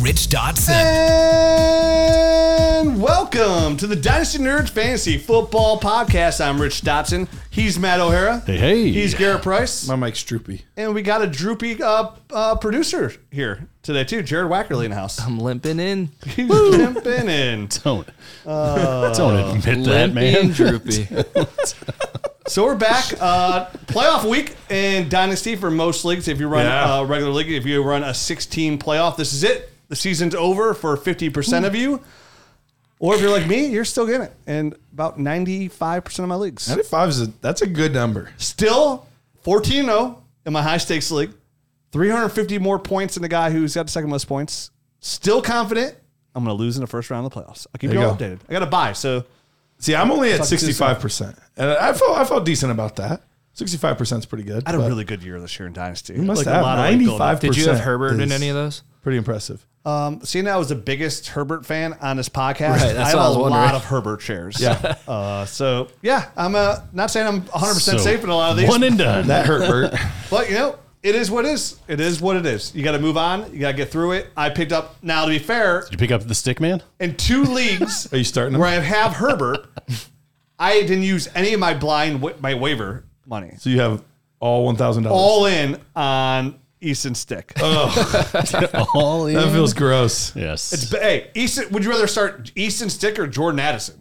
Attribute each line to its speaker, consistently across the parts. Speaker 1: Rich Dotson.
Speaker 2: And welcome to the Dynasty Nerds Fantasy Football Podcast. I'm Rich Dobson. He's Matt O'Hara.
Speaker 3: Hey, hey.
Speaker 2: He's Garrett Price.
Speaker 4: My mic's droopy.
Speaker 2: And we got a droopy uh, uh, producer here today, too. Jared Wackerly in the house.
Speaker 5: I'm limping in.
Speaker 2: He's limping in.
Speaker 3: don't, don't admit
Speaker 5: limping
Speaker 3: that, man.
Speaker 5: droopy.
Speaker 2: So we're back. Uh, playoff week in Dynasty for most leagues. If you run
Speaker 4: Yeah.
Speaker 2: a regular league, if you run a 16 playoff, this is it. The season's over for 50% of you. Or if you're like me, you're still getting it. And about 95% of my leagues.
Speaker 4: 95 is a, that's a good number.
Speaker 2: Still 14 0 in my high stakes league. 350 more points than the guy who's got the second most points. Still confident. I'm going to lose in the first round of the playoffs. I'll keep you
Speaker 4: you
Speaker 2: all
Speaker 4: go.
Speaker 2: updated. I got to buy. So
Speaker 4: See, I'm only at
Speaker 2: Talk to you soon.
Speaker 4: 65%. And I felt I felt decent about that. 65% is pretty good.
Speaker 2: I had a
Speaker 4: but
Speaker 2: really good year this year in Dynasty.
Speaker 4: must
Speaker 2: Like,
Speaker 4: have
Speaker 2: like, build-up.
Speaker 4: 95
Speaker 5: Did you have Herbert in any of those?
Speaker 4: Pretty impressive.
Speaker 2: Um, seeing that I was the biggest Herbert fan on this podcast,
Speaker 5: Right, that's
Speaker 2: I have
Speaker 5: what I
Speaker 2: a
Speaker 5: was wondering.
Speaker 2: lot of Herbert shares.
Speaker 4: Yeah.
Speaker 2: Uh, so yeah, I'm uh, not saying I'm 100 percent
Speaker 3: So,
Speaker 2: safe in a lot of these,
Speaker 3: One and done.
Speaker 4: That hurt, Bert.
Speaker 2: but you know, it is what it is. It is what it is. You got to move on. You got to get through it. I picked up now. To be fair,
Speaker 3: Did you pick up the stick man?
Speaker 2: in two leagues
Speaker 4: Are you starting him?
Speaker 2: where I have Herbert, I didn't use any of my blind wa- my waiver money.
Speaker 4: So you have all $1,000.
Speaker 2: All in on Easton Stick.
Speaker 3: All in.
Speaker 4: that feels gross.
Speaker 3: Yes.
Speaker 2: But hey, Easton, would you rather start Easton Stick or Jordan Addison?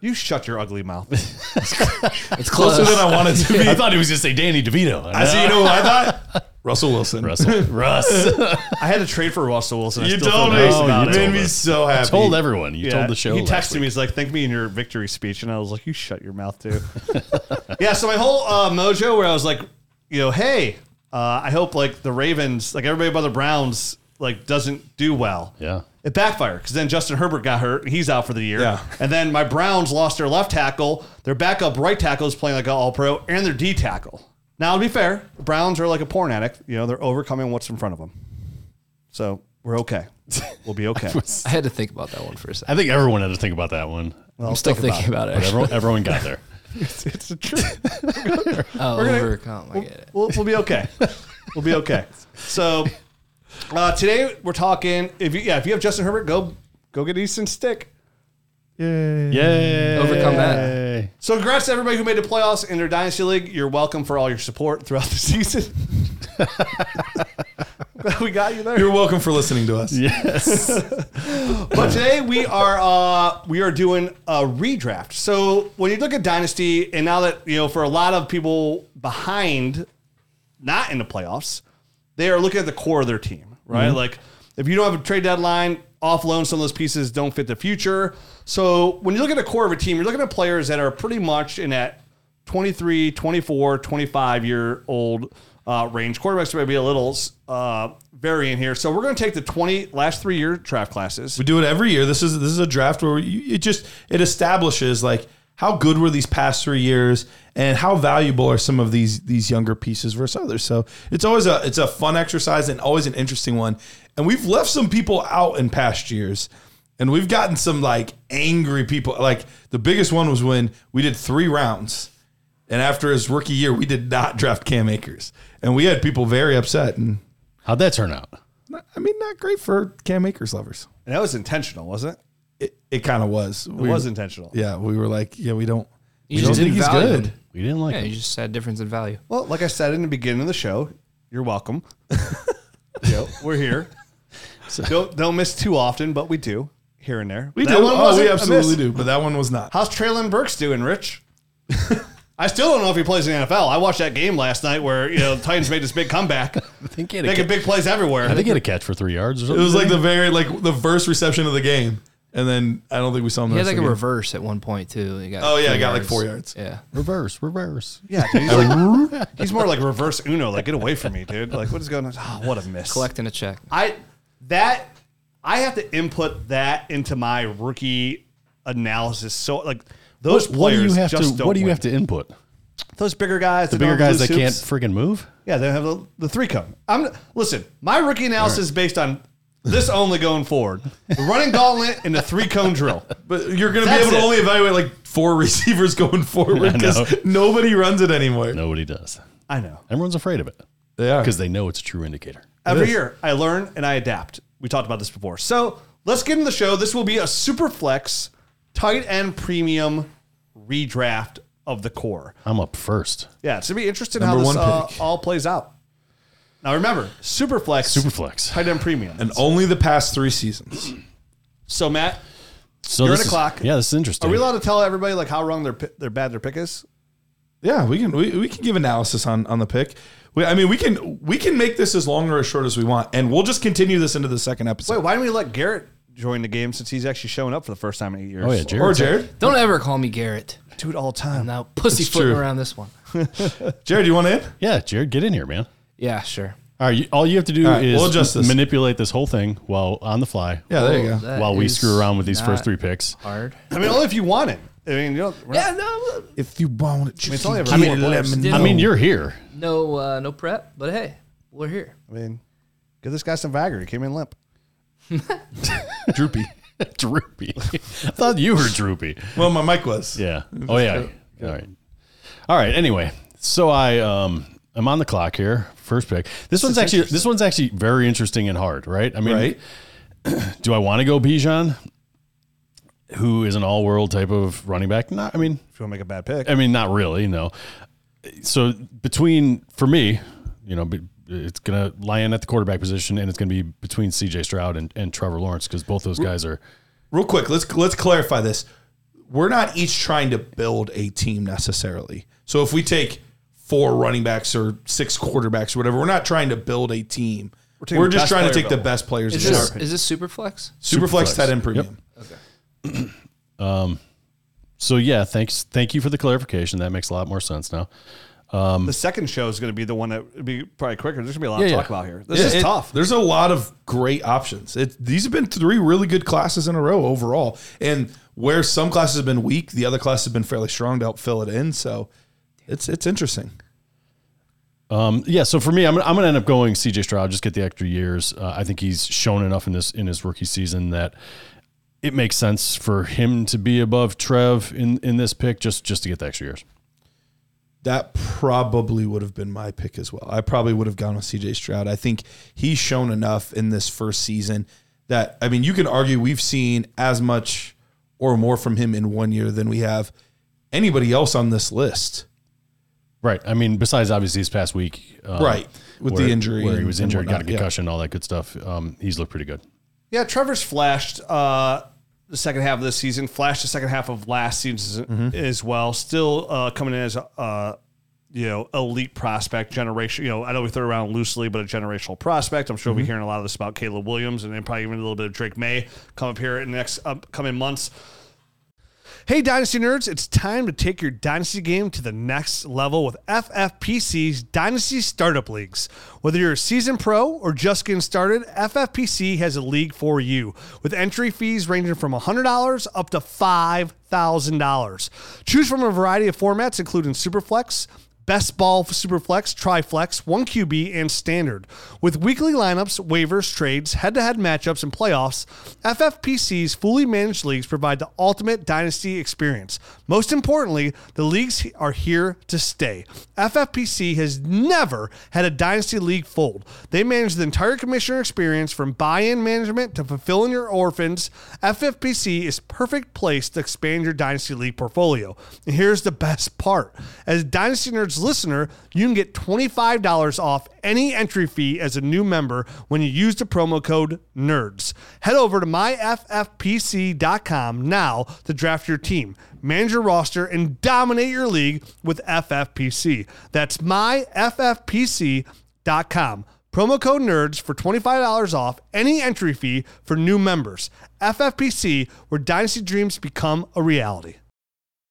Speaker 2: You shut your ugly mouth.
Speaker 5: It's
Speaker 4: Closer
Speaker 5: close.
Speaker 4: than I wanted to be.
Speaker 3: I thought he was going to say Danny DeVito.
Speaker 4: I see, you know who I thought? Russell Wilson.
Speaker 3: Russell. Russ.
Speaker 2: I had to trade for Russell Wilson. I
Speaker 4: You
Speaker 2: still feel
Speaker 4: told me.
Speaker 2: gross
Speaker 3: Oh,
Speaker 2: about
Speaker 3: you
Speaker 2: it.
Speaker 4: you made
Speaker 3: told
Speaker 4: me
Speaker 3: us.
Speaker 4: so happy.
Speaker 3: told everyone. You
Speaker 2: Yeah,
Speaker 3: told the show.
Speaker 2: He
Speaker 3: last
Speaker 2: texted
Speaker 3: week.
Speaker 2: me. He's like, "Thank me in your victory speech," and I was like, "You shut your mouth too." yeah. So my whole uh, mojo, where I was like, you know, hey, uh, I hope like the Ravens, like everybody but the Browns, like doesn't do well.
Speaker 3: Yeah.
Speaker 2: It backfired because then Justin Herbert got hurt. and He's out for the year.
Speaker 4: Yeah.
Speaker 2: And then my Browns lost their left tackle. Their backup right tackle is playing like an all pro and their D tackle. Now, to be fair, the Browns are like a porn addict. You know, they're overcoming what's in front of them. So we're okay. We'll be okay.
Speaker 5: I had to think about that one for a second.
Speaker 3: I think everyone had to think about that one.
Speaker 5: I'm still thinking about,
Speaker 3: But
Speaker 5: it.
Speaker 3: everyone, everyone got there.
Speaker 2: it's the truth.
Speaker 5: Oh,
Speaker 2: gonna-
Speaker 5: overcomplicate it.
Speaker 2: We'll, we'll be okay. We'll be okay. So uh, today we're talking. If you yeah, if you have Justin Herbert, go go get Easton Stick.
Speaker 3: Yay.
Speaker 5: Overcome that.
Speaker 2: So congrats to everybody who made the playoffs in their dynasty league. You're welcome for all your support throughout the season. we got you there.
Speaker 4: You're welcome for listening to us.
Speaker 3: Yes.
Speaker 2: But today we are uh, we are doing a redraft. So when you look at dynasty, and now that you know for a lot of people behind, not in the playoffs, they are looking at the core of their team, right? Like if you don't have a trade deadline, offload some of those pieces don't fit the future. So when you look at the core of a team, you're looking at players that are pretty much in that 23, 24, 25 year old uh, range. Quarterbacks may be a little uh, varying here. So we're going to take the 20 last three year draft classes.
Speaker 4: We do it every year. This is this is a draft where you, it just it establishes like how good were these past three years and how valuable are some of these these younger pieces versus others. So it's always a it's a fun exercise and always an interesting one. And we've left some people out in past years. And we've gotten some like angry people. Like the biggest one was when we did three rounds. And after his rookie year, we did not draft Cam Akers. And we had people very upset. And
Speaker 3: How'd that turn out?
Speaker 4: I mean, not great for Cam Akers lovers.
Speaker 2: And that was intentional, wasn't it?
Speaker 4: It, it kind of was.
Speaker 2: It was intentional.
Speaker 4: Yeah, we were like, yeah, we don't.
Speaker 5: You
Speaker 4: we don't
Speaker 5: just
Speaker 4: think
Speaker 5: didn't
Speaker 4: he's
Speaker 5: value
Speaker 4: good.
Speaker 5: him.
Speaker 3: We didn't like
Speaker 5: Yeah,
Speaker 3: it.
Speaker 5: you just had difference in value.
Speaker 2: Well, like I said in the beginning of the show, you're welcome. you know, we're here. don't don't miss too often, but we do here and there.
Speaker 4: We
Speaker 2: That
Speaker 4: do.
Speaker 2: one
Speaker 4: Oh,
Speaker 2: wasn't
Speaker 4: we
Speaker 2: a
Speaker 4: absolutely
Speaker 2: miss.
Speaker 4: do. But that one was not.
Speaker 2: How's Traylon Burks doing, Rich? I still don't know if he plays in the NFL. I watched that game last night where you know the Titans made this big comeback,
Speaker 3: I think he had a,
Speaker 2: making
Speaker 3: ca-
Speaker 2: big plays everywhere.
Speaker 3: I think he had a catch for three yards or
Speaker 4: It
Speaker 3: something.
Speaker 4: was like the very like the first reception of the game, and then I don't think we saw him. the
Speaker 5: He had like
Speaker 4: rest
Speaker 5: a
Speaker 4: of the game.
Speaker 5: reverse at one point too. He got
Speaker 4: Oh, yeah,
Speaker 5: four
Speaker 4: he got, like, four yards.
Speaker 5: Yeah,
Speaker 3: reverse, reverse.
Speaker 2: yeah, dude, he's, like, he's more like reverse Uno. Like, get away from me, dude! Like, what is going on? Oh, what a miss.
Speaker 5: collecting a check.
Speaker 2: I that I have to input that into my rookie analysis. So like those
Speaker 3: what do
Speaker 2: players
Speaker 3: you have
Speaker 2: just
Speaker 3: to?
Speaker 2: don't
Speaker 3: What do you
Speaker 2: win.
Speaker 3: have to input?
Speaker 2: Those bigger guys,
Speaker 3: The bigger guys that can't friggin' move.
Speaker 2: Yeah, they have the, the three cone. I'm listen. My rookie analysis is based on This only going forward. The running gauntlet and the three cone drill.
Speaker 4: But you're going to be
Speaker 2: That's
Speaker 4: able to
Speaker 2: it.
Speaker 4: only evaluate like four receivers going forward
Speaker 3: I know.
Speaker 4: because nobody runs it anymore.
Speaker 3: Nobody does.
Speaker 2: I know.
Speaker 3: Everyone's afraid of it
Speaker 4: They are.
Speaker 3: because they know it's a true indicator.
Speaker 2: Every
Speaker 4: is.
Speaker 2: year, I learn and I adapt. We talked about this before. So let's get in the show. This will be a super flex, tight end premium redraft of the core.
Speaker 3: I'm up first.
Speaker 2: Yeah, it's gonna be interesting how
Speaker 4: Number
Speaker 2: this
Speaker 4: one
Speaker 2: uh,
Speaker 4: pick.
Speaker 2: all plays out. Now remember, super flex,
Speaker 3: Superflex.
Speaker 2: tight end premium.
Speaker 4: and only the past three seasons.
Speaker 2: so Matt,
Speaker 3: So
Speaker 2: You're
Speaker 3: this
Speaker 2: in a
Speaker 3: is-
Speaker 2: clock.
Speaker 3: Yeah, this is
Speaker 2: are
Speaker 3: interesting.
Speaker 2: we allowed to tell everybody like how wrong their pi- their bad their pick is?
Speaker 4: Yeah, we can we, we can give analysis on on the pick. We, I mean, we can we can make this as long or as short as we want, and we'll just continue this into the second episode.
Speaker 2: Wait, why didn't we let Garrett join the game since he's actually showing up for the first time in eight years?
Speaker 3: oh yeah,
Speaker 4: or
Speaker 3: Jared.
Speaker 4: Jared,
Speaker 5: Don't ever call me Garrett.
Speaker 2: do it all the time.
Speaker 5: Now pussyfooting
Speaker 4: true.
Speaker 5: around this one.
Speaker 4: Jared, you want in?
Speaker 3: Yeah, Jared, get in here, man.
Speaker 5: Yeah, sure.
Speaker 3: All right, you, all you have to do
Speaker 4: All right,
Speaker 3: is
Speaker 4: we'll adjust this.
Speaker 3: manipulate this whole thing while on the fly.
Speaker 4: Yeah, Oh, there you
Speaker 5: Well,
Speaker 4: go.
Speaker 5: that
Speaker 3: while we
Speaker 5: is
Speaker 3: screw around with these first
Speaker 5: not
Speaker 3: three picks.
Speaker 5: Hard.
Speaker 2: I mean, only if you want it. I mean, you know, we're
Speaker 5: Yeah,
Speaker 2: not-
Speaker 5: no,
Speaker 4: If you want it, you
Speaker 2: it's only
Speaker 4: can
Speaker 2: ever
Speaker 4: get
Speaker 2: four
Speaker 4: it.
Speaker 2: players.
Speaker 4: Let me
Speaker 5: Dude.
Speaker 4: know.
Speaker 3: I mean, you're here.
Speaker 5: no, uh, no prep. But hey, we're here.
Speaker 2: I mean, give this guy some Viagra. He came in limp.
Speaker 3: droopy. droopy. I thought you were droopy.
Speaker 4: well, my mic was.
Speaker 3: Yeah. Oh yeah. All right. All right. Anyway, so I um I'm on the clock here. First pick. This, one's actually this one's actually very interesting and hard, right? I mean,
Speaker 4: Right.
Speaker 3: do I want to go Bijan, who is an all-world type of running back? Not. I mean,
Speaker 2: If you want to make a bad
Speaker 4: Um,
Speaker 2: pick,
Speaker 3: I mean, not really. No. So between for me, you know, be- it's gonna lie in at the quarterback position, and it's gonna be between C.J. Stroud and, and Trevor Lawrence because both those guys are.
Speaker 4: Real quick, let's let's clarify this. We're not each trying to build a team necessarily. So if we take four running backs or six quarterbacks or whatever, we're not trying to build a team. We're,
Speaker 2: taking the
Speaker 4: just
Speaker 2: best
Speaker 4: trying to
Speaker 2: player
Speaker 4: take the
Speaker 2: available.
Speaker 4: best players.
Speaker 5: Is
Speaker 4: in
Speaker 5: this
Speaker 4: our-
Speaker 5: is this super flex?
Speaker 4: Superflex
Speaker 3: Superflex.
Speaker 4: tight end premium.
Speaker 3: So yeah, thanks. Thank you for the clarification. That makes a lot more sense now.
Speaker 2: the second show is going to be the one that would be probably quicker. There's going to be a lot
Speaker 3: Yeah,
Speaker 2: to
Speaker 3: yeah.
Speaker 2: talk about here. This
Speaker 4: Yeah,
Speaker 2: is
Speaker 4: it-
Speaker 2: tough.
Speaker 4: There's a lot of great options. It, these have been three really good classes in a row overall. And where some classes have been weak, the other classes have been fairly strong to help fill it in. So it's it's interesting.
Speaker 3: Yeah, so for me, I'm, gonna- I'm going to end up going CJ Stroud. Just get the extra years. Uh, I think he's shown enough in this in his rookie season that it makes sense for him to be above Trev in in this pick just just to get the extra years.
Speaker 4: That probably would have been my pick as well. I probably would have gone with CJ Stroud. I think he's shown enough in this first season that I mean you can argue we've seen as much or more from him in one year than we have anybody else on this list.
Speaker 3: Right. I mean, besides obviously this past week, um,
Speaker 4: Right. With
Speaker 3: where-
Speaker 4: the injury
Speaker 3: where he
Speaker 4: and-
Speaker 3: was
Speaker 4: and
Speaker 3: injured, got a
Speaker 4: whatnot, yeah.
Speaker 3: concussion, all that good stuff. Um, he's looked pretty good.
Speaker 2: Yeah, Trevor's flashed uh, the second half of this season, flashed the second half of last season as well. Still uh, coming in as a uh, you know elite prospect generation. You know, I know we throw around loosely, but a generational prospect. I'm sure we'll be hearing a lot of this about Caleb Williams and then probably even a little bit of Drake May come up here in the next upcoming months. Hey, Dynasty Nerds, it's time to take your Dynasty game to the next level with FFPC's Dynasty Startup Leagues. Whether you're a seasoned pro or just getting started, FFPC has a league for you with entry fees ranging from $100 up to $5,000. Choose from a variety of formats, including Superflex. Best Ball Superflex, Triflex, 1QB, and Standard. With weekly lineups, waivers, trades, head to head matchups, and playoffs, FFPC's fully managed leagues provide the ultimate dynasty experience. Most importantly, the leagues are here to stay. FFPC has never had a dynasty league fold. They manage the entire commissioner experience from buy in management to fulfilling your orphans. FFPC is perfect place to expand your dynasty league portfolio. And here's the best part. As a Dynasty Nerds listener, you can get $25 off any entry fee as a new member when you use the promo code NERDS. Head over to myffpc.com now to draft your team, manage your roster, and dominate your league with FFPC. That's myffpc.com. Promo code NERDS for $25 off any entry fee for new members. FFPC, where dynasty dreams become a reality.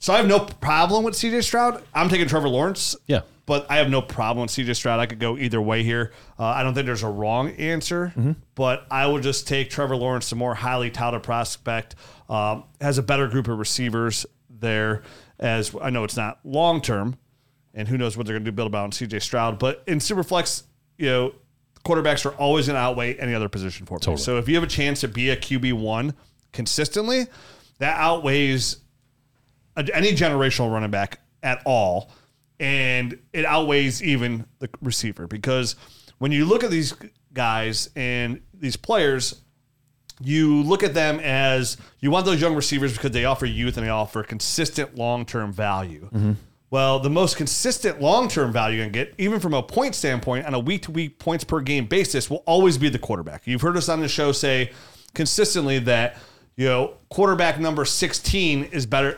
Speaker 2: So I have no problem with CJ Stroud. I'm taking Trevor Lawrence.
Speaker 3: Yeah.
Speaker 2: But I have no problem with CJ Stroud. I could go either way here. Uh, I don't think there's a wrong answer, but I will just take Trevor Lawrence, the more highly touted prospect, um, has a better group of receivers there. As I know, it's not long term, and who knows what they're going to do build about on CJ Stroud. But in Superflex, you know, quarterbacks are always going to outweigh any other position for me. So if you have a chance to be a QB one consistently, that outweighs a- any generational running back at all, and it outweighs even the receiver because when you look at these guys and these players, you look at them as you want those young receivers because they offer youth and they offer consistent long term value.
Speaker 3: Mm-hmm.
Speaker 2: Well, the most consistent long term value you can get, even from a point standpoint, on a week to week points per game basis, will always be the quarterback. You've heard us on the show say consistently that you know quarterback number sixteen is better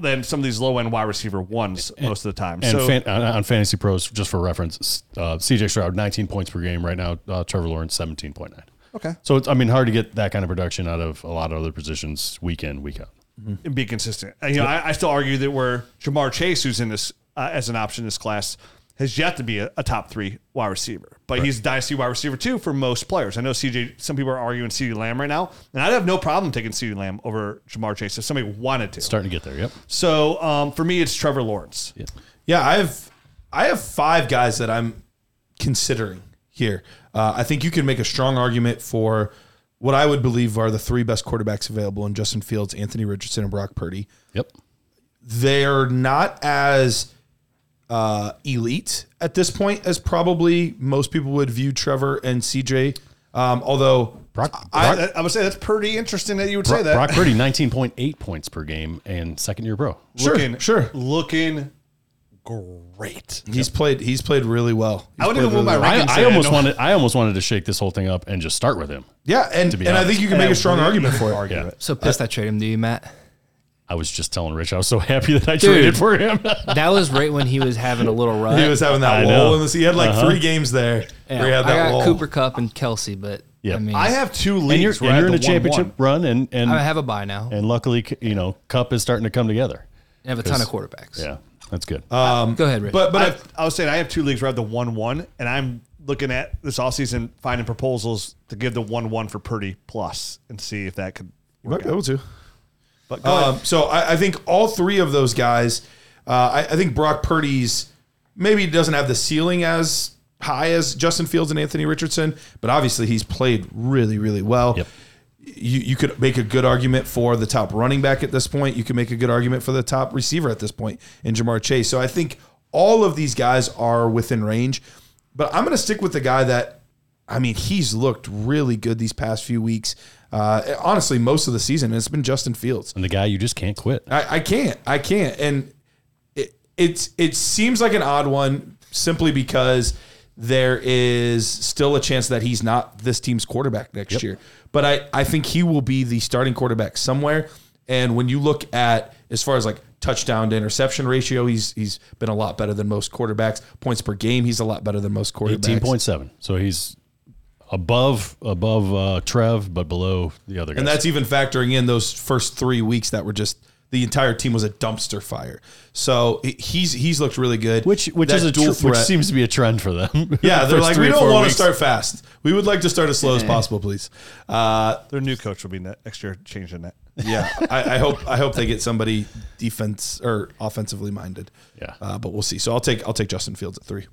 Speaker 2: than some of these low end wide receiver ones most of the time.
Speaker 3: And
Speaker 2: so
Speaker 3: fan, on, on Fantasy Pros, just for reference, uh, CJ Stroud 19 points per game right now. Uh, Trevor Lawrence 17.9.
Speaker 2: Okay.
Speaker 3: So it's I mean hard to get that kind of production out of a lot of other positions week in week out.
Speaker 2: and be consistent. And, you know, I, I still argue that where Jamar Chase, who's in this uh, as an option in this class, has yet to be a, a top three wide receiver, but he's a dynasty wide receiver too for most players. I know CJ. Some people are arguing CeeDee Lamb right now, and I'd have no problem taking CeeDee Lamb over Jamar Chase if somebody wanted to.
Speaker 3: Starting to get there. Yep.
Speaker 2: So um, for me, it's Trevor Lawrence.
Speaker 4: Yeah, I have I have five guys that I'm considering here. Uh, I think you can make a strong argument for what I would believe are the three best quarterbacks available in Justin Fields, Anthony Richardson, and Brock Purdy.
Speaker 3: Yep.
Speaker 4: They're not as uh, elite at this point as probably most people would view Trevor and CJ. Um, although
Speaker 3: Brock,
Speaker 2: I,
Speaker 3: Brock,
Speaker 2: I would say that's pretty interesting that you would say
Speaker 3: Brock,
Speaker 2: that.
Speaker 3: Brock Purdy 19.8 points per game and second year pro.
Speaker 4: Sure,
Speaker 2: looking,
Speaker 4: sure.
Speaker 2: looking great.
Speaker 4: he's played he's played really well.
Speaker 2: I would
Speaker 4: He's
Speaker 2: even
Speaker 4: played
Speaker 2: move my
Speaker 4: really well.
Speaker 2: rank
Speaker 3: I,
Speaker 2: and say
Speaker 3: I almost
Speaker 2: don't-
Speaker 3: wanted I almost wanted to shake this whole thing up and just start with him.
Speaker 4: Yeah, and,
Speaker 3: to be
Speaker 4: and I
Speaker 3: honest.
Speaker 4: think you can make a strong argument for it.
Speaker 3: Yeah.
Speaker 5: So pissed I traded him to you, Matt.
Speaker 3: I was just telling Rich I was so happy that I traded for him.
Speaker 5: That was right when he was having a little run.
Speaker 4: He was having that
Speaker 3: I
Speaker 4: lull
Speaker 3: know. Uh-huh.
Speaker 4: in the He had like three games there where he had
Speaker 5: I
Speaker 4: that
Speaker 5: got
Speaker 4: lull.
Speaker 5: Cooper Cup and Kelsey, but
Speaker 3: Yeah.
Speaker 5: I mean,
Speaker 2: I
Speaker 5: I,
Speaker 2: have two leagues.
Speaker 3: and you're,
Speaker 2: where
Speaker 3: and
Speaker 2: I
Speaker 3: you're in a
Speaker 2: have the one-one.
Speaker 3: championship run and and
Speaker 5: have a buy now.
Speaker 3: and luckily you know Cup is starting to come together.
Speaker 5: I have a ton of quarterbacks.
Speaker 3: Yeah, that's good.
Speaker 4: Uh,
Speaker 5: Go ahead, Rich.
Speaker 4: But but
Speaker 2: I've- I, was saying I have two leagues where I have the one one, and I'm looking at this offseason finding proposals to give the one one for Purdy plus and see if that could
Speaker 4: I
Speaker 2: work. out.
Speaker 4: able to.
Speaker 2: But go
Speaker 4: Um,
Speaker 2: ahead.
Speaker 4: so I, I think all three of those guys. Uh, I, I think Brock Purdy's maybe doesn't have the ceiling as high as Justin Fields and Anthony Richardson, but obviously he's played really really well.
Speaker 3: Yep.
Speaker 4: You, you could make a good argument for the top running back at this point. You could make a good argument for the top receiver at this point in Jamar Chase. So I think all of these guys are within range, but I'm going to stick with the guy that I mean, he's looked really good these past few weeks. Uh, honestly, most of the season, and it's been Justin Fields.
Speaker 3: and the guy you just can't quit.
Speaker 4: I, I can't, I can't, and it, it's it seems like an odd one simply because there is still a chance that he's not this team's quarterback next year. But I I think he will be the starting quarterback somewhere. And when you look at as far as like touchdown to interception ratio, he's he's been a lot better than most quarterbacks. Points per game, he's a lot better than most quarterbacks.
Speaker 3: Eighteen point seven. So he's above above uh, Trev, but below the other guys.
Speaker 4: And that's even factoring in those first three weeks that were just the entire team was a dumpster fire. So he- he's he's looked really good.
Speaker 3: which which
Speaker 4: That
Speaker 3: is a tr- which
Speaker 4: threat-
Speaker 3: seems to be a trend for them.
Speaker 4: yeah,
Speaker 3: The
Speaker 4: they're
Speaker 3: first
Speaker 4: like
Speaker 3: three
Speaker 4: we
Speaker 3: or
Speaker 4: don't
Speaker 3: four
Speaker 4: want to
Speaker 3: weeks.
Speaker 4: start fast. We would like to start as slow as possible, please. Uh,
Speaker 2: Their new coach will be ne- next year changing that.
Speaker 4: yeah, I, I hope I hope they get somebody defense or offensively minded.
Speaker 3: Yeah.
Speaker 4: uh, but we'll see. So I'll take I'll take Justin Fields at three.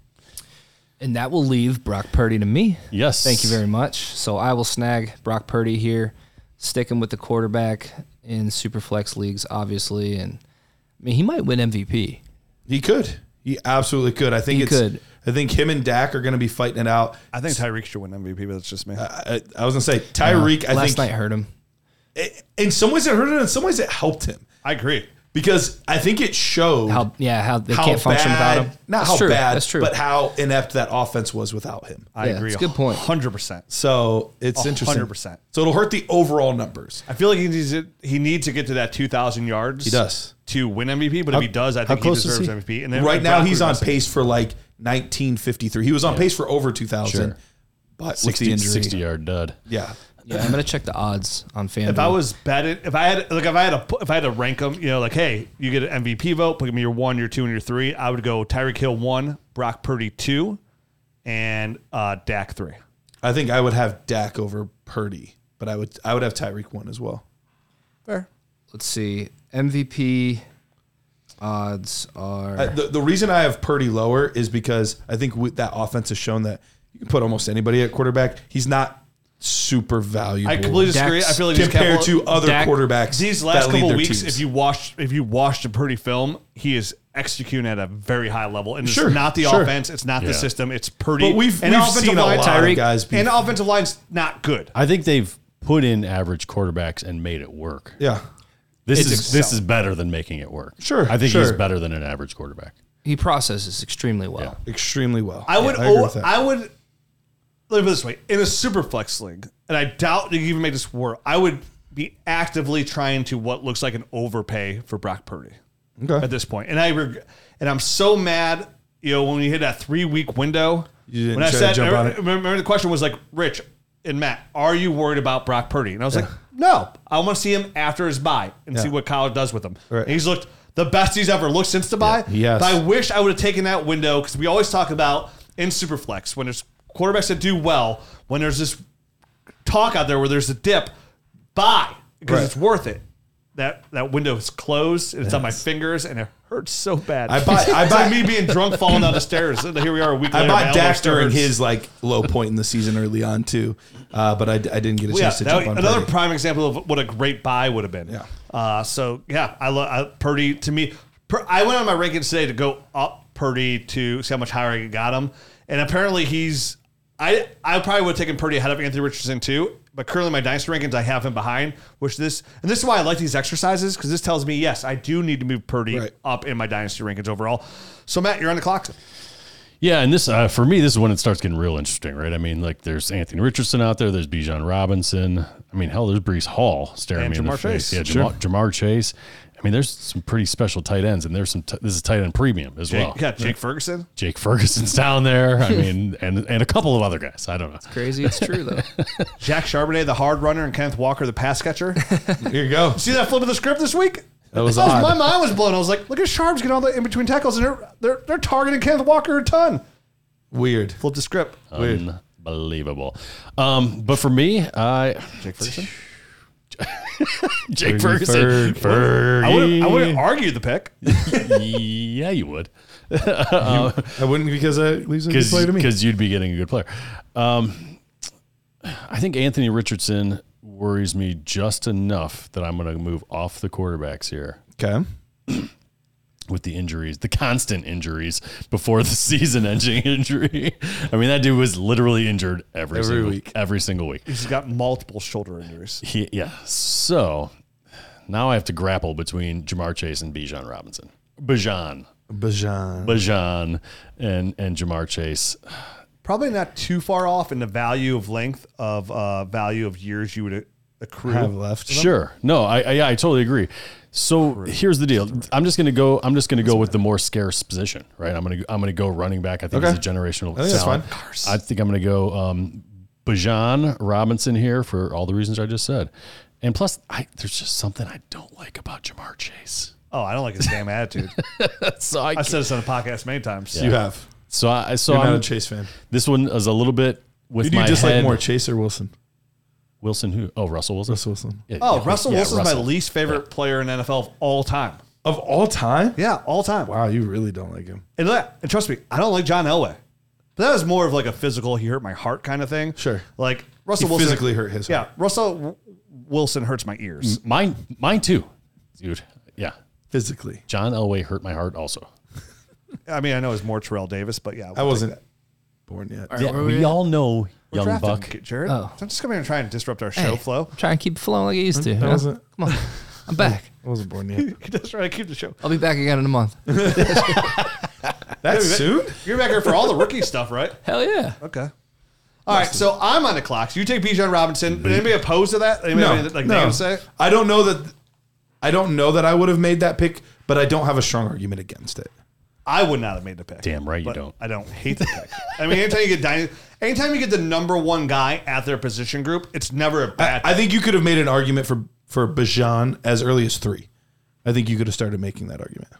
Speaker 5: and that will leave Brock Purdy to me.
Speaker 3: Yes.
Speaker 5: Thank you very much. So I will snag Brock Purdy here, sticking with the quarterback in Superflex leagues, obviously. And I mean, he might win MVP.
Speaker 4: He could. He absolutely could. I think
Speaker 5: He
Speaker 4: it's.
Speaker 5: could.
Speaker 4: I think him and Dak are going to be fighting it out.
Speaker 2: I think Tyreek should win MVP, but that's just me.
Speaker 4: I, I was going to say Tyreek. I
Speaker 5: Last
Speaker 4: think
Speaker 5: night hurt him.
Speaker 4: in some ways it hurt him. In some ways it helped him.
Speaker 2: I agree.
Speaker 4: because I think it showed
Speaker 5: How- yeah, how they can't function without
Speaker 4: bad-
Speaker 5: him.
Speaker 4: Not
Speaker 5: That's
Speaker 4: how
Speaker 5: true.
Speaker 4: bad,
Speaker 5: That's true.
Speaker 4: but how inept that offense was without him.
Speaker 2: I
Speaker 5: Yeah,
Speaker 2: agree.
Speaker 5: it's a good point.
Speaker 2: Hundred percent.
Speaker 4: So it's
Speaker 2: A
Speaker 4: interesting.
Speaker 2: hundred percent.
Speaker 4: So it'll hurt the overall numbers.
Speaker 2: I feel like he needs to, he needs to get to that two thousand yards. He
Speaker 4: does.
Speaker 2: to win MVP, but if he does, I
Speaker 3: how
Speaker 2: think he
Speaker 3: close is
Speaker 2: deserves
Speaker 3: he?
Speaker 2: MVP. And then
Speaker 4: right
Speaker 2: Brock
Speaker 4: now he's on
Speaker 2: Purdy-
Speaker 4: pace for like 1953. He was on pace for over 2000,
Speaker 3: Sure.
Speaker 4: but
Speaker 3: 60,
Speaker 4: with the injury,
Speaker 3: 60 yard dud.
Speaker 4: yeah,
Speaker 5: Yeah, I'm gonna check the odds on FanDuel.
Speaker 2: If I was betting, if I had like if I had a if I had to rank them, you know, like hey, you get an MVP vote, but give me your one, your two, and your three. I would go Tyreek Hill one, Brock Purdy two, and uh, Dak three.
Speaker 4: I think I would have Dak over Purdy, but I would I would have Tyreek one as well.
Speaker 5: let's see, MVP odds are
Speaker 4: I- the, the reason I have Purdy lower is because I think we, that offense has shown that you can put almost anybody at quarterback. He's not super valuable
Speaker 2: I completely
Speaker 5: Dak's-
Speaker 2: disagree. I feel like these
Speaker 4: compared
Speaker 2: couple-
Speaker 4: to other
Speaker 5: Dak-
Speaker 4: quarterbacks.
Speaker 2: these last
Speaker 4: that lead
Speaker 2: couple
Speaker 4: their
Speaker 2: weeks,
Speaker 4: teams.
Speaker 2: if you watched if you watched the Purdy film, he is executing at a very high level, and
Speaker 4: Sure,
Speaker 2: it's not the
Speaker 4: sure.
Speaker 2: offense, it's not
Speaker 3: Yeah.
Speaker 2: the system, it's Purdy.
Speaker 4: But we've-
Speaker 2: and
Speaker 4: we've
Speaker 2: offensive
Speaker 4: seen a
Speaker 2: line,
Speaker 4: lot of
Speaker 2: Tyreek,
Speaker 4: guys be-
Speaker 2: and offensive line's not good.
Speaker 3: I think they've put in average quarterbacks and made it work.
Speaker 4: yeah,
Speaker 3: This
Speaker 5: It's
Speaker 3: is
Speaker 5: excel.
Speaker 3: this is better than making it work.
Speaker 4: Sure,
Speaker 3: I think he's
Speaker 4: sure.
Speaker 3: better than an average quarterback.
Speaker 5: he processes extremely well.
Speaker 4: extremely well.
Speaker 2: I would. I,
Speaker 4: I agree with that.
Speaker 2: I would. Let me put it this way: in a super flex league, and I doubt you can even make this work. I would be actively trying to what looks like an overpay for Brock Purdy
Speaker 4: Okay.
Speaker 2: at this point, and I reg- and I'm so mad. You know, when we hit that three week window,
Speaker 4: You didn't
Speaker 2: when I
Speaker 4: try to
Speaker 2: said,
Speaker 4: jump
Speaker 2: I
Speaker 4: on it.
Speaker 2: remember the question was like, Rich and Matt, are you worried about Brock Purdy? And I was like, no, I want to see him after his bye and see
Speaker 4: Yeah.
Speaker 2: what Kyle does with him.
Speaker 4: Right.
Speaker 2: And he's looked the best he's ever looked since the bye.
Speaker 4: Yes.
Speaker 2: But I wish I would have taken that window because we always talk about in Superflex when there's quarterbacks that do well, when there's this talk out there where there's a dip, buy because
Speaker 4: Right.
Speaker 2: it's worth it. That that window is closed and it's on my fingers and it hurts so bad.
Speaker 4: I buy- I
Speaker 2: It's like
Speaker 4: buy-
Speaker 2: me being drunk falling down the stairs. And here we are a week
Speaker 4: I
Speaker 2: later. my
Speaker 4: bought
Speaker 2: elbow
Speaker 4: Dak
Speaker 2: still
Speaker 4: during
Speaker 2: hurts.
Speaker 4: his like low point in the season early on too, uh, but I, I didn't get a
Speaker 2: Well, yeah,
Speaker 4: chance to
Speaker 2: that-
Speaker 4: jump on
Speaker 2: another
Speaker 4: Purdy.
Speaker 2: prime example of what a great buy would have been.
Speaker 4: Yeah.
Speaker 2: Uh, so yeah, I love Purdy. To me, Pur- I went on my rankings today to go up Purdy to see how much higher I got him, and apparently he's. I I probably would have taken Purdy ahead of Anthony Richardson too, but currently my dynasty rankings I have him behind. Which this and this is why I like these exercises because this tells me yes I do need to move Purdy
Speaker 4: Right.
Speaker 2: up in my dynasty rankings overall. So Matt, you're on the clock.
Speaker 3: Yeah, and this uh, for me, this is when it starts getting real interesting, right? I mean, like there's Anthony Richardson out there, there's Bijan Robinson. I mean, hell, there's Brees Hall staring
Speaker 2: And
Speaker 3: me in the
Speaker 2: Jamar
Speaker 3: face.
Speaker 2: Chase.
Speaker 3: Yeah, Jamar, Jamar Chase. I mean, there's some pretty special tight ends, and there's some. T- this is tight end premium as
Speaker 2: Jake,
Speaker 3: well.
Speaker 2: yeah, Jake Ferguson.
Speaker 3: Jake Ferguson's down there. I mean, and and a couple of other guys. I don't know.
Speaker 5: Crazy, it's true though.
Speaker 2: Jack Charbonnet, the hard runner, and Kenneth Walker, the pass catcher.
Speaker 4: Here you go. Oh.
Speaker 2: See that flip of the script this week?
Speaker 4: That was odd.
Speaker 2: my mind was blown. I was like, look at Sharps getting all the in between tackles, and they're they're they're targeting Kenneth Walker a ton.
Speaker 4: Weird.
Speaker 2: Flip the script.
Speaker 4: Um,
Speaker 3: Unbelievable. Um, but for me, I Jake Ferguson. Jake Ferguson.
Speaker 4: Ferg.
Speaker 2: I would I would
Speaker 3: Fergie.
Speaker 2: have argued the pick.
Speaker 3: yeah, you would.
Speaker 4: I wouldn't because that leaves a good play to me.
Speaker 3: because you'd be getting a good player. Um, I think Anthony Richardson worries me just enough that I'm going to move off the quarterbacks here
Speaker 4: Okay.
Speaker 3: with the injuries, the constant injuries before the season-ending injury. I mean, that dude was literally injured every,
Speaker 4: Every
Speaker 3: single,
Speaker 4: week.
Speaker 3: every single week.
Speaker 2: He's got multiple shoulder injuries.
Speaker 3: He, yeah. So now I have to grapple between Jamar Chase and Bijan Robinson. Bijan,
Speaker 4: Bajan.
Speaker 3: Bijan, and and Jamar Chase.
Speaker 2: Probably not too far off in the value of length of uh, value of years you would accrue.
Speaker 4: have left.
Speaker 3: Sure. No, I, I yeah, I totally agree. So here's the deal. I'm just gonna go. I'm just gonna go with the more scarce position, right? I'm gonna I'm gonna go running back. I think
Speaker 4: Okay.
Speaker 3: it's a generational.
Speaker 4: I think that's
Speaker 3: talent.
Speaker 4: fine.
Speaker 3: I think I'm gonna go um, Bajan Robinson here for all the reasons I just said, and plus I, there's just something I don't like about Jamar Chase.
Speaker 2: Oh, I don't like his damn attitude.
Speaker 3: So I,
Speaker 2: I said this on the podcast many times.
Speaker 4: You have.
Speaker 3: so I so
Speaker 4: You're not a
Speaker 3: I'm,
Speaker 4: Chase fan.
Speaker 3: this one is a little bit with
Speaker 4: Who do you
Speaker 3: my
Speaker 4: dislike
Speaker 3: head.
Speaker 4: more, Chase or Wilson?
Speaker 3: Wilson who? Oh, Russell Wilson.
Speaker 4: Russell Wilson.
Speaker 3: Yeah,
Speaker 2: Oh,
Speaker 3: yeah,
Speaker 2: Russell
Speaker 3: yeah,
Speaker 2: Wilson's my
Speaker 3: Russell.
Speaker 2: least favorite player in NFL of all time.
Speaker 4: Of all time?
Speaker 2: Yeah, all time.
Speaker 4: Wow, you really don't like him.
Speaker 2: And, look- and trust me, I don't like John Elway. But that was more of like a physical, he hurt my heart kind of thing.
Speaker 4: Sure.
Speaker 2: Like Russell
Speaker 4: He
Speaker 2: Wilson
Speaker 4: physically hurt his
Speaker 2: Yeah,
Speaker 4: heart.
Speaker 2: Russell W- Wilson hurts my ears.
Speaker 3: Mine mine too, dude. Yeah,
Speaker 4: Physically.
Speaker 3: John Elway hurt my heart also.
Speaker 2: I mean, I know it's more Terrell Davis, but yeah,
Speaker 4: I wasn't born yet.
Speaker 3: Yeah, we
Speaker 4: uh,
Speaker 3: all know
Speaker 2: we'll
Speaker 3: young
Speaker 2: draft him,
Speaker 3: buck.
Speaker 2: K- Jared.
Speaker 5: Oh.
Speaker 2: I'm just coming here and trying to disrupt our
Speaker 5: Hey,
Speaker 2: show flow.
Speaker 5: Try and keep it flowing like it used to.
Speaker 4: That
Speaker 5: huh?
Speaker 4: wasn't-
Speaker 5: Come on, I'm back.
Speaker 6: I wasn't born yet.
Speaker 2: He does try to keep the show.
Speaker 5: I'll be back again in a month.
Speaker 4: That's soon.
Speaker 2: You're back here for all the rookie stuff, right?
Speaker 5: Hell yeah.
Speaker 2: Okay. All right, so I'm on the clock. So you take Bijan Robinson. Did anybody opposed to that? Anybody have any, like no. say?
Speaker 4: I don't know that. I don't know that I would have made that pick, but I don't have a strong argument against it.
Speaker 2: I would not have made the pick.
Speaker 3: Damn right you
Speaker 2: But
Speaker 3: don't.
Speaker 2: I don't hate the pick. I mean, anytime you get dyna- anytime you get the number one guy at their position group, it's never a bad.
Speaker 4: I think you could have made an argument for for Bajan as early as three. I think you could have started making that argument.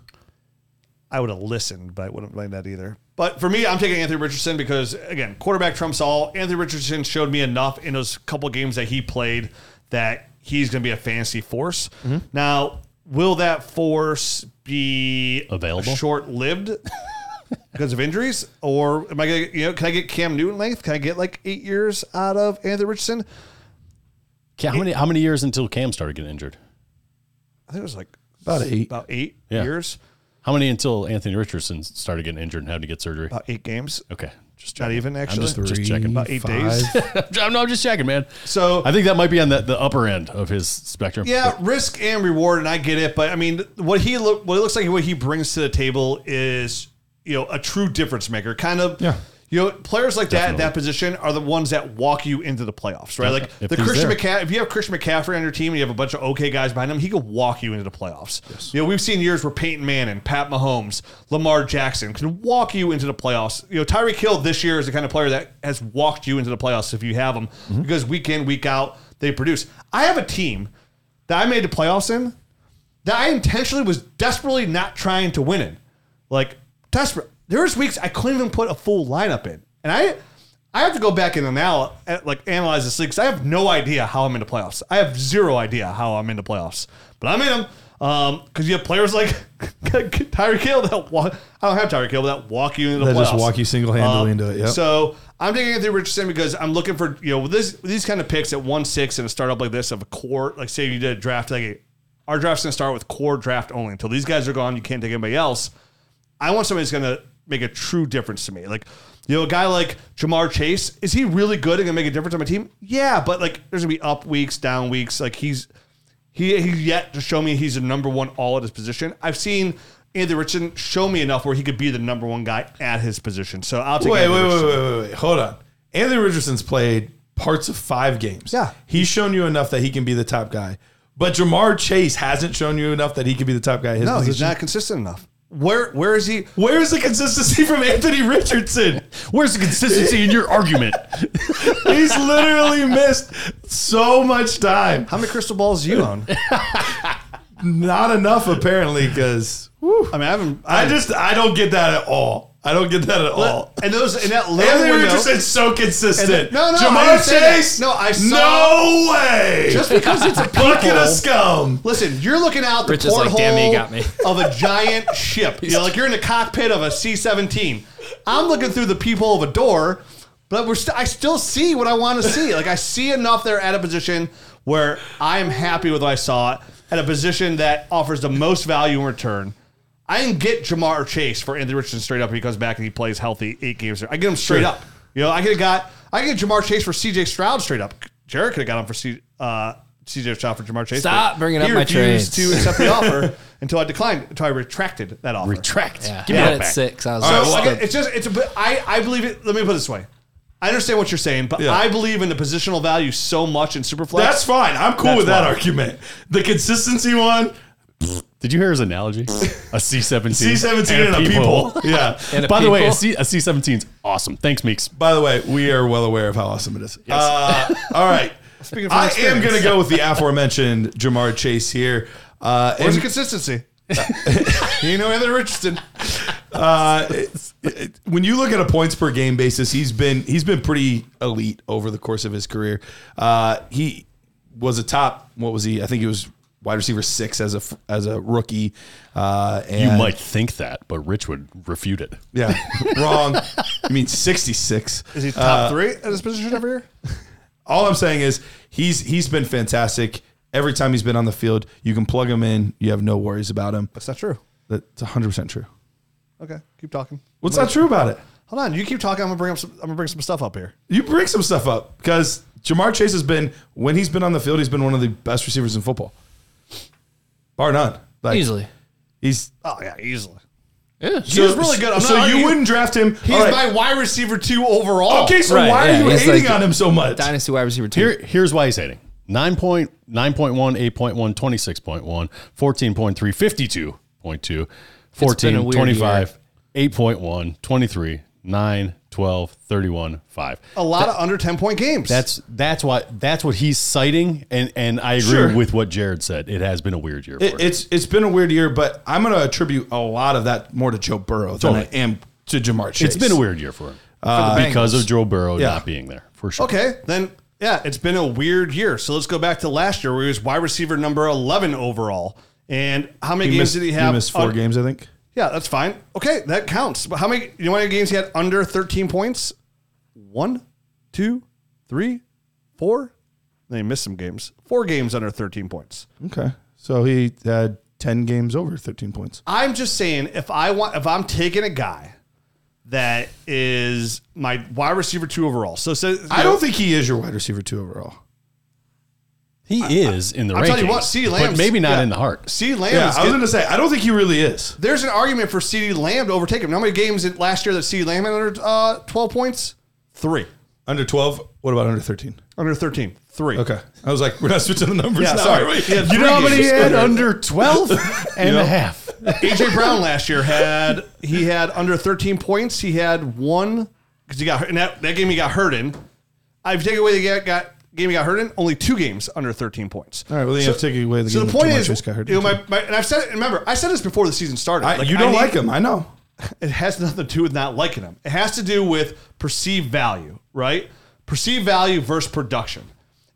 Speaker 2: I would have listened, but I wouldn't blame that either. But for me, I'm taking Anthony Richardson because again, quarterback trumps all. Anthony Richardson showed me enough in those couple games that he played that he's going to be a fantasy force.
Speaker 3: Mm-hmm.
Speaker 2: Now, will that force be
Speaker 3: Available?
Speaker 2: short lived because of injuries, or am I going to you know can I get Cam Newton length? Can I get like eight years out of Anthony Richardson?
Speaker 3: Ca- How many how many years until Cam started getting injured?
Speaker 2: I think it was like
Speaker 4: About eight.
Speaker 2: about eight
Speaker 3: Yeah.
Speaker 2: years,
Speaker 3: How many until Anthony Richardson started getting injured and having to get surgery?
Speaker 4: Uh,
Speaker 2: about eight games.
Speaker 3: Okay, just
Speaker 2: Not
Speaker 3: checking.
Speaker 2: even actually.
Speaker 3: I'm just, just checking.
Speaker 2: about eight days.
Speaker 3: I'm, no, I'm just checking, man.
Speaker 2: So
Speaker 3: I think that might be on the, the upper end of his spectrum.
Speaker 2: Yeah, risk and reward, and I get it, but I mean, what he look, what it looks like, what he brings to the table is, you know, a true difference maker. Kind of,
Speaker 4: Yeah.
Speaker 2: You know, players like that in that position are the ones that walk you into the playoffs, right?
Speaker 3: Yeah,
Speaker 2: Like
Speaker 3: if
Speaker 2: the
Speaker 3: he's
Speaker 2: Christian
Speaker 3: there.
Speaker 2: McCaffrey. If you have Christian McCaffrey on your team and you have a bunch of okay guys behind him, he could walk you into the playoffs. You know, we've seen years where Peyton Manning, Pat Mahomes, Lamar Jackson can walk you into the playoffs. You know, Tyreek Hill this year is the kind of player that has walked you into the playoffs if you have him
Speaker 3: Mm-hmm.
Speaker 2: because week in, week out, they produce. I have a team that I made the playoffs in that I intentionally was desperately not trying to win in. Like desperate. There was weeks I couldn't even put a full lineup in, and I I have to go back and anal- eh, like analyze this league because I have no idea how I'm in the playoffs. I have zero idea how I'm in the playoffs, but I'm in them because you have players like Tyreek Hill that walk. I don't have Tyreek Hill, but that walk you into the
Speaker 4: That
Speaker 2: playoffs.
Speaker 4: just walk you single-handedly into it, yep.
Speaker 2: Um, So I'm taking Anthony Richardson because I'm looking for you know with this with these kind of picks at one six and a startup like this of a core like say you did a draft like our draft's gonna start with core draft only until these guys are gone you can't take anybody else. I want somebody that's gonna make a true difference to me like. You know, a guy like Jamar Chase, is he really good and gonna make a difference on my team? Yeah, but like there's gonna be up weeks, down weeks. Like he's he he's yet to show me he's the number one all at his position. I've seen Anthony Richardson show me enough where he could be the number one guy at his position. So I'll take
Speaker 4: Wait,
Speaker 2: Anthony
Speaker 4: wait, wait,
Speaker 2: Richardson.
Speaker 4: wait, wait, wait. Hold on. Anthony Richardson's played parts of five games.
Speaker 2: Yeah.
Speaker 4: He's shown you enough that he can be the top guy. But Jamar Chase hasn't shown you enough that he can be the top guy. at His
Speaker 2: No, he's
Speaker 4: position.
Speaker 2: not consistent enough. Where where is he?
Speaker 4: Where is the consistency from Anthony Richardson?
Speaker 3: Where's the consistency in your argument?
Speaker 4: He's literally missed so much time.
Speaker 2: How many crystal balls do you own?
Speaker 4: Not enough, apparently, because
Speaker 2: I mean, I haven't.
Speaker 4: I just I don't get that at all. I don't get that at all.
Speaker 2: and those in that little
Speaker 4: Anthony
Speaker 2: window,
Speaker 4: Richardson's so consistent.
Speaker 2: And the- no, no, I
Speaker 4: Jamar
Speaker 2: didn't say that.
Speaker 4: Chase.
Speaker 2: No, I saw-
Speaker 4: No way.
Speaker 2: just because it's a
Speaker 4: Bucket
Speaker 2: people-
Speaker 4: of scum.
Speaker 2: Listen, you're looking out the
Speaker 5: Rich is like,
Speaker 2: porthole
Speaker 5: "Damn, you got me."
Speaker 2: of a giant ship. You know, like you're in the cockpit of a C-17. I'm looking through the peephole of a door, but we're st- I still see what I want to see. Like I see enough there at a position where I am happy with what I saw at a position that offers the most value in return. I can get Jamar Chase for Anthony Richardson straight up if he comes back and he plays healthy eight games. I get him straight up. You know, I could have got I could get Jamar Chase for CJ Stroud straight up. Jared could have got him for C, uh, CJ Stroud for Jamar Chase.
Speaker 5: Stop
Speaker 2: but
Speaker 5: bringing up
Speaker 2: he
Speaker 5: my
Speaker 2: refused
Speaker 5: trades.
Speaker 2: to accept the offer until I declined, until I retracted that offer.
Speaker 3: Retract.
Speaker 5: Yeah.
Speaker 3: Give me
Speaker 5: I
Speaker 3: that
Speaker 5: had it
Speaker 3: back.
Speaker 5: six. I was
Speaker 2: So,
Speaker 5: like,
Speaker 2: like,
Speaker 5: what the-
Speaker 2: it's just it's a, but I I believe it. Let me put it this way. I understand what you're saying, but
Speaker 4: Yeah.
Speaker 2: I believe in the positional value so much in Superflex.
Speaker 4: That's fine. I'm cool
Speaker 2: That's
Speaker 4: with that
Speaker 2: why.
Speaker 4: argument. The consistency one,
Speaker 3: Did you hear his analogy? A C seventeen.
Speaker 4: C seventeen and a people. Yeah.
Speaker 5: And a
Speaker 3: By the way, a
Speaker 5: people?
Speaker 3: C a C seventeen's awesome. Thanks, Meeks.
Speaker 4: By the way, we are well aware of how awesome it is. Uh, all right.
Speaker 2: Speaking from
Speaker 4: I am
Speaker 2: experience.
Speaker 4: going to go with the aforementioned Jamar Chase here. Uh,
Speaker 2: Where's the
Speaker 4: and,
Speaker 2: consistency? you know Anthony Richardson.
Speaker 4: uh, it- it- when you look at a points per game basis, he's been he's been pretty elite over the course of his career. Uh, he was a top. What was he? I think he was wide receiver six as a f- as a rookie. Uh,
Speaker 3: You
Speaker 4: and
Speaker 3: might think that, but Rich would refute it.
Speaker 4: yeah, wrong. I mean, sixty six.
Speaker 2: Is he top three at his position every year?
Speaker 4: all I'm saying is he's he's been fantastic. Every time he's been on the field, you can plug him in. You have no worries about him.
Speaker 2: That's not true.
Speaker 4: That's 100 percent true.
Speaker 2: Okay, keep talking.
Speaker 4: What's not true about it?
Speaker 2: Hold on, you keep talking. I'm gonna bring up some. I'm gonna bring some stuff up here.
Speaker 4: You bring some stuff up because Jamar Chase has been when he's been on the field, he's been one of the best receivers in football. bar none. Like
Speaker 5: Easily.
Speaker 4: he's
Speaker 2: Oh yeah, easily.
Speaker 5: Yeah.
Speaker 2: He was really good. I'm
Speaker 4: so
Speaker 2: not
Speaker 4: you
Speaker 2: arguing.
Speaker 4: wouldn't draft him.
Speaker 2: He's
Speaker 4: All right.
Speaker 2: my wide receiver two overall.
Speaker 4: okay. So
Speaker 5: Right,
Speaker 4: why
Speaker 5: yeah,
Speaker 4: are you
Speaker 5: he's
Speaker 4: hating
Speaker 5: like-
Speaker 4: on him so much?
Speaker 5: Dynasty wide receiver two.
Speaker 3: Here, here's why he's hating 9.9.1, 8.1, 26.1, 14.3, 52.2, 14,
Speaker 5: weird
Speaker 3: 25, 8.1, 23, 9, 12, 31, 5.
Speaker 2: A lot of under ten point games.
Speaker 3: That's that's why that's what he's citing, and and I agree
Speaker 4: Sure.
Speaker 3: with what Jared said. It has been a weird year.
Speaker 4: It,
Speaker 3: for
Speaker 4: it's it's been a weird year, but I'm going to attribute a lot of that more to Joe Burrow than I
Speaker 3: Totally.
Speaker 4: am to Jamar Chase.
Speaker 3: It's been a weird year for him because of Joe Burrow not being there for sure.
Speaker 2: Uh, okay. Then yeah, it's been a weird year. So let's go back to last year where he was wide receiver number eleven overall. And how many
Speaker 4: He
Speaker 2: games
Speaker 4: missed,
Speaker 2: did he have?
Speaker 4: missed four
Speaker 2: un-
Speaker 4: games, I think.
Speaker 2: Yeah, that's fine. Okay, that counts. But how many? You know how many games he had under thirteen points? One, two, three, four. They missed some games. Four games under thirteen points.
Speaker 4: Okay, so he had ten games over 13 points.
Speaker 2: I'm just saying if I want if I'm taking a guy that is my wide receiver two overall. So, so
Speaker 4: I don't think he is your wide receiver two overall.
Speaker 3: He is in the
Speaker 2: I'll
Speaker 3: rankings,
Speaker 2: tell you what, CeeDee Lamb's
Speaker 3: but maybe not
Speaker 2: yeah,
Speaker 3: in the heart.
Speaker 2: CeeDee Lamb
Speaker 4: Yeah,
Speaker 2: is
Speaker 4: I was
Speaker 2: good.
Speaker 4: going to say I don't think he really is.
Speaker 2: there's an argument for CeeDee Lamb to overtake him. How many games did- last year that CeeDee Lamb had under uh, 12 points? Three.
Speaker 4: Under 12. What about under 13?
Speaker 2: Under 13. Three.
Speaker 4: Okay, I was like, we're not switching the numbers.
Speaker 2: Yeah,
Speaker 4: now,
Speaker 2: sorry.
Speaker 4: are we?
Speaker 2: He had
Speaker 3: You know
Speaker 2: three
Speaker 3: how many he
Speaker 2: games.
Speaker 3: had under 12 and a half?
Speaker 2: AJ Brown last year had he had under 13 points. He had one because he got and that, that game he got hurt in. I've taken away the ga- got, game he got hurt in. Only two games under 13 points.
Speaker 4: All right, well, then you have to take away the
Speaker 2: So
Speaker 4: game
Speaker 2: the
Speaker 4: that
Speaker 2: point
Speaker 4: Jamar
Speaker 2: is,
Speaker 4: Chase got hurt
Speaker 2: you know,
Speaker 4: in
Speaker 2: my,
Speaker 4: too.
Speaker 2: my, and I've said it. Remember, I said this before the season started.
Speaker 4: I, you
Speaker 2: I
Speaker 4: don't
Speaker 2: need-
Speaker 4: like him. I know.
Speaker 2: It has nothing to do with not liking him. It has to do with perceived value, right? Perceived value versus production.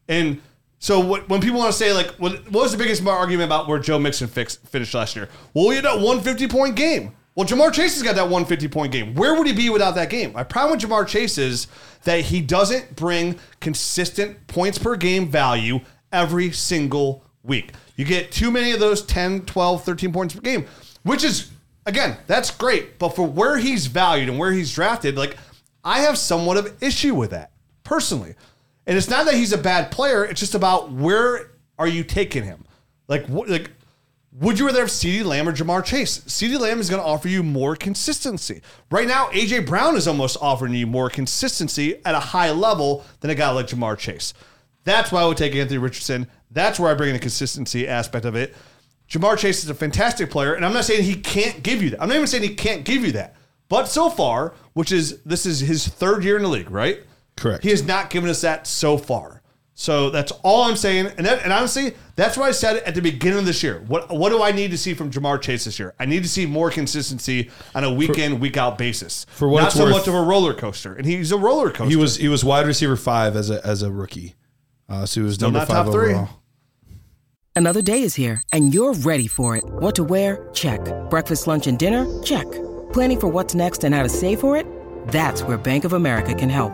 Speaker 2: And so what, when people want to say like, what, what was the biggest argument about where Joe Mixon fix, finished last year? Well, he had that 150 point game. Well, Jamar Chase has got that 150 point game. Where would he be without that game? My problem with Jamar Chase is that he doesn't bring consistent points per game value every single week. You get too many of those 10, 12, 13 points per game, which is, again, that's great. But for where he's valued and where he's drafted, like, I have somewhat of issue with that personally. And it's not that he's a bad player. It's just about where are you taking him? Like, what, like, would you rather have CeeDee Lamb or Jamar Chase? CeeDee Lamb is going to offer you more consistency. Right now, AJ Brown is almost offering you more consistency at a high level than a guy like Jamar Chase. That's why I would take Anthony Richardson. That's where I bring in the consistency aspect of it. Jamar Chase is a fantastic player, and I'm not saying he can't give you that. I'm not even saying he can't give you that. But so far, which is this is his third year in the league, right?
Speaker 4: Correct.
Speaker 2: He has not given us that so far. So that's all I'm saying. And that, and honestly, that's what I said at the beginning of this year. What what do I need to see from Jamar Chase this year? I need to see more consistency on a week in, week out basis.
Speaker 4: for what
Speaker 2: not
Speaker 4: it's
Speaker 2: so
Speaker 4: worth-
Speaker 2: much of a roller coaster, and he's a roller coaster.
Speaker 4: He was he was wide receiver five as a as a rookie. Uh, so he was number
Speaker 2: not
Speaker 4: five
Speaker 2: top three.
Speaker 4: overall.
Speaker 6: Another day is here, and you're ready for it. What to wear? Check. Breakfast, lunch, and dinner? Check. Planning for what's next and how to save for it? That's where Bank of America can help.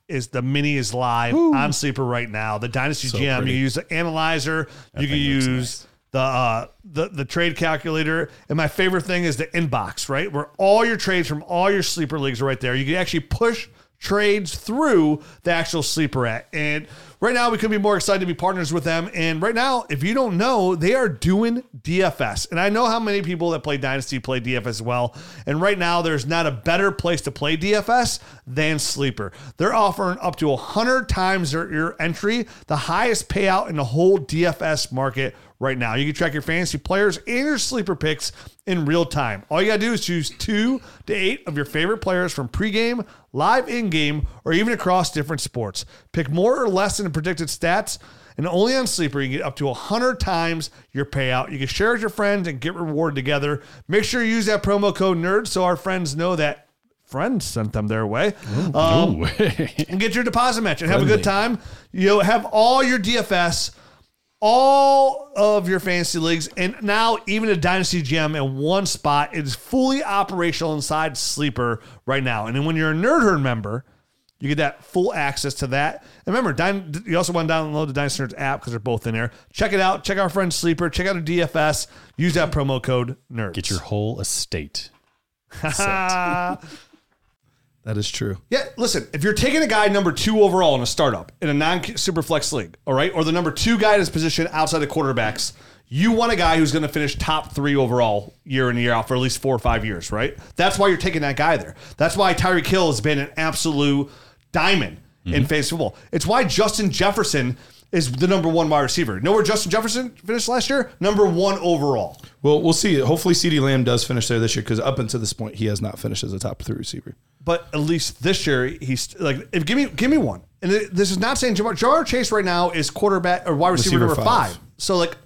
Speaker 2: is the mini is live on Sleeper right now. The Dynasty GM. You can use the analyzer. you can use the uh, the the trade calculator. And my favorite thing is the inbox, right? Where all your trades from all your Sleeper leagues are right there. You can actually push trades through the actual sleeper at. And right now, we couldn't be more excited to be partners with them. And right now, if you don't know, they are doing DFS. And I know how many people that play Dynasty play DFS as well. And right now, there's not a better place to play DFS than Sleeper. They're offering up to 100 times their, your entry, the highest payout in the whole DFS market right now. You can track your fantasy players and your sleeper picks in real time. All you gotta do is choose two to eight of your favorite players from pregame, live in game, or even across different sports. Pick more or less than the predicted stats. And only on Sleeper, you can get up to 100 times your payout. You can share with your friends and get rewarded together. Make sure you use that promo code NERD so our friends know that friends sent them their way. Um, and get your deposit match and have a good time. You know, have all your DFS all of your fantasy leagues, and now even a Dynasty GM in one spot. It is fully operational inside Sleeper right now. And then when you're a Nerd Herd member, you get that full access to that. And remember, Dyn- you also want to download the Dynasty Nerds app because they're both in there. Check it out. Check our friend Sleeper. Check out our DFS. Use that promo code NERD.
Speaker 3: Get your whole estate.
Speaker 2: Ah.
Speaker 4: That is true.
Speaker 2: Yeah, listen, if you're taking a guy number two overall in a startup in a non super flex league, all right, or the number two guy in his position outside of quarterbacks, you want a guy who's going to finish top three overall year in and year out for at least four or five years, right? That's why you're taking that guy there. That's why Tyreek Hill has been an absolute diamond in face football. It's why Justin Jefferson is the number one wide receiver. Know where Justin Jefferson finished last year? Number one overall.
Speaker 4: Well, we'll see. Hopefully, CD Lamb does finish there this year because up until this point, he has not finished as a top three receiver.
Speaker 2: but at least this year he's like if give me give me one. And th- this is not saying Jamar, Jamar Chase right now is quarterback or wide receiver,
Speaker 4: Receiver
Speaker 2: number five.
Speaker 4: five.
Speaker 2: So like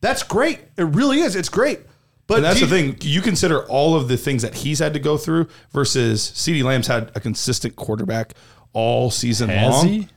Speaker 2: that's great. It really is. It's great. But
Speaker 4: And that's
Speaker 2: do
Speaker 4: the
Speaker 2: you-
Speaker 4: thing. You consider all of the things that he's had to go through versus CD Lamb's had a consistent quarterback all season
Speaker 3: Has
Speaker 4: long.
Speaker 3: he?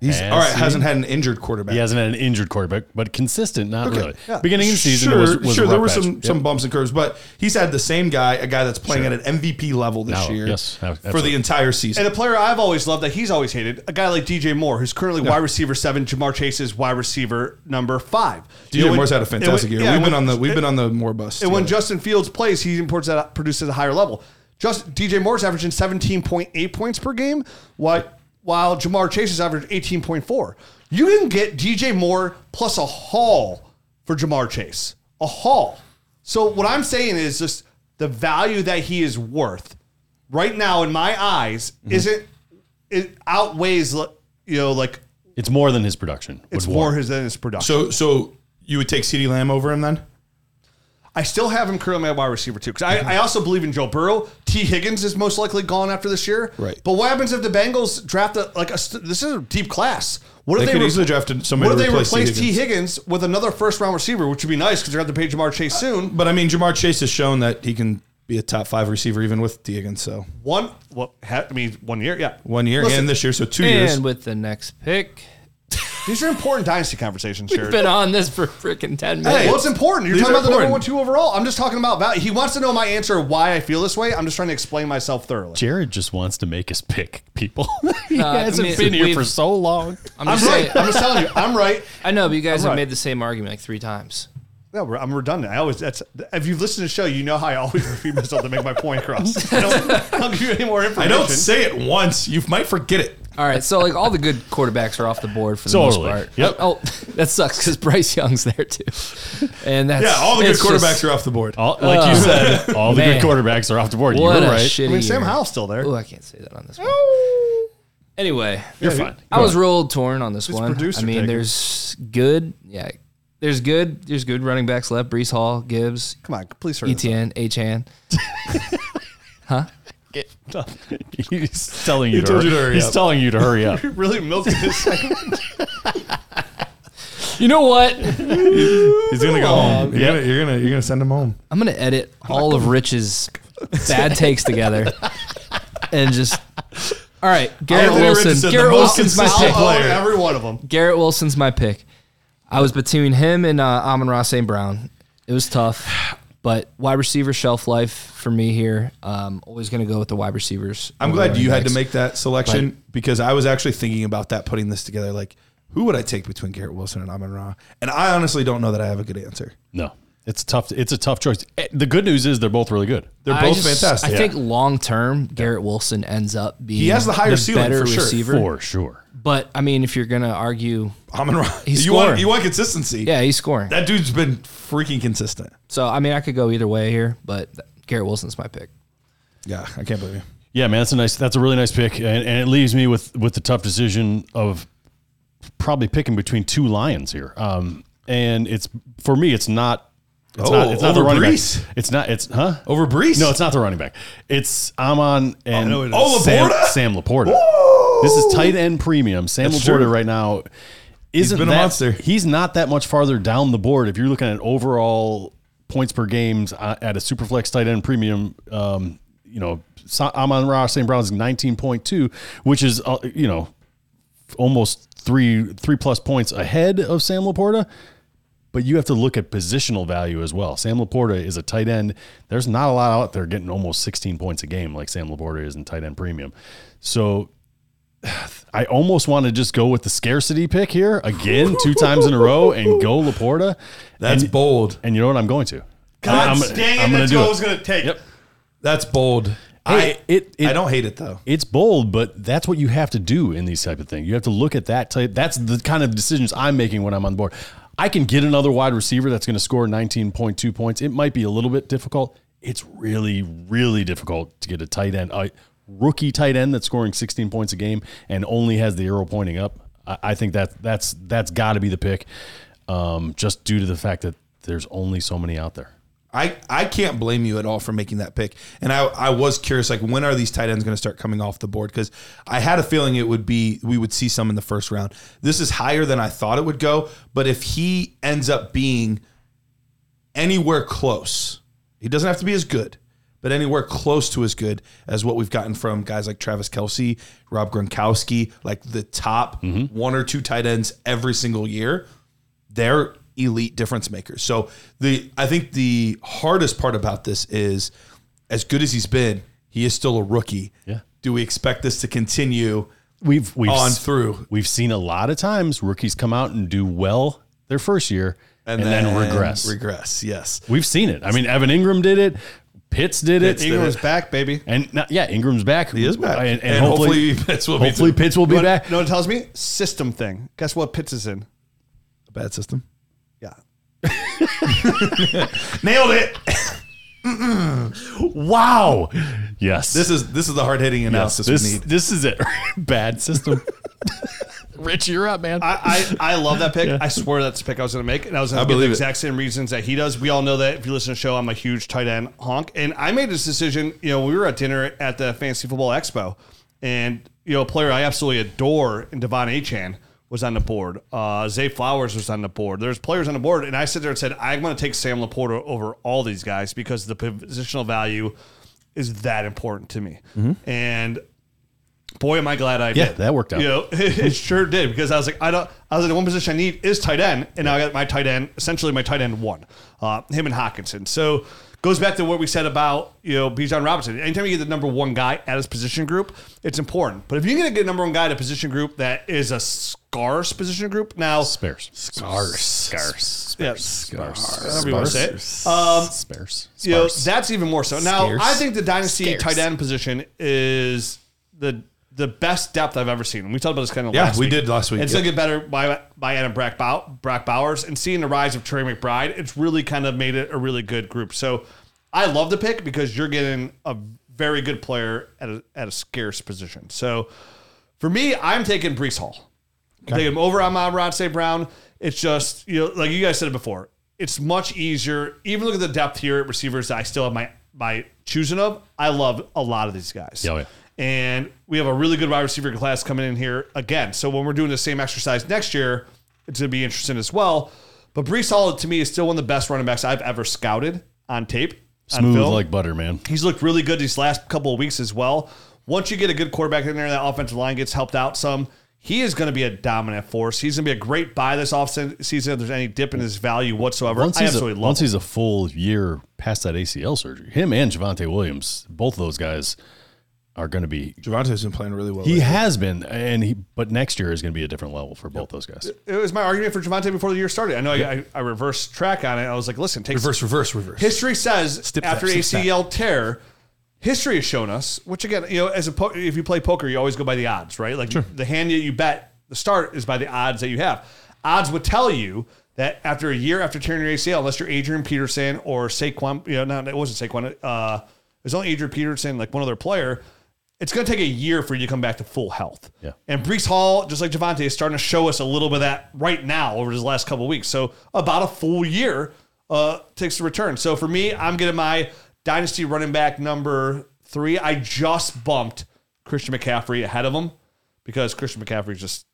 Speaker 4: He's
Speaker 3: Has
Speaker 4: all right.
Speaker 3: he?
Speaker 4: Hasn't had an injured quarterback.
Speaker 3: He hasn't had an injured quarterback, but consistent, not
Speaker 4: Okay,
Speaker 3: really.
Speaker 4: yeah.
Speaker 3: Beginning of the season,
Speaker 4: sure,
Speaker 3: it was, was
Speaker 4: sure.
Speaker 3: a
Speaker 4: There
Speaker 3: rough
Speaker 4: were
Speaker 3: patch.
Speaker 4: some
Speaker 3: Yep.
Speaker 4: some bumps and curves, but he's had the same guy, a guy that's playing
Speaker 3: Sure.
Speaker 4: at an MVP level this
Speaker 3: No,
Speaker 4: year,
Speaker 3: yes, ab-
Speaker 4: for
Speaker 3: absolutely.
Speaker 4: the entire
Speaker 2: and
Speaker 4: season.
Speaker 2: a player I've always loved that he's always hated, a guy like DJ Moore, who's currently wide receiver seven, Jamar Chase is wide receiver number five. You know,
Speaker 4: DJ
Speaker 2: when-
Speaker 4: Moore's had a
Speaker 2: and when-
Speaker 4: fantastic year.
Speaker 2: yeah,
Speaker 4: we've been
Speaker 2: when-
Speaker 4: on the we've been on the more bus.
Speaker 2: And when
Speaker 4: together.
Speaker 2: Justin Fields plays, he imports that produces at a higher level. Just DJ Moore's averaging 17.8 points per game, while, while Jamar Chase is averaging 18.4. You can get DJ Moore plus a haul for Jamar Chase. A haul. So what I'm saying is just the value that he is worth right now in my eyes isn't it outweighs you know like
Speaker 3: It's more than his production. would
Speaker 2: it's more
Speaker 3: warrant.
Speaker 2: his than his production.
Speaker 4: so so you would take CD Lamb over him then?
Speaker 2: I still have him currently at wide receiver too, because
Speaker 4: Mm-hmm.
Speaker 2: I, I also believe in Joe Burrow. T. Higgins is most likely gone after this year.
Speaker 4: Right.
Speaker 2: But what happens if the Bengals draft a, like a st- this is a deep class? What if
Speaker 4: They
Speaker 2: they,
Speaker 4: could
Speaker 2: re-
Speaker 4: easily draft somebody
Speaker 2: What
Speaker 4: to
Speaker 2: if they
Speaker 4: replace T.
Speaker 2: replace T. Higgins with another first round receiver, which would be nice because they're going to pay Jamar Chase soon.
Speaker 4: But I mean, Jamar Chase has shown that he can be a top five receiver even with D Higgins. So
Speaker 2: One, well, ha- I mean, one year, yeah,
Speaker 4: one year
Speaker 2: Listen,
Speaker 4: and this year, so two years.
Speaker 5: And with the next pick,
Speaker 2: These are important dynasty conversations,
Speaker 5: we've
Speaker 2: Jared.
Speaker 5: been on this for freaking ten minutes.
Speaker 2: Hey, well, it's important. You're
Speaker 4: These
Speaker 2: talking
Speaker 4: are
Speaker 2: about the number one,
Speaker 4: important.
Speaker 2: two overall. I'm just talking about value. He wants to know my answer of why I feel this way. I'm just trying to explain myself thoroughly.
Speaker 3: Jared just wants to make us pick people. he
Speaker 5: I
Speaker 3: hasn't
Speaker 5: mean,
Speaker 3: been here
Speaker 5: we've-
Speaker 3: for so long.
Speaker 5: I'm
Speaker 2: I'm
Speaker 5: just saying.
Speaker 2: right. I'm just telling you. I'm right.
Speaker 5: I know, but you guys
Speaker 2: I'm
Speaker 5: have
Speaker 2: right.
Speaker 5: made the same argument like three times.
Speaker 2: No, we're- I'm redundant. I always that's if you've listened to the show, you know how I always repeat myself to make my point across. I don't, I don't give you any more
Speaker 4: I
Speaker 2: information.
Speaker 4: don't say it once. You might forget it.
Speaker 5: All right, so like all the good quarterbacks are off the board for the
Speaker 3: Totally.
Speaker 5: most part.
Speaker 3: Yep.
Speaker 5: Oh, that sucks because Bryce Young's there too, and that's
Speaker 4: Yeah, all the good
Speaker 5: it's
Speaker 4: quarterbacks
Speaker 5: just-
Speaker 4: are off the board.
Speaker 2: Oh
Speaker 3: All, like you said, all the
Speaker 5: Oh, uh, Man.
Speaker 3: good quarterbacks are off the board. You
Speaker 5: What
Speaker 3: were
Speaker 5: a
Speaker 3: right.
Speaker 5: shitty.
Speaker 2: I mean, Sam
Speaker 5: year.
Speaker 2: Howell's still there.
Speaker 5: Oh, I can't say that on this one. Oh. Anyway,
Speaker 3: You're fine.
Speaker 5: I was rolled torn on this one.
Speaker 2: producer
Speaker 5: I mean,
Speaker 2: taking.
Speaker 5: there's good. Yeah, there's good. There's good running backs left. Brees Hall, Gibbs,
Speaker 2: Come on, please hurry. this up.
Speaker 5: Etn, Achan.
Speaker 3: He's telling you, to,
Speaker 4: told
Speaker 3: hurry.
Speaker 4: you to hurry
Speaker 3: He's
Speaker 4: up.
Speaker 3: telling you to hurry up.
Speaker 2: Really milking this. segment.
Speaker 5: You know what?
Speaker 4: He's gonna
Speaker 2: Oh,
Speaker 4: go home. You're,
Speaker 3: Yep.
Speaker 4: gonna, you're gonna you're gonna send him home.
Speaker 5: I'm gonna edit all of Rich's bad takes together and just. All right, Garrett
Speaker 4: Anthony
Speaker 5: Wilson.
Speaker 4: Richardson,
Speaker 5: Garrett
Speaker 4: the most
Speaker 5: Wilson's my
Speaker 4: consistent
Speaker 5: pick.
Speaker 2: I'll own
Speaker 4: player.
Speaker 2: oh, every one of them.
Speaker 5: Garrett Wilson's my pick. I was between him and uh, Amon Ross St. Brown. It was tough, but wide receiver shelf life for me here. Um, always going to go with the wide receivers.
Speaker 4: I'm
Speaker 5: over
Speaker 4: glad
Speaker 5: running
Speaker 4: you had to
Speaker 5: backs.
Speaker 4: make that selection because I was actually thinking about that, putting this together. Like, who would I take between Garrett Wilson and Amon Ra? And I honestly don't know that I have a good answer.
Speaker 3: No, it's tough. It's a tough choice. Eh, The good news is they're both really good.
Speaker 4: They're
Speaker 5: I
Speaker 4: both
Speaker 5: just-
Speaker 4: fantastic.
Speaker 5: I think long term, Garrett Wilson ends up being
Speaker 4: He has the higher ceiling
Speaker 5: better
Speaker 4: for sure.
Speaker 5: receiver.
Speaker 3: For sure.
Speaker 5: But I mean, if you're going to argue,
Speaker 4: Amon Ra.
Speaker 5: He's
Speaker 4: you
Speaker 5: scoring.
Speaker 4: want you want consistency.
Speaker 5: yeah, he's scoring.
Speaker 4: That dude's been freaking consistent.
Speaker 5: So I mean, I could go either way here, but Garrett Wilson's my pick.
Speaker 4: Yeah, I can't believe you.
Speaker 3: Yeah, man, that's a nice. That's a really nice pick, and, and it leaves me with with the tough decision of probably picking between two lions here. Um, and it's for me, it's not. It's
Speaker 4: Oh,
Speaker 3: not. It's not the
Speaker 4: over
Speaker 3: running
Speaker 4: Brees?
Speaker 3: back. It's not. It's huh.
Speaker 4: Over Brees?
Speaker 3: No, it's not the running back. It's Amon and
Speaker 2: no, it is.
Speaker 4: Oh,
Speaker 3: Sam,
Speaker 4: Laporta?
Speaker 3: Sam Laporta. This is tight end premium. Sam
Speaker 4: That's
Speaker 3: Laporta
Speaker 4: true.
Speaker 3: right now isn't
Speaker 4: been a
Speaker 3: that,
Speaker 4: monster.
Speaker 3: He's not that much farther down the board. If you're looking at overall points per games uh, at a superflex tight end premium, um, you know, Sa- Amon Ross St. Brown's 19.2, which is, uh, you know, almost three three plus points ahead of Sam Laporta. But you have to look at positional value as well. Sam Laporta is a tight end. There's not a lot out there getting almost 16 points a game like Sam Laporta is in tight end premium. So I almost want to just go with the scarcity pick here again, two times in a row, and go Laporta.
Speaker 4: That's
Speaker 3: and,
Speaker 4: bold.
Speaker 3: and you know what I'm going to.
Speaker 2: God
Speaker 3: I'm,
Speaker 2: dang it,
Speaker 3: I'm
Speaker 2: that's
Speaker 3: do
Speaker 2: what
Speaker 3: it.
Speaker 2: I was going to take.
Speaker 3: Yep.
Speaker 4: That's bold. I
Speaker 3: Hey, it- it-
Speaker 4: I don't hate it though.
Speaker 3: It's bold, but that's what you have to do in these type of things. You have to look at that type. That's the kind of decisions I'm making when I'm on the board. I can get another wide receiver that's going to score 19.2 points. It might be a little bit difficult. It's really, really difficult to get a tight end, a rookie tight end that's scoring 16 points a game and only has the arrow pointing up. I, I think that that's that's got to be the pick, um, just due to the fact that there's only so many out there.
Speaker 4: I, I can't blame you at all for making that pick. And I, I was curious, like, when are these tight ends going to start coming off the board? Because I had a feeling it would be, we would see some in the first round. This is higher than I thought it would go. But if he ends up being anywhere close, he doesn't have to be as good, but anywhere close to as good as what we've gotten from guys like Travis Kelsey, Rob Gronkowski, like the top
Speaker 3: Mm-hmm.
Speaker 4: one or two tight ends every single year they're elite difference makers. So the I think the hardest part about this is as good as he's been, he is still a rookie.
Speaker 3: Yeah.
Speaker 4: Do we expect this to continue?
Speaker 3: we've we've
Speaker 4: on
Speaker 3: s-
Speaker 4: through.
Speaker 3: We've seen a lot of times rookies come out and do well their first year and, then, regress.
Speaker 4: Regress, yes.
Speaker 3: we've seen it. I mean, Evan Ingram did it. Pitts did it.
Speaker 4: Pitts did
Speaker 2: Ingram's back, baby.
Speaker 3: And not, yeah, Ingram's back.
Speaker 4: He is back.
Speaker 3: And, and hopefully, hopefully,
Speaker 4: Pitts will
Speaker 3: hopefully
Speaker 4: be
Speaker 3: Pitts will be
Speaker 2: You know what-
Speaker 3: back.
Speaker 2: you know what it tells me? System thing. Guess what Pitts is in?
Speaker 4: a bad system.
Speaker 2: Yeah.
Speaker 4: Nailed it.
Speaker 3: Wow. Yes.
Speaker 4: This is this is the hard hitting
Speaker 3: yes,
Speaker 4: analysis
Speaker 3: this,
Speaker 4: we need.
Speaker 3: this is it. Bad system. Rich, you're up, man.
Speaker 2: I, I, I love that pick. I swear that's the pick I was going to make, and I was
Speaker 4: I
Speaker 2: going to give the
Speaker 4: believe it.
Speaker 2: exact same reasons that he does. We all know that if you listen to the show, I'm a huge tight end honk, and I made this decision. You know, we were at dinner at the Fantasy Football Expo, and you know, a player I absolutely adore in Devon Achan was on the board. Uh, Zay Flowers was on the board. There's players on the board, and I sit there and said, I'm going to take Sam Laporta over all these guys because the positional value is that important to me, and. Boy, am I glad I
Speaker 3: Mm-hmm. Yeah,
Speaker 2: did.
Speaker 3: that worked out.
Speaker 2: You know, it, sure did because I was like, I don't. I was like, the one position I need is tight end, and now I got my tight end, essentially my tight end one, uh, him and Hawkinson. So goes back to what we said about you know Bijan Robinson. Anytime you get the number one guy at his position group, it's important. But if you're gonna get a number one guy at a position group that is a scarce position group, now
Speaker 3: Spares. Scarce. Scarce.
Speaker 2: yeah,
Speaker 3: Scarce.
Speaker 2: however you want to say it.
Speaker 3: Sparse.
Speaker 2: Um,
Speaker 3: Sparse.
Speaker 2: you know,
Speaker 3: Sparse.
Speaker 2: that's even more so. Now,
Speaker 4: Scarce.
Speaker 2: I think the dynasty tight end position is the the best depth I've ever seen. And we talked about this kind of
Speaker 4: Yeah,
Speaker 2: last
Speaker 4: we
Speaker 2: week.
Speaker 4: did last week,
Speaker 2: It's gonna
Speaker 4: yeah.
Speaker 2: get better by by Adam Brack, Bow, Brack Bowers and seeing the rise of Trey McBride. It's really kind of made it a really good group. So I love the pick because you're getting a very good player at a, at a scarce position. So for me, I'm taking Brees Hall. I'm taking him over on my Rod St. Brown. It's just, you know, like you guys said it before, it's much easier. Even look at the depth here at receivers that I still have my my choosing of. I love a lot of these guys.
Speaker 3: Yeah, oh yeah.
Speaker 2: And we have a really good wide receiver class coming in here again. So when we're doing the same exercise next year, it's going to be interesting as well. But Brees Hall, to me, is still one of the best running backs I've ever scouted on tape. on
Speaker 3: Smooth
Speaker 2: film.
Speaker 3: like butter, man.
Speaker 2: He's looked really good these last couple of weeks as well. Once you get a good quarterback in there, that offensive line gets helped out some. He is going to be a dominant force. He's going to be a great buy this offseason if there's any dip in his value whatsoever.
Speaker 3: Once
Speaker 2: I
Speaker 3: he's,
Speaker 2: absolutely
Speaker 3: a,
Speaker 2: love
Speaker 3: once
Speaker 2: him.
Speaker 3: he's a full year past that ACL surgery, him and Javante Williams, both of those guys are going to be.
Speaker 4: Javante's been playing really well.
Speaker 3: He
Speaker 4: lately.
Speaker 3: has been, and he, but next year is going to be a different level for both those guys.
Speaker 2: It was my argument for Javante before the year started. I know I, I, I reversed track on it. I was like, listen, take
Speaker 4: reverse, reverse, reverse.
Speaker 2: history says
Speaker 4: Step
Speaker 2: after
Speaker 4: back, step
Speaker 2: ACL tear, history has shown us. Which again, you know, as a po- if you play poker, you always go by the odds, right? Like the hand that you bet, the start is by the odds that you have. Odds would tell you that after a year after tearing your ACL, unless you're Adrian Peterson or Saquon, you know, not it wasn't Saquon. Uh, it was only Adrian Peterson, like one other player. It's going to take a year for you to come back to full health.
Speaker 3: Yeah.
Speaker 2: And Brees Hall, just like Javante, is starting to show us a little bit of that right now over his last couple of weeks. So about a full year uh, takes to return. So for me, I'm getting my dynasty running back number three. I just bumped Christian McCaffrey ahead of him because Christian McCaffrey is just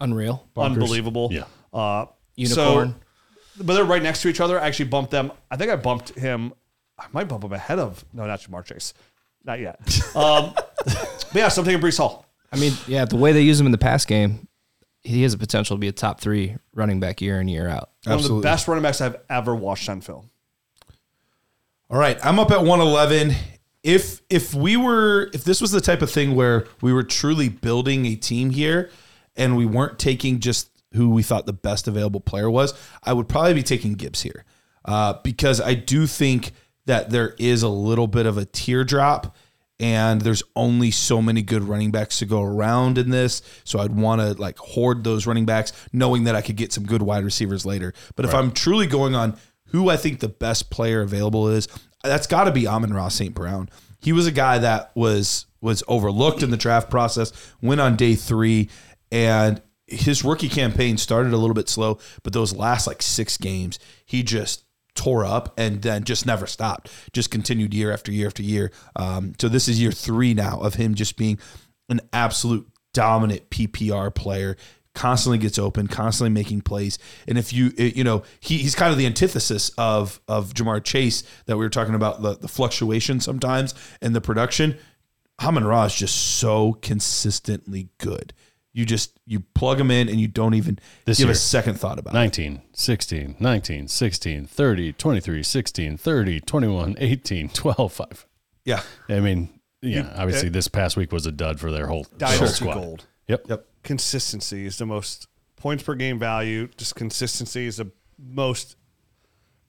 Speaker 5: Unreal.
Speaker 2: unbelievable.
Speaker 3: Yeah.
Speaker 2: Uh,
Speaker 5: Unicorn.
Speaker 2: So, but they're right next to each other. I actually bumped them. I think I bumped him. I might bump him ahead of no, not Jamar Chase, not yet. Um, but yeah, so I'm taking Brees Hall.
Speaker 5: I mean, yeah, the way they use him in the pass game, he has a potential to be a top three running back year in year out.
Speaker 2: One of
Speaker 4: Absolutely.
Speaker 2: the best running backs I've ever watched on film.
Speaker 4: All right, I'm up at 111. If if we were if this was the type of thing where we were truly building a team here and we weren't taking just who we thought the best available player was, I would probably be taking Gibbs here. Uh, because I do think that there is a little bit of a teardrop and there's only so many good running backs to go around in this. So I'd want to like hoard those running backs, knowing that I could get some good wide receivers later. But if I'm truly going on who I think the best player available is, that's got to be Amon Ross St. Brown. He was a guy that was was overlooked in the draft process. Went on day three, and his rookie campaign started a little bit slow, but those last like six games, he just tore up and then just never stopped. Just continued year after year after year. Um, so this is year three now of him just being an absolute dominant PPR player. Constantly gets open, constantly making plays, and if you it- you know he, he's kind of the antithesis of of Jamar Chase that we were talking about the the fluctuation sometimes and the production. Amon Ra is just so consistently good. You just you plug him in and you don't even
Speaker 3: This
Speaker 4: give
Speaker 3: year.
Speaker 4: a second thought about it.
Speaker 3: 19, 16, 19, 16, 30, 23, 16, 30, 21, 18, 12, 5.
Speaker 4: Yeah.
Speaker 3: I mean, yeah, obviously this past week was a dud for their whole, their whole
Speaker 2: Dynasty
Speaker 3: squad.
Speaker 2: gold.
Speaker 3: Yep.
Speaker 4: Yep.
Speaker 2: Consistency is the most points per game value. Just consistency is the most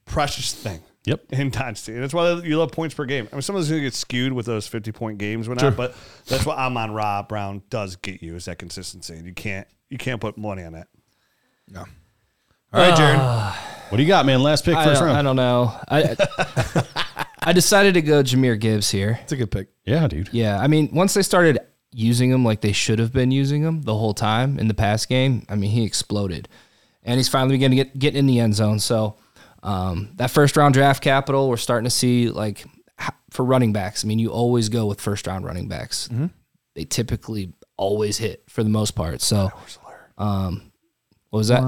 Speaker 2: precious thing
Speaker 3: Yep.
Speaker 2: in dynasty, and that's why you love points per game. I mean, someone's going to get skewed with those fifty-point games, or whatnot, but that's what Amon Ra Brown does get you is that consistency, and you can't you can't put money on that.
Speaker 4: Yeah. All right, Jared.
Speaker 3: What do you got, man? Last pick,
Speaker 5: I
Speaker 3: first
Speaker 5: don't,
Speaker 3: round.
Speaker 5: I don't know. I I decided to go Jameer Gibbs here.
Speaker 4: It's a good pick.
Speaker 3: Yeah, dude.
Speaker 5: Yeah, I mean, once they started using him like they should have been using him the whole time in the pass game, I mean, he exploded, and he's finally going to get getting in the end zone. So um, that first round draft capital, we're starting to see like h- for running backs. I mean, you always go with first round running backs. They typically always hit for the most part. So, um, what was that?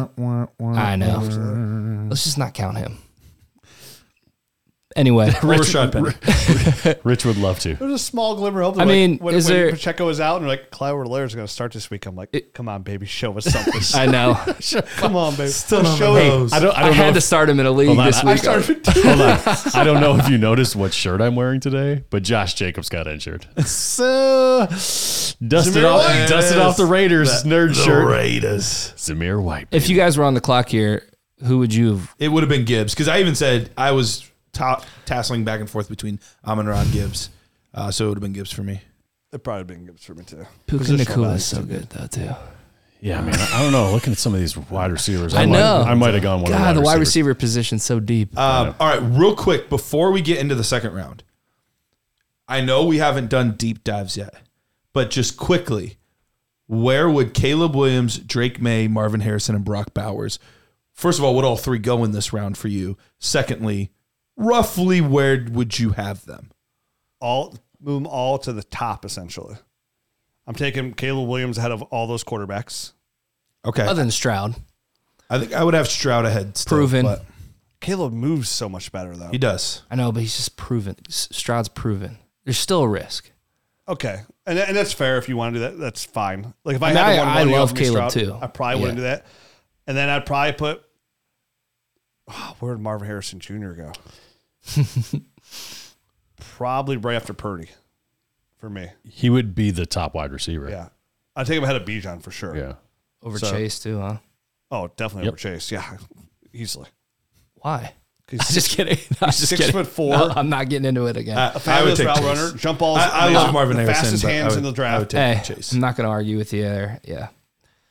Speaker 5: I know. Let's just not count him. Anyway,
Speaker 4: Rashad Penny.
Speaker 3: Rich would love to.
Speaker 2: There's a small glimmer of hope.
Speaker 5: I
Speaker 2: like,
Speaker 5: mean,
Speaker 2: when,
Speaker 5: is
Speaker 2: when
Speaker 5: there-
Speaker 2: Pacheco is out, and they're like Clyde Wardler is going to start this week, I'm like, come on, baby, show us something.
Speaker 5: I know.
Speaker 2: Come on, baby,
Speaker 4: Still not
Speaker 2: show
Speaker 4: on the
Speaker 2: us-
Speaker 4: nose.
Speaker 3: I don't. I
Speaker 5: I,
Speaker 3: don't know.
Speaker 5: had to
Speaker 3: if,
Speaker 5: start him in a league
Speaker 3: Hold on,
Speaker 5: this
Speaker 3: I
Speaker 5: week.
Speaker 2: started
Speaker 3: uh, hold on. I don't know if you noticed what shirt I'm wearing today, but Josh Jacobs got injured. So
Speaker 2: Uh,
Speaker 3: dusted
Speaker 4: Zamir
Speaker 3: off,
Speaker 4: White.
Speaker 3: dusted off the Raiders nerd shirt.
Speaker 4: Raiders.
Speaker 3: Zamir White.
Speaker 5: if you guys were on the clock here, who would you have?
Speaker 4: It would have been Gibbs because I even said I was ta- tasseling back and forth between Amon Ra and Gibbs. Uh, so it would have been Gibbs for me.
Speaker 2: It probably been Gibbs for me too.
Speaker 5: Puka Nakua is so good though too.
Speaker 3: yeah, man. I don't know. Looking at some of these wide receivers, I,
Speaker 5: I
Speaker 3: might,
Speaker 5: know.
Speaker 3: I might have gone one. of
Speaker 5: God, the wide
Speaker 3: receivers.
Speaker 5: receiver position's so deep.
Speaker 4: Um, all right, real quick before we get into the second round, I know we haven't done deep dives yet, but just quickly, where would Caleb Williams, Drake May, Marvin Harrison, and Brock Bowers? First of all, would all three go in this round for you? Secondly, roughly where would you have them?
Speaker 2: all move 'em all to the top essentially. I'm taking Caleb Williams ahead of all those quarterbacks.
Speaker 4: Okay,
Speaker 5: Other than Stroud,
Speaker 4: I think I would have Stroud ahead. Still,
Speaker 5: Proven.
Speaker 4: but
Speaker 2: Caleb moves so much better though.
Speaker 4: he does.
Speaker 5: I know, but he's just proven. S- Stroud's proven. There's still a risk.
Speaker 2: Okay, and, and that's fair if you want to do that. That's fine. Like if I,
Speaker 5: I mean,
Speaker 2: had
Speaker 5: I-
Speaker 2: one,
Speaker 5: I
Speaker 2: money
Speaker 5: love
Speaker 2: off me
Speaker 5: Caleb,
Speaker 2: Stroud,
Speaker 5: too.
Speaker 2: I probably wouldn't
Speaker 5: Yeah.
Speaker 2: do that. And then I'd probably put. Oh, where did Marvin Harrison Jr. go? probably right after Purdy, for me.
Speaker 3: he would be the top wide receiver.
Speaker 2: Yeah, I'd take him ahead of Bijan for sure.
Speaker 3: Yeah.
Speaker 5: Over
Speaker 2: So-
Speaker 5: Chase too, huh?
Speaker 2: Oh, definitely
Speaker 3: Yep.
Speaker 2: over Chase. Yeah, easily.
Speaker 5: Why?
Speaker 2: 'Cause
Speaker 5: I'm just kidding. I'm just
Speaker 2: six
Speaker 5: kidding.
Speaker 2: foot four. Ah,
Speaker 5: No, I'm not getting into it again.
Speaker 4: I- I would
Speaker 2: fabulous
Speaker 4: take
Speaker 2: route
Speaker 4: Chase.
Speaker 2: runner, jump balls.
Speaker 4: I, I
Speaker 2: amazing.
Speaker 4: love Marvin
Speaker 2: the
Speaker 4: Harrison.
Speaker 2: Fastest
Speaker 4: but I
Speaker 2: hands
Speaker 4: would-
Speaker 2: in the
Speaker 4: I
Speaker 2: draft.
Speaker 4: would take
Speaker 5: hey,
Speaker 4: Chase.
Speaker 5: I'm not going to argue with you there. Yeah.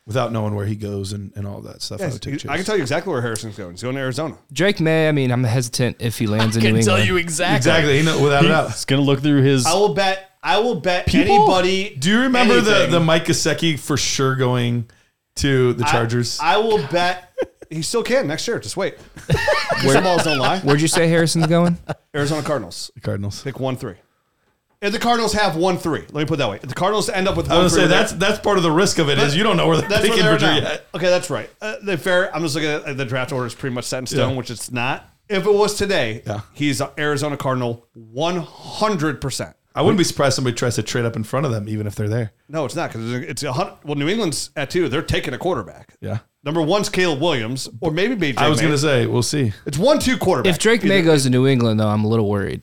Speaker 4: without knowing where he goes and, and all that stuff. I would take Chase.
Speaker 2: I can tell you exactly where Harrison's going. He's going to Arizona.
Speaker 5: Drake May. I mean, I'm hesitant if he lands in New England.
Speaker 2: e-
Speaker 3: exactly.
Speaker 4: exactly. He know, without a doubt.
Speaker 3: He's gonna look through his.
Speaker 2: I will bet. I will bet anybody.
Speaker 4: Do you remember
Speaker 2: anything.
Speaker 4: the the Mike Gesicki for sure going to the
Speaker 2: I-
Speaker 4: Chargers?
Speaker 2: I, will bet he still can next year. Just wait. Where balls don't lie.
Speaker 5: Where'd you say Harrison's going?
Speaker 2: Arizona Cardinals
Speaker 4: Cardinals.
Speaker 2: pick one three. If the Cardinals have one three, let me put it that way. If the Cardinals end up with
Speaker 4: I
Speaker 2: one
Speaker 4: was
Speaker 2: three,
Speaker 4: gonna say that's that's part of the risk of it is you don't know where they're
Speaker 2: that's where
Speaker 4: picking
Speaker 2: they're
Speaker 4: for sure
Speaker 2: now.
Speaker 4: yet.
Speaker 2: Okay, that's right. Uh, they fair. I'm just looking at the draft order is pretty much set in stone,
Speaker 4: Yeah.
Speaker 2: which it's not. If it was today,
Speaker 4: Yeah.
Speaker 2: he's an Arizona Cardinal 100. percent
Speaker 4: I wouldn't be surprised if somebody tries to trade up in front of them, even if they're there.
Speaker 2: No, it's not because it's a hundred. Well, New England's at two. They're taking a quarterback.
Speaker 4: Yeah.
Speaker 2: Number one's Caleb Williams, or maybe BJ.
Speaker 4: I was
Speaker 2: May.
Speaker 4: going to say, we'll see.
Speaker 2: it's one two quarterback.
Speaker 5: If Drake May goes to New England, though, I'm a little worried.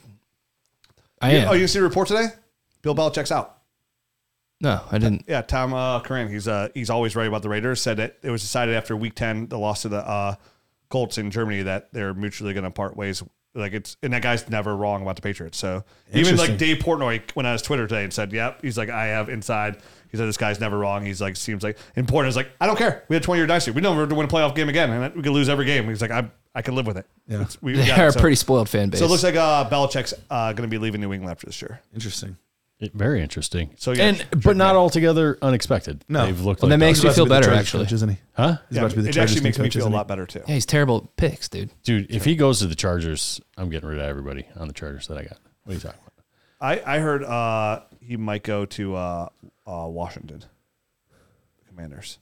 Speaker 5: I
Speaker 2: oh,
Speaker 5: am.
Speaker 2: you see the report today? Bill Belichick's out.
Speaker 5: no, I didn't.
Speaker 2: Yeah, Tom uh, Curran. He's uh, he's always right about the Raiders. Said that it was decided after Week Ten, the loss to the uh, Colts in Germany, that they're mutually going to part ways. Like it's and that guy's never wrong about the Patriots. So even like Dave Portnoy went on his Twitter today and said, "Yep." He's like, "I have inside." He said, "This guy's never wrong." He's like, "Seems like important." Is like, "I don't care. We had twenty year dynasty. We never win a playoff game again, and we could lose every game." He's like, "I I can live with it." Yeah, we, we
Speaker 5: They
Speaker 2: got it.
Speaker 5: are a
Speaker 2: So-
Speaker 5: pretty spoiled fan base.
Speaker 2: So it looks like uh, Belichick's uh, going to be leaving New England after this year.
Speaker 4: Interesting.
Speaker 3: It- very interesting.
Speaker 2: So,
Speaker 3: So
Speaker 2: yeah,
Speaker 3: and
Speaker 2: sure,
Speaker 3: but not altogether unexpected.
Speaker 4: No.
Speaker 3: they've looked
Speaker 5: Well,
Speaker 3: like
Speaker 5: that makes
Speaker 4: He's
Speaker 5: me
Speaker 4: about to
Speaker 5: feel
Speaker 4: be the
Speaker 5: better,
Speaker 4: Chargers
Speaker 5: actually.
Speaker 4: coach, isn't he?
Speaker 3: huh,
Speaker 4: He's
Speaker 2: Yeah,
Speaker 4: about to be the
Speaker 2: it
Speaker 4: Chargers
Speaker 2: actually makes
Speaker 4: coach,
Speaker 2: me feel a
Speaker 4: isn't he?
Speaker 2: lot better too.
Speaker 5: yeah, he's terrible at picks, dude.
Speaker 3: dude. If he goes to the Chargers, I'm getting rid of everybody on the Chargers that I got. What are you talking about?
Speaker 2: I, I heard uh, he might go to uh, uh, Washington Commanders.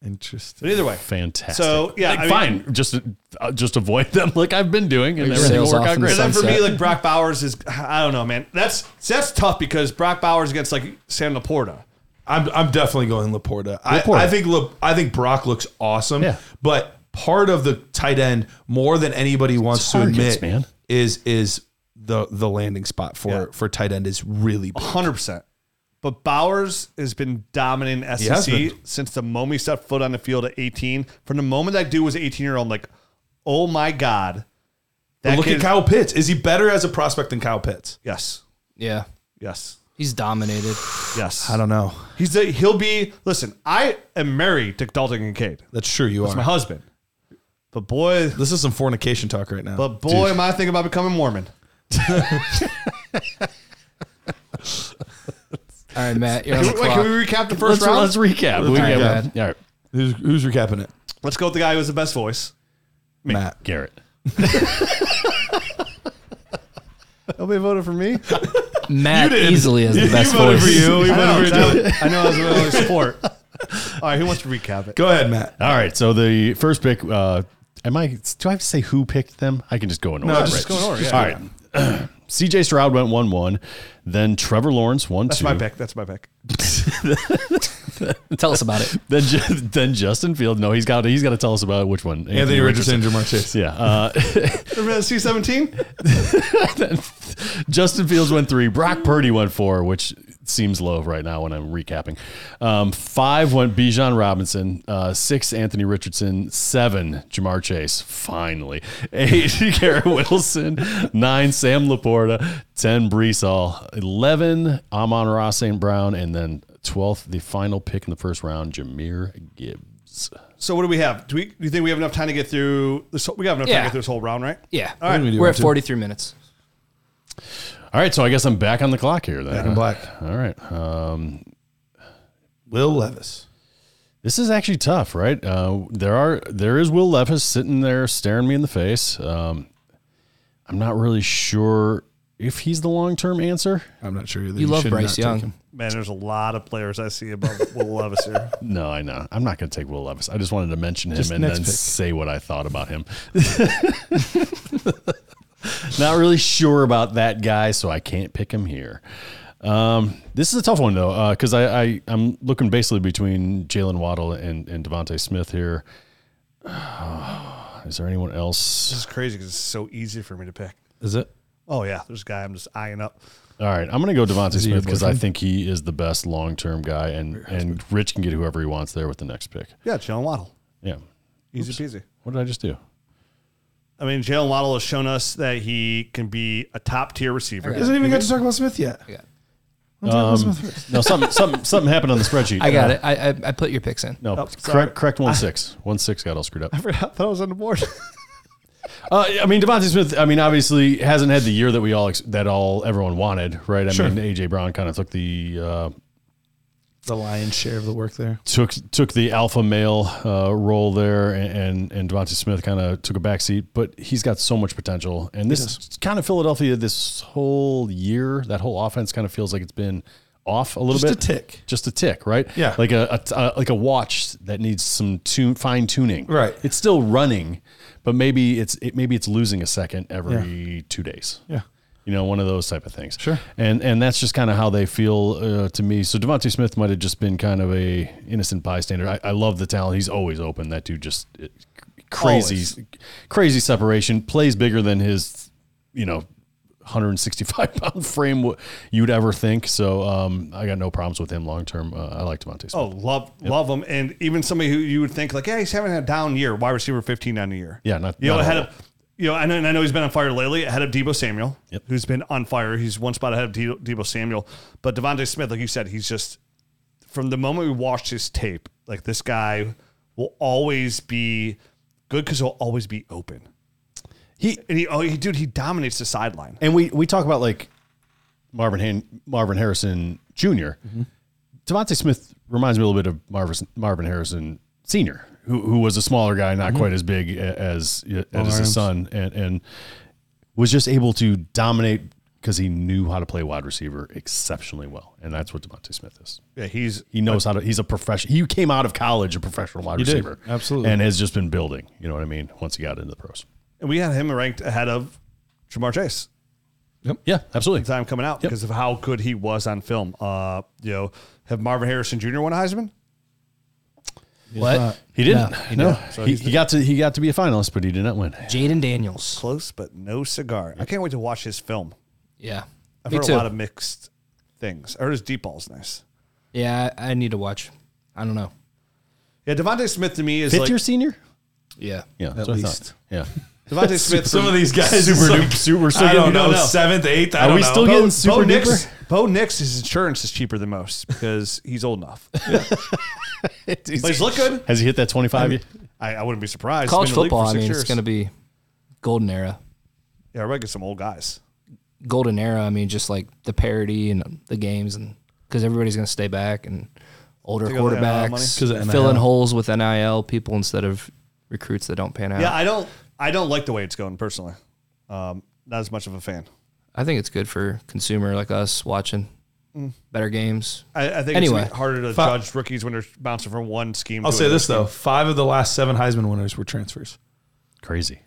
Speaker 2: But
Speaker 4: Interesting.
Speaker 2: either way,
Speaker 3: Fantastic.
Speaker 2: So, yeah,
Speaker 3: Like,
Speaker 2: I mean-
Speaker 3: fine. just uh, just avoid them, like I've been doing, and
Speaker 5: Your
Speaker 3: everything
Speaker 5: sales
Speaker 3: will work
Speaker 5: off
Speaker 3: out
Speaker 5: in
Speaker 3: great.
Speaker 2: and then for
Speaker 5: Sunset.
Speaker 2: me, like Brock Bowers is I don't know, man. That's that's tough because Brock Bowers against like Sam Laporta.
Speaker 4: I'm, I'm definitely going Laporta. I,
Speaker 3: Laporta.
Speaker 4: I think Lap- I think Brock looks awesome.
Speaker 3: Yeah.
Speaker 4: But part of the tight end, more than anybody wants to
Speaker 3: Targets,
Speaker 4: admit,
Speaker 3: man.
Speaker 4: is is the the landing spot for for tight end is really big.
Speaker 2: hundred percent. But Bowers has been dominant in
Speaker 4: has
Speaker 2: SEC since the moment he stepped foot on the field at 18. From the moment that dude was 18 year old, I'm like, oh my god,
Speaker 4: But look at
Speaker 2: kid-
Speaker 4: Kyle Pitts. Is he better as a prospect than Kyle Pitts?
Speaker 2: Yes,
Speaker 5: Yeah,
Speaker 2: yes,
Speaker 5: he's dominated.
Speaker 2: yes.
Speaker 4: I don't know.
Speaker 2: He's a, he'll be. Listen, I am married to Dalton and Cade.
Speaker 4: That's true. You
Speaker 2: It's
Speaker 4: are.
Speaker 2: my husband. But boy,
Speaker 4: this is some fornication talk right now.
Speaker 2: but boy, am I thinking about becoming Mormon.
Speaker 5: All right, Matt, you're on
Speaker 2: Can
Speaker 5: the
Speaker 2: we, wait, can
Speaker 5: clock.
Speaker 2: we recap the 1st
Speaker 3: let's,
Speaker 2: round?
Speaker 3: let's recap. We
Speaker 5: Alright,
Speaker 3: got-
Speaker 5: Brad.
Speaker 3: all right,
Speaker 4: who's, who's recapping it?
Speaker 2: let's go with the guy who has the best voice.
Speaker 4: Matt.
Speaker 3: Garrett.
Speaker 2: Nobody voted for me.
Speaker 5: Matt easily has the best voice.
Speaker 2: I know, exactly. I know I was a really support. All right, who wants to recap it?
Speaker 4: Go ahead, Matt.
Speaker 3: All right. So the first pick. Uh, am I? Do I have to say who picked them? I can just go in order.
Speaker 4: just
Speaker 3: right?
Speaker 4: go in order,
Speaker 3: All right. C.J. Stroud went one one, then Trevor Lawrence one
Speaker 2: That's
Speaker 3: two,
Speaker 2: my pick. That's my pick.
Speaker 5: Tell us about it.
Speaker 3: then Ju- then Justin Field. No, he's got he's got to tell us about which one. Anthony,
Speaker 4: Richardson, Jamar Chase.
Speaker 3: Yeah. Uh,
Speaker 2: C seventeen.
Speaker 3: Justin Fields went three. Brock Purdy went four, which seems low right now when I'm recapping. Um, five went Bijan Robinson. Uh, six, Anthony Richardson. Seven, Jamar Chase. Finally. Eight, Garrett Wilson. Nine, Sam Laporta. Ten, Brees Hall. Eleven, Amon Ross St. Brown. And then 12th, the final pick in the first round, Jameer Gibbs.
Speaker 2: So what do we have? Do we? Do you think we have enough time to get through this? whole- We have enough time
Speaker 5: Yeah.
Speaker 2: to get through this whole round, right?
Speaker 5: Yeah,
Speaker 2: All right.
Speaker 5: we're at 43 minutes.
Speaker 3: All right, so I guess I'm back on the clock here then.
Speaker 4: Back in black.
Speaker 3: All right. Um,
Speaker 4: Will Levis.
Speaker 3: This is actually tough, right? Uh, there are there is Will Levis sitting there staring me in the face. Um, I'm not really sure if he's the long term answer.
Speaker 4: I'm not sure. either.
Speaker 5: You, love
Speaker 4: should not
Speaker 5: Bryce
Speaker 4: take
Speaker 5: Young.
Speaker 4: him.
Speaker 2: Man, there's a lot of players I see above Will Levis here.
Speaker 3: No, I know. I'm not going to take Will Levis. I just wanted to mention him
Speaker 4: Just
Speaker 3: and then
Speaker 4: next pick.
Speaker 3: say what I thought about him. not really sure about that guy, so I can't pick him here. Um, this is a tough one though, because I, I I'm looking basically between Jalen Waddle and and Devontae Smith here. is there anyone else?
Speaker 2: This is crazy because it's so easy for me to pick.
Speaker 4: Is it?
Speaker 2: Oh yeah, there's a guy I'm just eyeing up.
Speaker 3: All right, I'm going to go Devontae
Speaker 4: your
Speaker 3: Smith because I
Speaker 4: boyfriend?
Speaker 3: think he is the best long term guy, and and Rich can get whoever he wants there with the next pick.
Speaker 2: Yeah, Jalen Waddle.
Speaker 3: Yeah.
Speaker 2: Easy peasy.
Speaker 3: What did I just do?
Speaker 2: I mean, Jalen Waddle has shown us that he can be a top tier receiver.
Speaker 4: Doesn't even get to talk about Smith yet.
Speaker 5: Yeah.
Speaker 3: Um, No, something something something happened on the spreadsheet. Uh,
Speaker 5: I got it. I, I, I put your picks in.
Speaker 3: No,
Speaker 2: sorry.
Speaker 3: correct correct one six one six got all screwed up.
Speaker 2: I thought I was on the board.
Speaker 3: Uh, I mean, Devontae Smith. I mean, obviously hasn't had the year that we all ex- that all everyone wanted, right? I mean, AJ Brown kind of took the uh,
Speaker 4: The lion's share of the work there.
Speaker 3: took took the alpha male uh, role there, and and, and Devontae Smith kind of took a backseat, but he's got so much potential. And this kind of Philadelphia this whole year, that whole offense kind of feels like it's been off a little
Speaker 4: Just a
Speaker 3: bit,
Speaker 4: tick.
Speaker 3: just a tick, right?
Speaker 4: Yeah.
Speaker 3: like a, a t- a- like a watch that needs some tune, fine tuning,
Speaker 4: Right.
Speaker 3: It's still running, but maybe it's it maybe it's losing a second every two days.
Speaker 4: Yeah.
Speaker 3: you know, one of those type of things. Sure. And and that's just kind of how they feel uh, to me. So Devontae Smith might have just been kind of a innocent bystander. I, I love the talent. He's always open. That dude just it, crazy, crazy separation. Plays bigger than his, you know. 165 pound frame w- you'd ever think so um i got no problems with him long term uh, i like Devontae Smith.
Speaker 2: Oh, love love him, and even somebody who you would think like, yeah, he's having a down year, wide receiver fifteen on the year.
Speaker 3: Yeah, not-
Speaker 2: you know
Speaker 3: not
Speaker 2: ahead
Speaker 3: all.
Speaker 2: of you know, and, and I know he's been on fire lately. Ahead of Debo Samuel,
Speaker 3: Yep.
Speaker 2: who's been on fire. He's one spot ahead of De- Debo Samuel, but Devontae Smith, like you said, he's just from the moment we watched his tape, like this guy will always be good because he'll always be open.
Speaker 3: He-
Speaker 2: and he, oh, he, dude, he dominates the sideline.
Speaker 3: and we we talk about like Marvin Han- Marvin Harrison junior Devontae Smith reminds me a little bit of Marvin Marvin Harrison Senior, who who was a smaller guy, not quite as big a- as as his son, and and was just able to dominate because he knew how to play wide receiver exceptionally well, and that's what Devontae Smith is.
Speaker 2: Yeah, he's
Speaker 3: He knows how to. He's a professional. He came out of college a professional wide
Speaker 4: did.
Speaker 3: receiver,
Speaker 4: Absolutely.
Speaker 3: and has just been building. You know what I mean? Once he got into the pros,
Speaker 2: and we had him ranked ahead of Jamar Chase.
Speaker 3: yeah, absolutely.
Speaker 2: time coming out
Speaker 3: Yep.
Speaker 2: because of how good he was on film. Uh, you know, have Marvin Harrison Jr. won a Heisman?
Speaker 5: What?
Speaker 3: He didn't. No,
Speaker 5: No,
Speaker 3: he, he, got to he got to be a finalist, but he did not win.
Speaker 5: Jaden Daniels.
Speaker 2: Close, but no cigar. I can't wait to watch his film.
Speaker 5: Yeah.
Speaker 2: I've
Speaker 5: Me
Speaker 2: heard
Speaker 5: too.
Speaker 2: a lot of mixed things. I heard his deep ball's nice.
Speaker 5: Yeah, I I need to watch. I don't know.
Speaker 2: Yeah, Devontae Smith to me is
Speaker 3: Fifth
Speaker 2: like
Speaker 3: year senior.
Speaker 5: Yeah.
Speaker 3: Yeah, that's
Speaker 4: At
Speaker 3: what I
Speaker 4: least.
Speaker 3: thought. Yeah,
Speaker 2: Devontae Smith.
Speaker 4: Some
Speaker 2: for-
Speaker 4: of these guys,
Speaker 3: Super
Speaker 4: super,
Speaker 3: duper- super- so
Speaker 4: I
Speaker 3: you
Speaker 4: don't
Speaker 3: don't
Speaker 4: know,
Speaker 3: know.
Speaker 4: seventh, eighth. I
Speaker 3: Are
Speaker 4: don't
Speaker 3: we
Speaker 4: know.
Speaker 3: still getting super
Speaker 2: Bo
Speaker 3: duper?
Speaker 2: Nix, Bo Nix, his insurance is cheaper than most because he's old enough. But he's look good.
Speaker 3: Has he hit that twenty five?
Speaker 2: I, I wouldn't be surprised.
Speaker 5: College
Speaker 2: He's been in the league
Speaker 5: football,
Speaker 2: for
Speaker 5: I
Speaker 2: six
Speaker 5: mean,
Speaker 2: years.
Speaker 5: it's going to be golden era.
Speaker 2: Yeah, I might get some old guys.
Speaker 5: Golden era, I mean, just like the parity and the games, and because everybody's going to stay back and older
Speaker 2: Think of the NIL money?
Speaker 5: quarterbacks
Speaker 4: 'Cause of NIL.
Speaker 5: filling holes with NIL people instead of recruits that don't pan out.
Speaker 2: Yeah, I don't. I don't like the way it's going personally. Um, not as much of a fan.
Speaker 5: I think it's good for consumer like us watching
Speaker 2: Mm.
Speaker 5: better games.
Speaker 2: I, I think
Speaker 5: Anyway.
Speaker 2: it's harder to
Speaker 4: Fi-
Speaker 2: judge rookies when they're bouncing from one scheme.
Speaker 4: I'll
Speaker 2: to
Speaker 4: say
Speaker 2: another
Speaker 4: this
Speaker 2: scheme.
Speaker 4: though: five of the last seven Heisman winners were transfers,
Speaker 3: Crazy.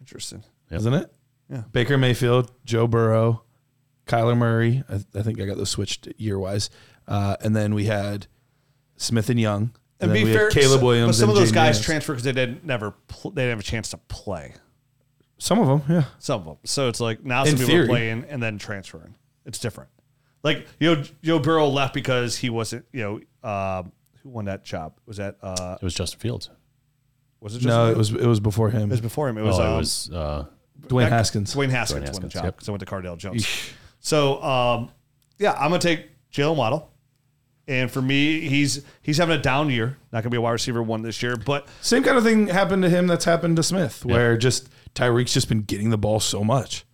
Speaker 2: Interesting.
Speaker 4: isn't it?
Speaker 2: Yeah.
Speaker 4: Baker Mayfield, Joe Burrow, Kyler Murray. I, I think I got those switched year wise, uh, and then we had Smith and Young,
Speaker 2: And,
Speaker 4: then
Speaker 2: be
Speaker 4: we had
Speaker 2: fair,
Speaker 4: Caleb Williams.
Speaker 2: But some
Speaker 4: and
Speaker 2: of those
Speaker 4: Jaden
Speaker 2: guys
Speaker 4: Daniels.
Speaker 2: transfer because they didn't never pl- they didn't have a chance to play.
Speaker 4: some of them, yeah.
Speaker 2: Some of them. So it's like now
Speaker 4: In
Speaker 2: some people are
Speaker 4: theory.
Speaker 2: playing and then transferring. It's different. Like you know, Joe Burrow left because he wasn't. You know, um, who won that job? Was that uh,
Speaker 3: It was Justin Fields.
Speaker 2: was it just
Speaker 4: No, it was it was before him.
Speaker 2: it was before him. It was,
Speaker 3: oh,
Speaker 2: um,
Speaker 3: it was. Uh,
Speaker 4: Dwayne
Speaker 2: Back-
Speaker 4: Haskins.
Speaker 2: Dwayne Haskins, won the
Speaker 3: Haskins,
Speaker 2: job
Speaker 3: yep.
Speaker 2: because I went to Cardell Jones. So um, yeah, I'm gonna take Jalen Waddle. And for me, he's he's having a down year. Not gonna be a wide receiver one this year, but
Speaker 4: Same kind of thing happened to him that's happened to Smith, where just Tyreek's just been getting the ball so much.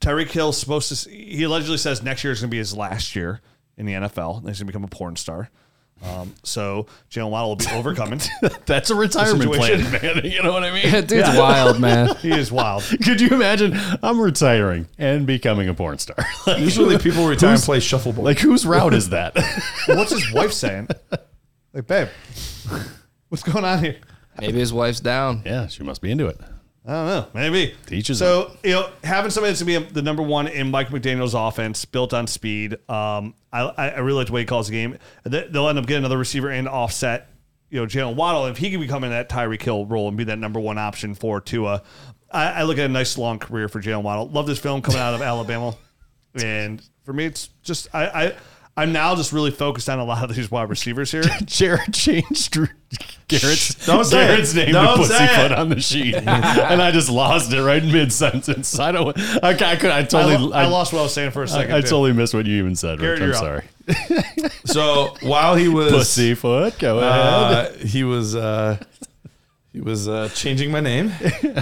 Speaker 2: Tyreek Hill's supposed to. He allegedly says next year is gonna be his last year in the NFL. And he's gonna become a porn star. Um, so Jalen Waddle will be overcoming.
Speaker 3: that's a retirement
Speaker 2: situation.
Speaker 3: man. You know what I mean?
Speaker 5: Dude's wild, man.
Speaker 2: he is wild.
Speaker 3: Could you imagine? I'm retiring and becoming a porn star. like,
Speaker 4: Usually people retire and
Speaker 3: Who's-
Speaker 4: play shuffleboard.
Speaker 3: like, whose route is that?
Speaker 2: What's his wife saying? Like, babe, what's going on here?
Speaker 5: Maybe his wife's down.
Speaker 3: yeah, she must be into it.
Speaker 2: I don't know. Maybe
Speaker 3: Teaches
Speaker 2: So you know, having somebody that's gonna be the number one in Mike McDaniel's offense, built on speed. Um, I I I really like the way he calls the game. They- They'll end up getting another receiver and offset. You know, Jalen Waddle if he can become in that Tyreek Hill role and be that number one option for Tua. I, I look at a nice long career for Jalen Waddle. Love this film coming out of Alabama, and for me, it's just I. I I'm now just really focused on a lot of these wide receivers here.
Speaker 3: Jared changed Garrett's,
Speaker 4: Don't say it.
Speaker 3: Garrett's name
Speaker 4: Don't
Speaker 3: to
Speaker 4: say
Speaker 3: Pussyfoot
Speaker 4: it.
Speaker 3: on the sheet, and I just lost it right mid sentence. I don't. I, I could. I
Speaker 2: I,
Speaker 3: totally.
Speaker 2: lo- I lost what I was saying for a second.
Speaker 3: I, I
Speaker 2: too.
Speaker 3: totally missed what you even said, Rich.
Speaker 2: Garrett,
Speaker 3: I'm
Speaker 2: you're up.
Speaker 3: sorry.
Speaker 4: So while he was
Speaker 3: Pussyfoot, go ahead.
Speaker 4: uh, he was uh, he was uh, changing my name.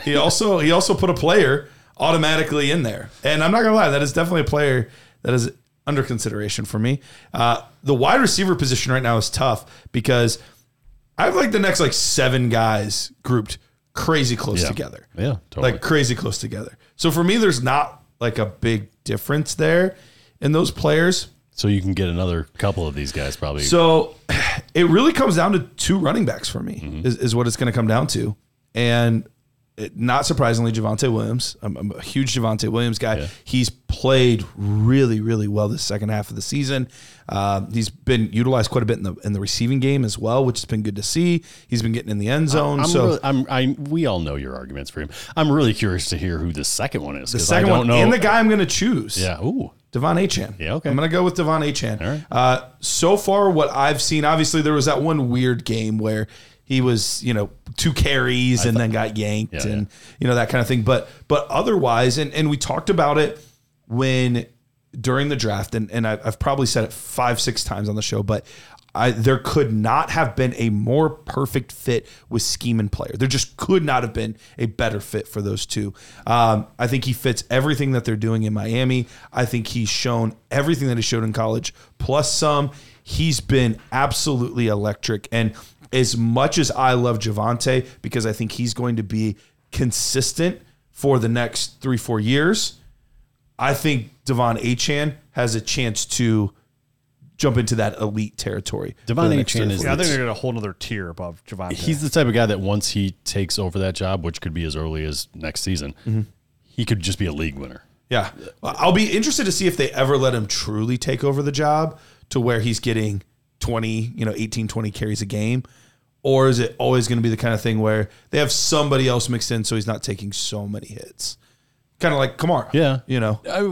Speaker 4: He also he also put a player automatically in there, and I'm not gonna lie, that is definitely a player that is under consideration for me. Uh, the wide receiver position right now is tough because I have like the next like seven guys grouped crazy close
Speaker 3: Yeah.
Speaker 4: together.
Speaker 3: Yeah, totally.
Speaker 4: Like crazy close together. So for me, there's not like a big difference there in those players.
Speaker 3: so you can get another couple of these guys probably.
Speaker 4: So
Speaker 3: Mm-hmm.
Speaker 4: it really comes down to two running backs for me, is, is what it's going to come down to. And it- not surprisingly, Javante Williams. I'm, I'm a huge Javante Williams guy. He's played really, really well this second half of the season. Uh, he's been utilized quite a bit in the in the receiving game as well, which has been good to see. He's been getting in the end zone.
Speaker 3: I'm
Speaker 4: so
Speaker 3: really, I'm, I, we all know your arguments for him. I'm really curious to hear who the second one is.
Speaker 4: the
Speaker 3: 'cause
Speaker 4: second
Speaker 3: I don't
Speaker 4: one
Speaker 3: know.
Speaker 4: and the guy I'm going to choose.
Speaker 3: Yeah. Ooh.
Speaker 4: Devon Achan.
Speaker 3: Yeah, okay.
Speaker 4: I'm gonna go with Devon Achan.
Speaker 3: right.
Speaker 4: Uh, so far, what I've seen, obviously, there was that one weird game where he was, you know, two carries and then got yanked
Speaker 3: Yeah,
Speaker 4: and you know that kind of thing. But but otherwise, and and we talked about it when during the draft, and and I, I've probably said it five six times on the show, but. I, there could not have been a more perfect fit with scheme and player. There just could not have been a better fit for those two. Um, I think he fits everything that they're doing in Miami. I think he's shown everything that he showed in college, plus some. He's been absolutely electric. And as much as I love Javante, because I think he's going to be consistent for the next three, four years, I think Devon Achan has a chance to jump into that elite territory. for
Speaker 3: Devon
Speaker 4: the next
Speaker 3: Achane
Speaker 4: three or
Speaker 3: is
Speaker 4: four
Speaker 2: Yeah, I think
Speaker 4: years.
Speaker 2: they're going to whole another tier above Javante.
Speaker 3: He's the type of guy that once he takes over that job, which could be as early as next season,
Speaker 4: Mm-hmm.
Speaker 3: he could just be a league winner.
Speaker 4: Yeah. Well, I'll be interested to see if they ever let him truly take over the job to where he's getting 20, you know, 18, 20 carries a game. Or is it always going to be the kind of thing where they have somebody else mixed in so he's not taking so many hits? Kind of like Kamara.
Speaker 3: Yeah.
Speaker 4: You know, I-
Speaker 3: you're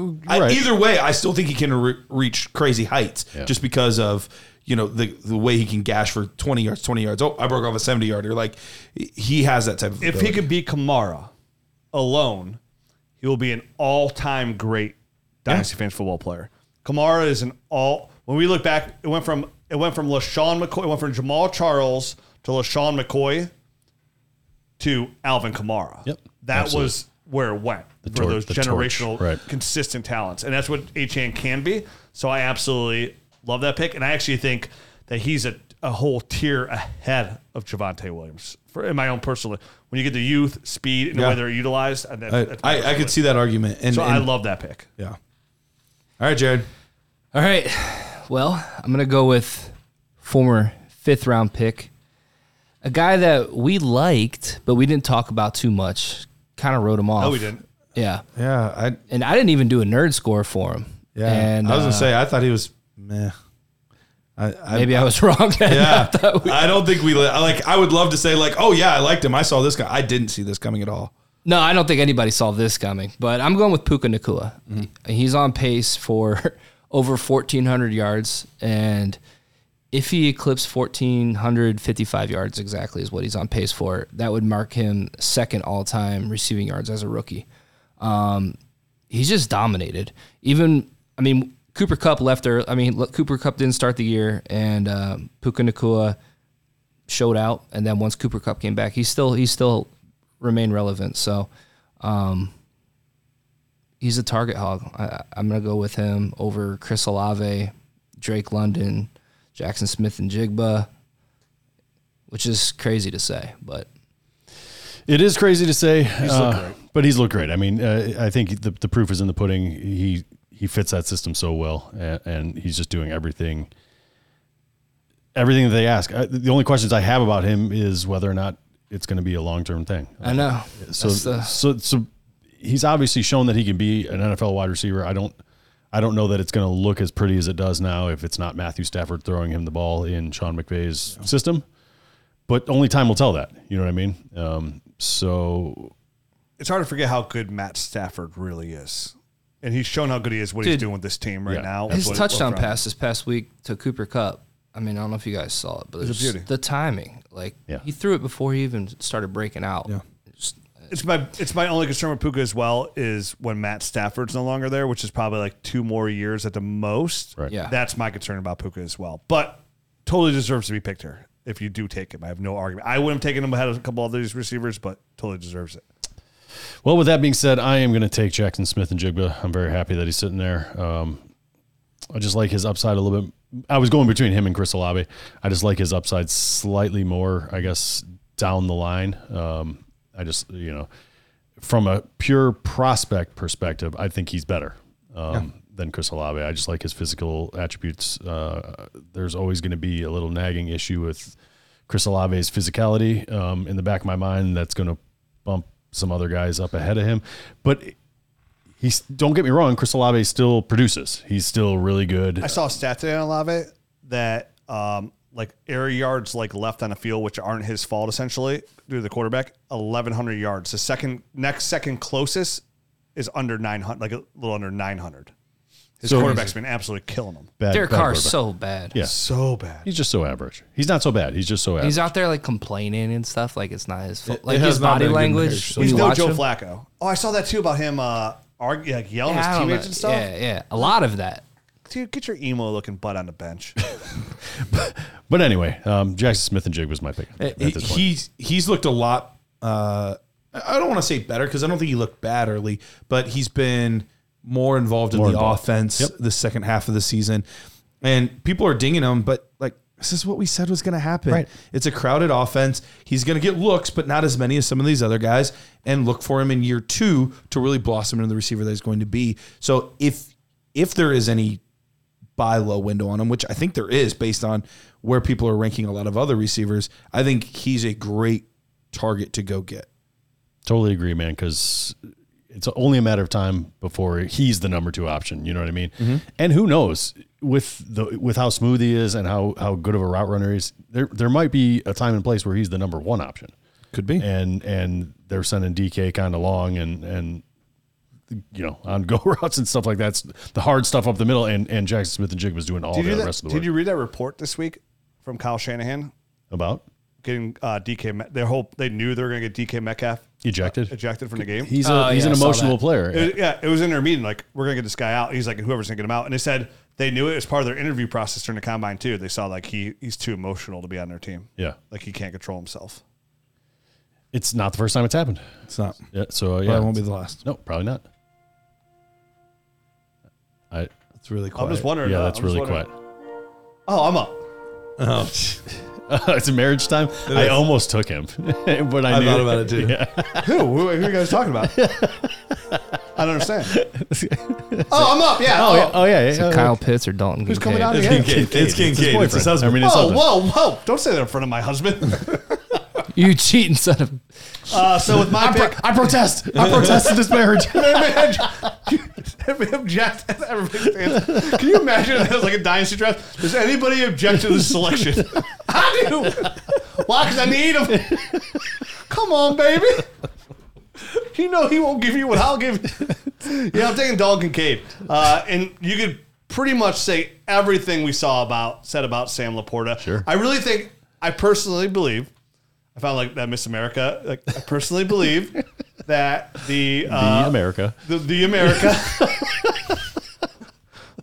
Speaker 3: right.
Speaker 4: either way, I still think he can re- reach crazy heights just because of. You know the the way he can gash for twenty yards, twenty yards. Oh, I broke off a seventy yarder. Like he has that type of.
Speaker 2: if he
Speaker 4: ability.
Speaker 2: could beat Kamara alone, he will be an all-time great dynasty fans football player. Kamara is an all. When we look back, it went from it went from Lashawn McCoy, it went from Jamal Charles to Lashawn McCoy to Alvin Kamara.
Speaker 3: Yep,
Speaker 2: that
Speaker 3: absolutely.
Speaker 2: was where it went for
Speaker 3: torch-
Speaker 2: those
Speaker 3: the torch,
Speaker 2: generational
Speaker 3: right.
Speaker 2: consistent talents, and that's what Achan can be. So I absolutely love that pick, and I actually think that he's a, a whole tier ahead of Javante Williams. For in my own personal, when you get the youth, speed, and the
Speaker 4: Yeah.
Speaker 2: way they're utilized, and that,
Speaker 4: I,
Speaker 2: that's my
Speaker 4: I, I could
Speaker 2: personal-
Speaker 4: see that argument. And,
Speaker 2: So I
Speaker 4: and-
Speaker 2: love that pick.
Speaker 4: Yeah. All right, Jared.
Speaker 5: All right. Well, I'm going to go with former fifth round pick, a guy that we liked, but we didn't talk about too much. Kind of wrote him off.
Speaker 2: No, Oh, we didn't.
Speaker 5: Yeah.
Speaker 4: Yeah, I
Speaker 5: And I didn't even do a nerd score for him.
Speaker 4: yeah.
Speaker 5: And
Speaker 4: I was
Speaker 5: uh,
Speaker 4: gonna say I thought he was meh. I, I
Speaker 5: maybe I was wrong.
Speaker 4: yeah. I don't think we li- I like. I would love to say like, oh yeah, I liked him. I saw this guy. I didn't see this coming at all.
Speaker 5: No, I don't think anybody saw this coming, but I'm going with Puka Nakua.
Speaker 4: Mm-hmm.
Speaker 5: He's on pace for over 1,400 yards. And if he eclipsed 1,455 yards exactly, is what he's on pace for, that would mark him second all time receiving yards as a rookie. Um, he's just dominated. Even, I mean, Cooper Cup left there. I mean, look, Cooper Cup didn't start the year, and um, Puka Nakua showed out, and then once Cooper Cup came back, he still he still remained relevant. So, um, he's a target hog. I, I'm gonna go with him over Chris Olave, Drake London, Jackson Smith, and Jigba, which is crazy to say, but
Speaker 3: It is crazy to say, uh, but he's looked great. I mean, uh, I think the, the proof is in the pudding. He he fits that system so well, and, and he's just doing everything everything that they ask. I, the only questions I have about him is whether or not it's going to be a long term thing.
Speaker 5: I know.
Speaker 3: so
Speaker 5: That's the-
Speaker 3: so so he's obviously shown that he can be an NFL wide receiver. I don't I don't know that it's going to look as pretty as it does now if it's not Matthew Stafford throwing him the ball in Sean McVay's system. But only time will tell that. You know what I mean? Um, so
Speaker 2: It's hard to forget how good Matt Stafford really is, and he's shown how good he is. What he's
Speaker 5: Dude.
Speaker 2: doing with this team right
Speaker 3: Yeah.
Speaker 2: now.
Speaker 5: his
Speaker 2: What-
Speaker 5: touchdown
Speaker 2: what-
Speaker 5: pass this past week to Cooper Cup. I mean, I don't know if you guys saw it, but it's
Speaker 2: beauty.
Speaker 5: the timing. Like
Speaker 3: Yeah.
Speaker 5: he threw it before he even started breaking out. Yeah.
Speaker 2: It's my it's my only concern with Puka as well is when Matt Stafford's no longer there, which is probably like two more years at the most.
Speaker 3: Right.
Speaker 5: Yeah.
Speaker 2: That's my concern about Puka as well. But totally deserves to be picked here if you do take him. I have no argument. I would have taken him ahead of a couple of these receivers, but totally deserves it.
Speaker 3: Well, with that being said, I am going to take Jackson Smith and Jigba. I'm very happy that he's sitting there. Um, I just like his upside a little bit. I was going between him and Chris Olave. I just like his upside slightly more, I guess, down the line. Um, I just, you know, from a pure prospect perspective, I think he's better um, than Chris Olave. I just like his physical attributes. Uh, there's always going to be a little nagging issue with Chris Olave's physicality um, in the back of my mind. That's going to bump some other guys up ahead of him. But he's don't get me wrong, Chris Olave still produces. He's still really good.
Speaker 2: I saw a stat today on Olave that um, like air yards like left on the field, which aren't his fault essentially due to the quarterback, eleven hundred yards. The second next second closest is under nine hundred, like a little under nine hundred. His
Speaker 3: So-
Speaker 2: quarterback's been absolutely killing him.
Speaker 3: Bad-
Speaker 5: Derek
Speaker 3: bad
Speaker 5: Carr's
Speaker 3: quarterback.
Speaker 5: so bad.
Speaker 3: Yeah.
Speaker 2: So bad.
Speaker 3: He's just so average. He's not so bad. He's just so average.
Speaker 5: He's out there like complaining and stuff. Like it's not his fault.
Speaker 4: It-
Speaker 5: Like
Speaker 4: it has
Speaker 5: his
Speaker 4: not
Speaker 5: body
Speaker 4: been a good
Speaker 5: language.
Speaker 4: marriage, so
Speaker 5: when
Speaker 2: He's
Speaker 5: you
Speaker 2: no
Speaker 5: watch
Speaker 2: Joe
Speaker 5: him-
Speaker 2: Flacco. Oh, I saw that too about him uh, argue, like yelling
Speaker 5: Yeah, I
Speaker 2: at
Speaker 5: don't know.
Speaker 2: his teammates and stuff.
Speaker 5: yeah, yeah. A lot of that.
Speaker 2: Dude, get your emo looking butt on the bench.
Speaker 3: but anyway, um, Jackson Smith and Jig was my pick.
Speaker 4: Uh,
Speaker 3: at
Speaker 4: he-
Speaker 3: this point.
Speaker 4: he's he's looked a lot. Uh, I I don't want to say better because I don't think he looked bad early, but he's been more involved in
Speaker 3: More
Speaker 4: the
Speaker 3: involved.
Speaker 4: offense
Speaker 3: Yep.
Speaker 4: the second half of the season, and people are dinging him. But like this is what we said was going to happen.
Speaker 3: Right.
Speaker 4: It's a crowded offense. He's going to get looks, but not as many as some of these other guys. And look for him in year two to really blossom into the receiver that he's going to be. So if if there is any buy low window on him, which I think there is based on where people are ranking a lot of other receivers. I think he's a great target to go get.
Speaker 3: Totally agree, man. Because it's only a matter of time before he's the number two option. You know what I mean? And who knows with the with how smooth he is and how how good of a route runner he is. There there might be a time and place where he's the number one option.
Speaker 4: Could be.
Speaker 3: And and they're sending DK kind of long and and you know on go routes and stuff like that's the hard stuff up the middle. And and Jackson Smith and Jig was doing all
Speaker 2: Did you,
Speaker 3: the
Speaker 2: do that-
Speaker 3: rest of the
Speaker 2: did
Speaker 3: work
Speaker 2: you read that report this week from Kyle Shanahan
Speaker 3: about
Speaker 2: getting uh, DK? Met- Their whole they knew they were going to get DK Metcalf
Speaker 3: ejected.
Speaker 2: ejected from the game.
Speaker 3: He's a
Speaker 5: Oh,
Speaker 3: he's
Speaker 5: yeah,
Speaker 3: an
Speaker 5: I saw
Speaker 3: emotional
Speaker 5: that.
Speaker 3: player.
Speaker 2: It was- yeah, it was in their meeting. Like, we're gonna get this guy out. He's like, whoever's gonna get him out. And they said they knew it as part of their interview process during the combine too. They saw like he he's too emotional to be on their team.
Speaker 3: Yeah.
Speaker 2: like he can't control himself.
Speaker 3: It's not the first time it's happened.
Speaker 4: It's not.
Speaker 3: Yeah. So uh,
Speaker 4: But
Speaker 3: yeah,
Speaker 4: it won't be the last.
Speaker 3: No, probably not. I
Speaker 4: It's really quiet.
Speaker 2: I'm just wondering.
Speaker 3: yeah,
Speaker 2: uh,
Speaker 3: that's
Speaker 2: I'm just
Speaker 3: really
Speaker 2: wondering-
Speaker 3: quiet.
Speaker 2: Oh, I'm up.
Speaker 4: Oh,
Speaker 3: it's a marriage time. I
Speaker 4: is.
Speaker 3: almost took him, but I,
Speaker 4: I
Speaker 3: knew
Speaker 4: thought about it too.
Speaker 2: who? who? Who are you guys talking about? I don't understand. oh, I'm up. Yeah.
Speaker 3: Oh,
Speaker 2: Oh,
Speaker 3: yeah, oh yeah, yeah, yeah.
Speaker 5: Kyle Pitts or Dalton.
Speaker 2: who's coming out
Speaker 5: Kincaid.
Speaker 2: again?
Speaker 4: It's Kincaid. It's his husband.
Speaker 3: Oh, I mean, it's
Speaker 2: Whoa,
Speaker 3: something.
Speaker 2: whoa, whoa! Don't say that in front of my husband.
Speaker 5: You cheating son of.
Speaker 2: Uh, so with my pick,
Speaker 3: I protest. I protest this marriage.
Speaker 2: Everybody object. Everybody stands. Can you imagine if it was like a dynasty draft? Does anybody object to this selection? I do. Why? Because I need him. Come on, baby. You know he won't give you what I'll give. you. Yeah, I'm taking Dalton Kincaid, uh, and you could pretty much say everything we saw about said about Sam Laporta.
Speaker 3: Sure.
Speaker 2: I really think I personally believe. I found like that Miss America. Like I personally believe that the uh,
Speaker 3: America.
Speaker 2: the, the America.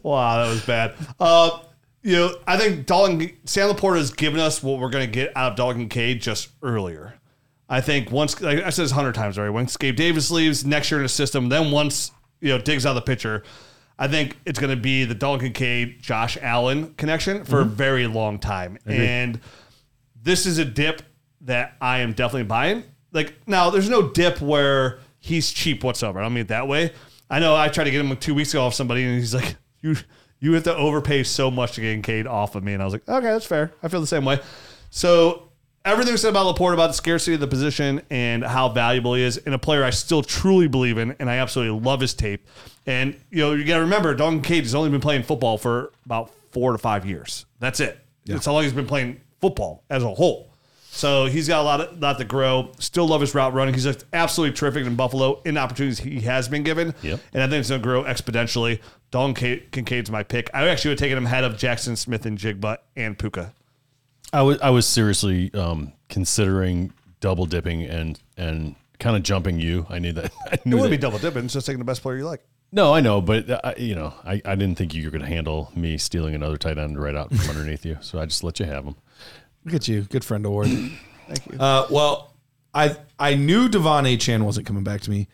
Speaker 2: wow, that was bad. Uh, you know, I think Dalton Sam Laporta has given us what we're going to get out of Dalton Cade just earlier. I think once like I said this a hundred times already. Once Gabe Davis leaves next year in the system, then once you know digs out of the picture, I think it's going to be the Dalton Cade Josh Allen connection for a very long time. And this is a dip that I am definitely buying. Like now, there's no dip where he's cheap whatsoever. I don't mean it that way. I know I tried to get him two weeks ago off somebody, and he's like, "You you have to overpay so much to get Cade off of me," and I was like, "Okay, that's fair. I feel the same way." So everything we said about Laporte about the scarcity of the position and how valuable he is, and a player I still truly believe in, and I absolutely love his tape. And you know, you got to remember, Dalton Cade has only been playing football for about four to five years. That's it. That's how long he's been playing football as a whole. So he's got a lot of lot to grow. Still love his route running. He's looked absolutely terrific in Buffalo in the opportunities he has been given.
Speaker 3: Yep.
Speaker 2: And I think it's going to grow exponentially. Dalton Cade- Kincaid's my pick. I actually would have taken him ahead of Jackson Smith and Jigba and Puka.
Speaker 3: I was I was seriously um, considering double dipping and and kind of jumping you. I knew that. I
Speaker 2: It
Speaker 3: knew
Speaker 2: wouldn't be
Speaker 3: that-
Speaker 2: double dipping. It's just taking the best player you like.
Speaker 3: No, I know, but uh, I- you know, I, I didn't think you were going to handle me stealing another tight end right out from underneath you, so I just let you have him.
Speaker 4: Look at you, good friend award. Thank you. Uh, well, I I knew Devon A. Chan wasn't coming back to me,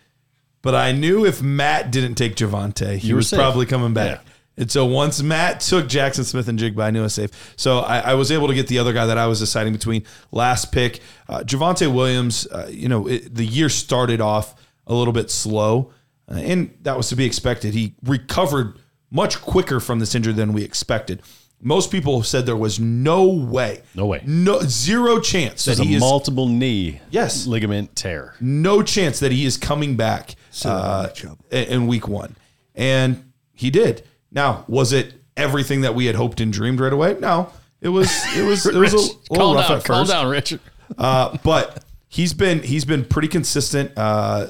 Speaker 4: but I knew if Matt didn't take Javante, he
Speaker 3: were
Speaker 4: was
Speaker 3: safe.
Speaker 4: probably coming back. And so once Matt took Jackson Smith and Jigba, I knew I was safe. So I, I was able to get the other guy that I was deciding between last pick. Uh, Javante Williams, uh, you know, it, the year started off a little bit slow, uh, and that was to be expected. He recovered much quicker from this injury than we expected. Most people said there was no way,
Speaker 3: No way.
Speaker 4: no zero chance
Speaker 3: It's
Speaker 4: that he
Speaker 3: a
Speaker 4: is
Speaker 3: multiple knee
Speaker 4: Yes.
Speaker 3: ligament tear.
Speaker 4: no chance that he is coming back uh, in in week one. And he did. Now, was it everything that we had hoped and dreamed right away? No, it was. It was. It was a
Speaker 3: Rich,
Speaker 4: little
Speaker 3: calm
Speaker 4: rough
Speaker 3: down,
Speaker 4: at
Speaker 3: calm
Speaker 4: first.
Speaker 3: down, Richard.
Speaker 4: Uh, but he's been he's been pretty consistent uh,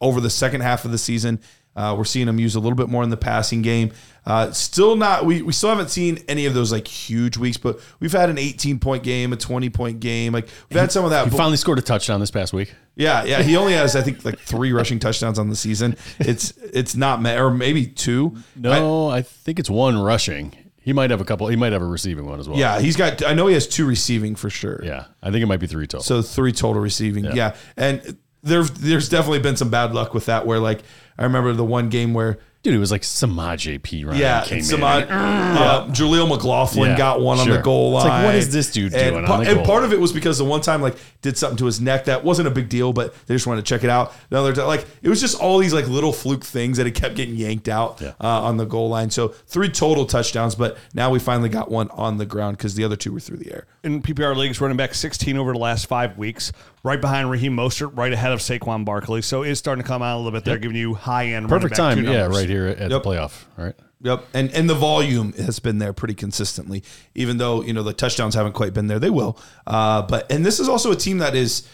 Speaker 4: over the second half of the season. Uh, we're seeing him use a little bit more in the passing game. Uh, still not we, we still haven't seen any of those like huge weeks, but we've had an 18 point game, a 20 point game. Like we've had some of that.
Speaker 3: He
Speaker 4: but-
Speaker 3: finally scored a touchdown this past week.
Speaker 4: yeah, yeah. He only has, I think, like three rushing touchdowns on the season. It's it's not ma- or maybe two. I-
Speaker 3: No, I, think it's one rushing. He might have a couple. He might have a receiving one as well.
Speaker 4: yeah, he's got. I know he has two receiving for sure.
Speaker 3: yeah. I think it might be three total.
Speaker 4: So three total receiving. Yeah. And there there's definitely been some bad luck with that. Where like I remember the one game where
Speaker 3: Dude, it was like Samaje P. Ryan
Speaker 4: yeah,
Speaker 3: came
Speaker 4: some
Speaker 3: in.
Speaker 4: odd, uh, Jaleel McLaughlin
Speaker 3: Yeah,
Speaker 4: got one on
Speaker 3: sure.
Speaker 4: the goal line.
Speaker 3: It's like, what is this dude
Speaker 4: and
Speaker 3: doing
Speaker 4: pa-
Speaker 3: on the
Speaker 4: and
Speaker 3: goal
Speaker 4: part
Speaker 3: line?
Speaker 4: of it was because the one time like did something to his neck that wasn't a big deal, but they just wanted to check it out. Another time, like it was just all these like little fluke things that it kept getting yanked out
Speaker 3: Yeah.
Speaker 4: uh, on the goal line. So three total touchdowns, but now we finally got one on the ground because the other two were through the air.
Speaker 2: in PPR leagues, running back 16 over the last five weeks, right behind Raheem Mostert, right ahead of Saquon Barkley. So it's starting to come out a little bit there, giving you high end.
Speaker 3: Perfect time. Yeah, right
Speaker 2: here.
Speaker 3: here at the
Speaker 4: Yep.
Speaker 3: playoff. All right.
Speaker 4: Yep, and and the volume has been there pretty consistently, even though you know the touchdowns haven't quite been there. They will, uh, but and this is also a team that is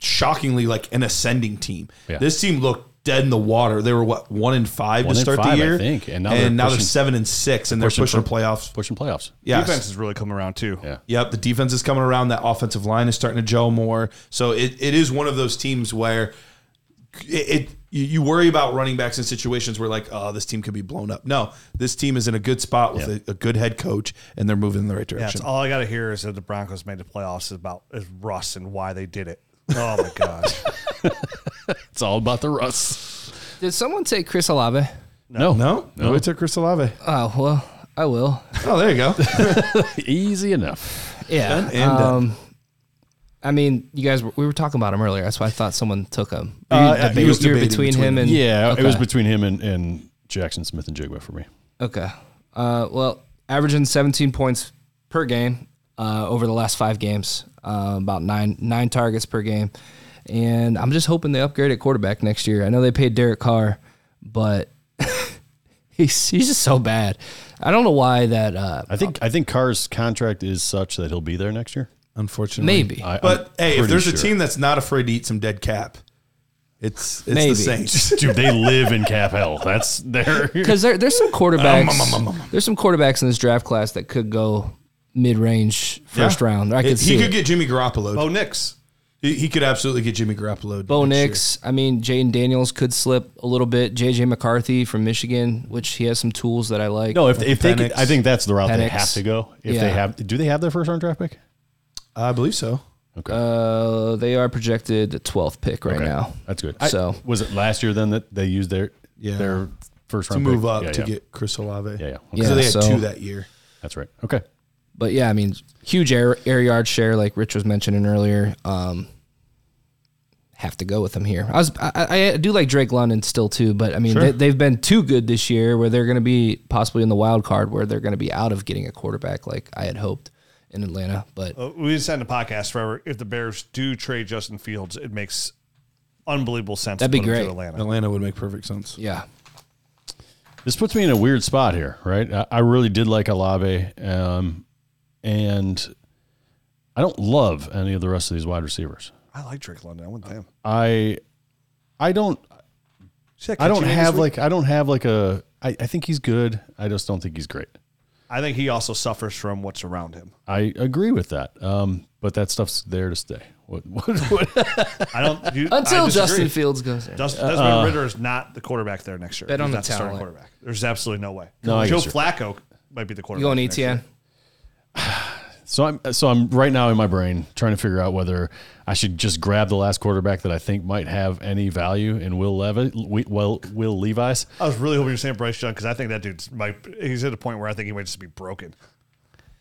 Speaker 4: shockingly like an ascending team.
Speaker 3: Yeah.
Speaker 4: This team looked dead in the water. They were what one and five
Speaker 3: One
Speaker 4: to
Speaker 3: and
Speaker 4: start
Speaker 3: five,
Speaker 4: the
Speaker 3: I
Speaker 4: year,
Speaker 3: think, and
Speaker 4: and
Speaker 3: now
Speaker 4: now,
Speaker 3: they're
Speaker 4: they're,
Speaker 3: pushing-
Speaker 4: seven and six, and they're
Speaker 3: pushing
Speaker 4: pushing,
Speaker 3: for-
Speaker 4: playoffs.
Speaker 3: Pushing playoffs.
Speaker 4: Yes.
Speaker 2: Defense has really come around too.
Speaker 3: Yeah.
Speaker 4: Yep, the defense is coming around. That offensive line is starting to gel more. So it, it is one of those teams where it, it you- you worry about running backs in situations where like, oh, this team could be blown up. No, this team is in a good spot with a, a good head coach, and they're moving in the right
Speaker 2: That's
Speaker 4: direction.
Speaker 2: all I got to hear is that the Broncos made the playoffs is about is Russ and why they did it. Oh my God.
Speaker 3: It's all about the Russ.
Speaker 5: Did someone take Chris Olave?
Speaker 3: No.
Speaker 4: no, no, it's a Chris Olave.
Speaker 5: Oh well, I will.
Speaker 4: Oh, there you go.
Speaker 3: Easy enough.
Speaker 5: Yeah.
Speaker 4: and done.
Speaker 5: um, I mean, you guys, were, we were talking about him earlier. That's why I thought someone took him.
Speaker 4: Uh,
Speaker 5: you,
Speaker 4: yeah, he was
Speaker 5: you were
Speaker 4: debating
Speaker 5: between,
Speaker 4: between
Speaker 5: him and
Speaker 3: Yeah.
Speaker 5: Okay.
Speaker 3: It was between him and, and Jackson Smith and Jigba for me.
Speaker 5: Okay. Uh, well, averaging 17 points per game uh, over the last five games, uh, about nine nine targets per game, and I'm just hoping they upgrade at quarterback next year. I know they paid Derek Carr, but he's he's just so bad. I don't know why that. Uh,
Speaker 3: I think I think Carr's contract is such that he'll be there next year.
Speaker 4: Unfortunately,
Speaker 5: maybe.
Speaker 3: I, I'm
Speaker 4: But hey,
Speaker 3: pretty
Speaker 4: if there's
Speaker 3: sure.
Speaker 4: a team that's not afraid to eat some dead cap, it's it's
Speaker 5: Maybe.
Speaker 4: the Saints.
Speaker 3: dude, they live in cap hell. That's their
Speaker 5: because there, there's some
Speaker 4: Um,
Speaker 5: quarterbacks. There's some quarterbacks in this draft class that could go mid-range first
Speaker 4: Yeah.
Speaker 5: round. I could
Speaker 4: It-
Speaker 5: see
Speaker 4: he could
Speaker 5: it.
Speaker 4: get Jimmy Garoppolo.
Speaker 2: Bo Nix.
Speaker 4: He, he could absolutely get Jimmy Garoppolo.
Speaker 5: Bo
Speaker 4: next year.
Speaker 5: Nix. I mean, Jaden Daniels could slip a little bit. JJ McCarthy from Michigan, which he has some tools that I like.
Speaker 3: No, if, if they could,
Speaker 4: Penix.
Speaker 3: I think that's the route they
Speaker 5: Penix.
Speaker 3: have to go. If
Speaker 5: Yeah.
Speaker 3: they have, do they have their first round draft pick?
Speaker 4: I believe so.
Speaker 3: Okay,
Speaker 5: Uh, they are projected the 12th pick right
Speaker 3: Okay.
Speaker 5: now.
Speaker 3: that's good.
Speaker 5: So-
Speaker 3: I, was it last year then that they used their
Speaker 4: Yeah.
Speaker 3: their first
Speaker 4: to
Speaker 3: round
Speaker 4: move
Speaker 3: pick?
Speaker 4: up
Speaker 3: Yeah,
Speaker 4: to
Speaker 3: yeah.
Speaker 4: get Chris Olave.
Speaker 3: yeah yeah
Speaker 5: Yeah,
Speaker 3: yeah
Speaker 4: So they had
Speaker 5: so-
Speaker 4: two that year.
Speaker 3: that's right. Okay,
Speaker 5: But yeah, I mean, huge air, air yard share, like Rich was mentioning earlier. Um, have to go with them here. I was I, I do like Drake London still too, but I mean they, they've been too good this year, where they're going to be possibly in the wild card, where they're going to be out of getting a quarterback, like I had hoped in Atlanta. But
Speaker 2: Uh, we said in the podcast forever. If the Bears do trade Justin Fields, it makes unbelievable sense.
Speaker 5: That'd
Speaker 2: to
Speaker 5: be
Speaker 2: put him
Speaker 5: great.
Speaker 2: To Atlanta.
Speaker 4: Atlanta would make perfect sense.
Speaker 5: yeah,
Speaker 3: this puts me in a weird spot here, right? I, I really did like Alave, um, and I don't love any of the rest of these wide receivers.
Speaker 2: I like Drake London. I want them.
Speaker 3: I I don't I don't have like I don't have like a I, I think he's good. I just don't think he's great.
Speaker 2: I think he also suffers from what's around him.
Speaker 3: I agree with that. Um, but that stuff's there to stay. What, what, what?
Speaker 2: I don't you,
Speaker 5: until
Speaker 2: I disagree.
Speaker 5: Justin Fields goes in.
Speaker 3: Uh,
Speaker 2: Dust, Desmond Ritter is not the quarterback there next year.
Speaker 5: Bet on
Speaker 2: He's
Speaker 5: the
Speaker 2: not starting
Speaker 5: talent.
Speaker 2: quarterback. There's absolutely no way.
Speaker 3: No, I
Speaker 2: Joe
Speaker 3: guess you're-
Speaker 2: Flacco might be the quarterback.
Speaker 5: you E going
Speaker 2: next year.
Speaker 5: ETN?
Speaker 3: so I'm so I'm right now in my brain trying to figure out whether I should just grab the last quarterback that I think might have any value in Will Levi. We- Well, Will Levi's.
Speaker 2: I was really hoping you were saying Bryce Young because I think that dude's might. He's at a point where I think he might just be broken.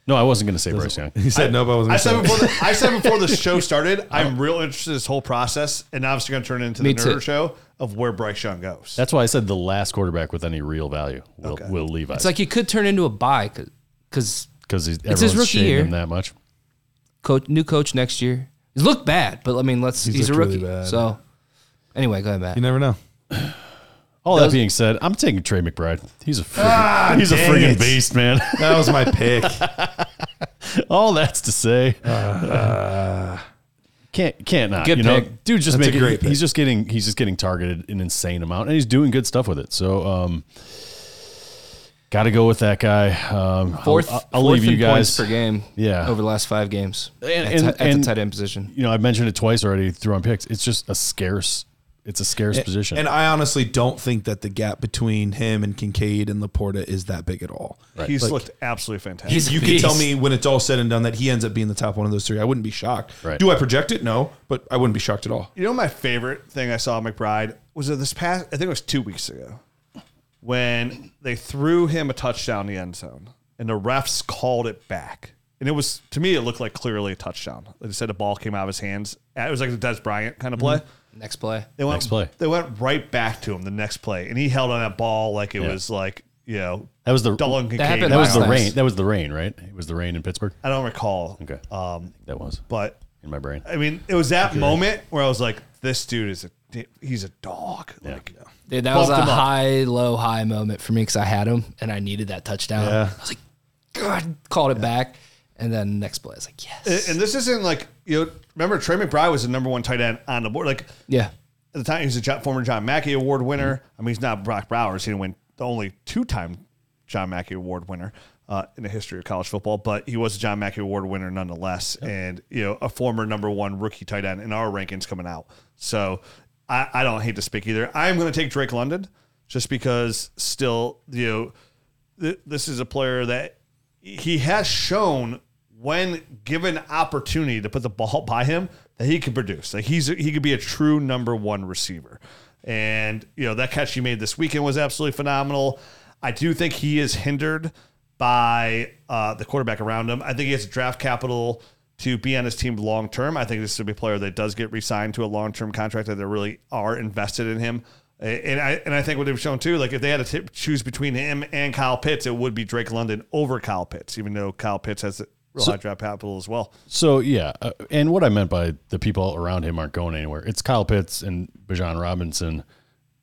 Speaker 3: No, I wasn't going to say Bryce Young.
Speaker 4: He said no, but I
Speaker 2: I
Speaker 4: was
Speaker 2: said
Speaker 4: going to
Speaker 2: before the, I said before the show started, I'm real interested in this whole process, and now it's going to turn into
Speaker 5: Me
Speaker 2: the
Speaker 5: too.
Speaker 2: nerd show of where Bryce Young goes.
Speaker 3: That's why I said the last quarterback with any real value. Will, Will Levi.
Speaker 5: It's like you could turn into a buy because
Speaker 3: because
Speaker 5: his
Speaker 3: everyone's
Speaker 5: rookie
Speaker 3: shading
Speaker 5: year.
Speaker 3: him that much.
Speaker 5: Coach, new coach next year. He's looked bad, but I mean, let's. He's,
Speaker 4: He's
Speaker 5: a
Speaker 4: looked
Speaker 5: rookie,
Speaker 4: really bad.
Speaker 5: so. Anyway, go ahead, Matt.
Speaker 4: You never know.
Speaker 3: All
Speaker 5: Those-
Speaker 3: that being said, I'm taking Trey McBride. He's a friggin', he's a
Speaker 4: Ah, dang
Speaker 3: friggin'
Speaker 4: it.
Speaker 3: beast, man.
Speaker 4: That was my pick.
Speaker 3: All that's to say,
Speaker 4: Uh,
Speaker 3: can't can't not.
Speaker 5: Good
Speaker 3: you know,
Speaker 5: pick.
Speaker 3: dude, just
Speaker 4: That's a
Speaker 3: making
Speaker 4: great uh, pick.
Speaker 3: he's just getting he's just getting targeted an insane amount, and he's doing good stuff with it. So, um, got to go with that guy. Um, I'll-
Speaker 5: 4th
Speaker 3: I'll, I'll leave you guys.
Speaker 5: per game.
Speaker 3: Yeah.
Speaker 5: over the last five games
Speaker 3: And-
Speaker 5: at,
Speaker 3: and-
Speaker 5: ti- at
Speaker 3: and-
Speaker 5: the tight end position.
Speaker 3: You know, I've mentioned it twice already through on picks. It's just a scarce. It's a scarce position.
Speaker 4: And I honestly don't think that the gap between him and Kincaid and Laporta is that big at all.
Speaker 2: He's looked absolutely fantastic.
Speaker 5: He's
Speaker 4: you can tell me when it's all said and done that he ends up being the top one of those three. I wouldn't be shocked.
Speaker 3: Right.
Speaker 4: Do I project it? No, but I wouldn't be shocked at all.
Speaker 2: You know, my favorite thing I saw McBride was it this past, I think it was two weeks ago, when they threw him a touchdown in the end zone and the refs called it back. And it was, to me, it looked like clearly a touchdown. Like I said, the ball came out of his hands. It was like the Des Bryant kind of play.
Speaker 5: Next play.
Speaker 2: They went,
Speaker 3: Mm-hmm. Next play.
Speaker 2: They went right back to him the next play. And he held on that ball like it
Speaker 3: Yeah.
Speaker 2: was like, you know,
Speaker 3: That was the-
Speaker 2: Dolan
Speaker 3: that
Speaker 2: Kincaid
Speaker 5: happened
Speaker 3: that was
Speaker 5: last
Speaker 3: the
Speaker 5: Wow.
Speaker 3: rain. That was the rain, right? It was the rain in Pittsburgh.
Speaker 2: I don't recall.
Speaker 3: Okay.
Speaker 2: Um,
Speaker 3: That was
Speaker 2: but
Speaker 3: in my brain.
Speaker 2: I mean, it was that moment where I was like, this dude is a, he's a dog. Like,
Speaker 5: Dude, that was
Speaker 2: Bumped
Speaker 5: a
Speaker 2: him up.
Speaker 5: high, low, high moment for me because I had him and I needed that touchdown. I was like, God, called it back. And then next play, I was like, yes.
Speaker 2: And, and this isn't like you know, remember Trey McBride was the number one tight end on the board. Like
Speaker 5: yeah.
Speaker 2: at the time, he was a jo- former John Mackey Award winner. I mean, he's not Brock Bowers. He didn't win the only two-time John Mackey Award winner uh, in the history of college football, but he was a John Mackey Award winner nonetheless, and you know a former number one rookie tight end in our rankings coming out. So I, I don't hate to speak either. I'm going to take Drake London just because still you know th- this is a player that he has shown when given opportunity to put the ball by him that he can produce. Like he's he could be a true number one receiver. And you know that catch he made this weekend was absolutely phenomenal. I do think he is hindered by uh, the quarterback around him. I think he has draft capital to be on his team long term. I think this will be a player that does get re-signed to a long term contract that they really are invested in him. And I and I think what they've shown too, like if they had to t- choose between him and Kyle Pitts, it would be Drake London over Kyle Pitts, even though Kyle Pitts has a real high draft capital as well.
Speaker 3: So yeah, uh, and what I meant by the people around him aren't going anywhere. It's Kyle Pitts and Bijan Robinson.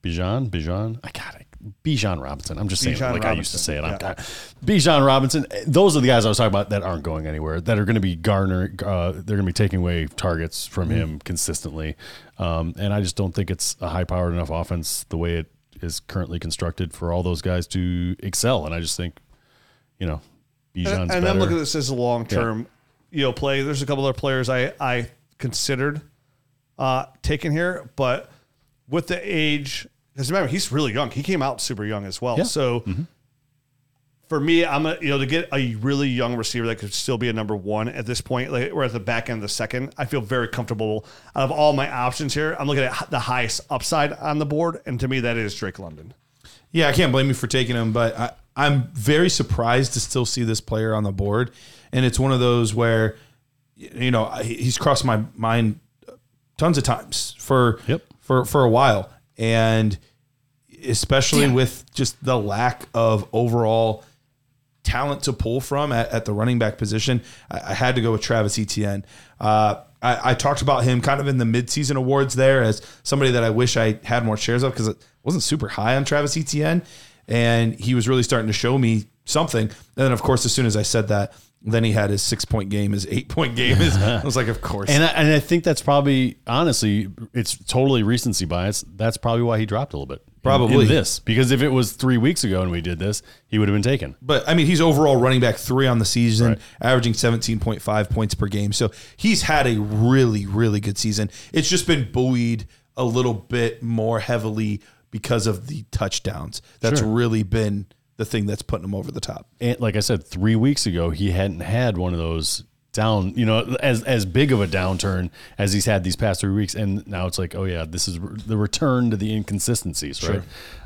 Speaker 3: Bijan, Bijan, I got it. Bijan Robinson. I'm just saying it
Speaker 2: Bijan
Speaker 3: like I used to
Speaker 2: Robinson,
Speaker 3: say it. I'm
Speaker 2: yeah.
Speaker 3: God. Bijan Robinson. Those are the guys I was talking about that aren't going anywhere. That are going to be garner. Uh, they're going to be taking away targets from
Speaker 2: Mm-hmm.
Speaker 3: him consistently. Um, and I just don't think it's a high powered enough offense the way it is currently constructed for all those guys to excel. And I just think, you know, Bijan's
Speaker 2: And,
Speaker 3: better.
Speaker 2: I'm looking at this as a long term, you know, play. There's a couple other players I I considered uh, taking here, but with the age, because remember he's really young. He came out super young as well.
Speaker 3: Yeah. Mm-hmm.
Speaker 2: So for me, I'm a, you know to get a really young receiver that could still be a number one at this point. Like we're at the back end of the second. I feel very comfortable out of all my options here. I'm looking at the highest upside on the board, and to me, that is Drake London.
Speaker 4: Yeah, I can't blame you for taking him, but I, I'm very surprised to still see this player on the board. And it's one of those where, y- you know, I- he's crossed my mind tons of times for
Speaker 3: Yep.
Speaker 4: for for a while, and especially with just the lack of overall talent to pull from at, at the running back position, I, I had to go with Travis Etienne. Uh, I, I talked about him kind of in the midseason awards there as somebody that I wish I had more shares of because I wasn't super high on Travis Etienne, and he was really starting to show me something. And then, of course, as soon as I said that, then he had his six point game, his eight point game. His, I was like, of course.
Speaker 3: And I, and I think that's probably honestly, it's totally recency bias. That's probably why he dropped a little bit. in-
Speaker 4: Probably.
Speaker 3: in this because if it was three weeks ago and we did this, he would have been taken.
Speaker 4: But I mean, he's overall running back three on the season, averaging 17.5 points per game. So he's had a really, really good season. It's just been buoyed a little bit more heavily because of the touchdowns. That's really been the thing that's putting him over the top.
Speaker 3: And like I said, three weeks ago he hadn't had one of those down, you know, as as big of a downturn as he's had these past three weeks. And now it's like, oh yeah, this is re- the return to the inconsistencies, right?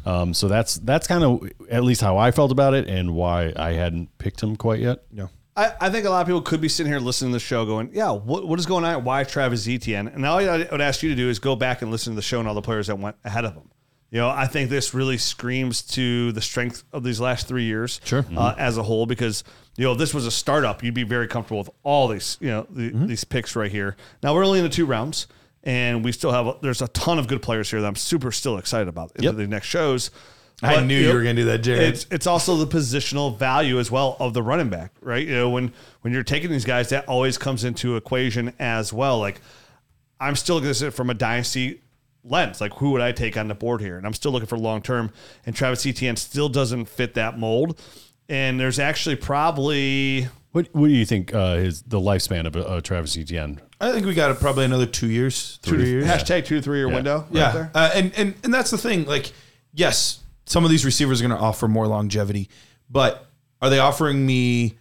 Speaker 3: Um, so that's that's kind of at least how I felt about it and why I hadn't picked him quite yet.
Speaker 4: No.
Speaker 2: I, I think a lot of people could be sitting here listening to the show going, yeah, what, what is going on? Why Travis Etienne? And all I would ask you to do is go back and listen to the show and all the players that went ahead of him. You know, I think this really screams to the strength of these last three years, sure, uh, as a whole. Because you know, if this was a startup, you'd be very comfortable with all these, you know, the, these picks right here. Now we're only in the two rounds, and we still have there's a ton of good players here that I'm super still excited about in the next shows.
Speaker 4: I
Speaker 2: But,
Speaker 4: knew
Speaker 2: know,
Speaker 4: you were going to do that, Jared.
Speaker 2: It's it's also the positional value as well of the running back, right? You know, when when you're taking these guys, that always comes into equation as well. Like I'm still looking at it from a dynasty lens. Like, who would I take on the board here? And I'm still looking for long term. And Travis Etienne still doesn't fit that mold. And there's actually probably
Speaker 3: What What do you think uh, is the lifespan of a, a Travis Etienne?
Speaker 4: I think we got it probably another two years, two
Speaker 3: Three.
Speaker 4: years.
Speaker 2: hashtag two to three year window. right
Speaker 4: yeah,
Speaker 2: there.
Speaker 4: Uh, and and and that's the thing. Like, yes, some of these receivers are going to offer more longevity, but are they offering me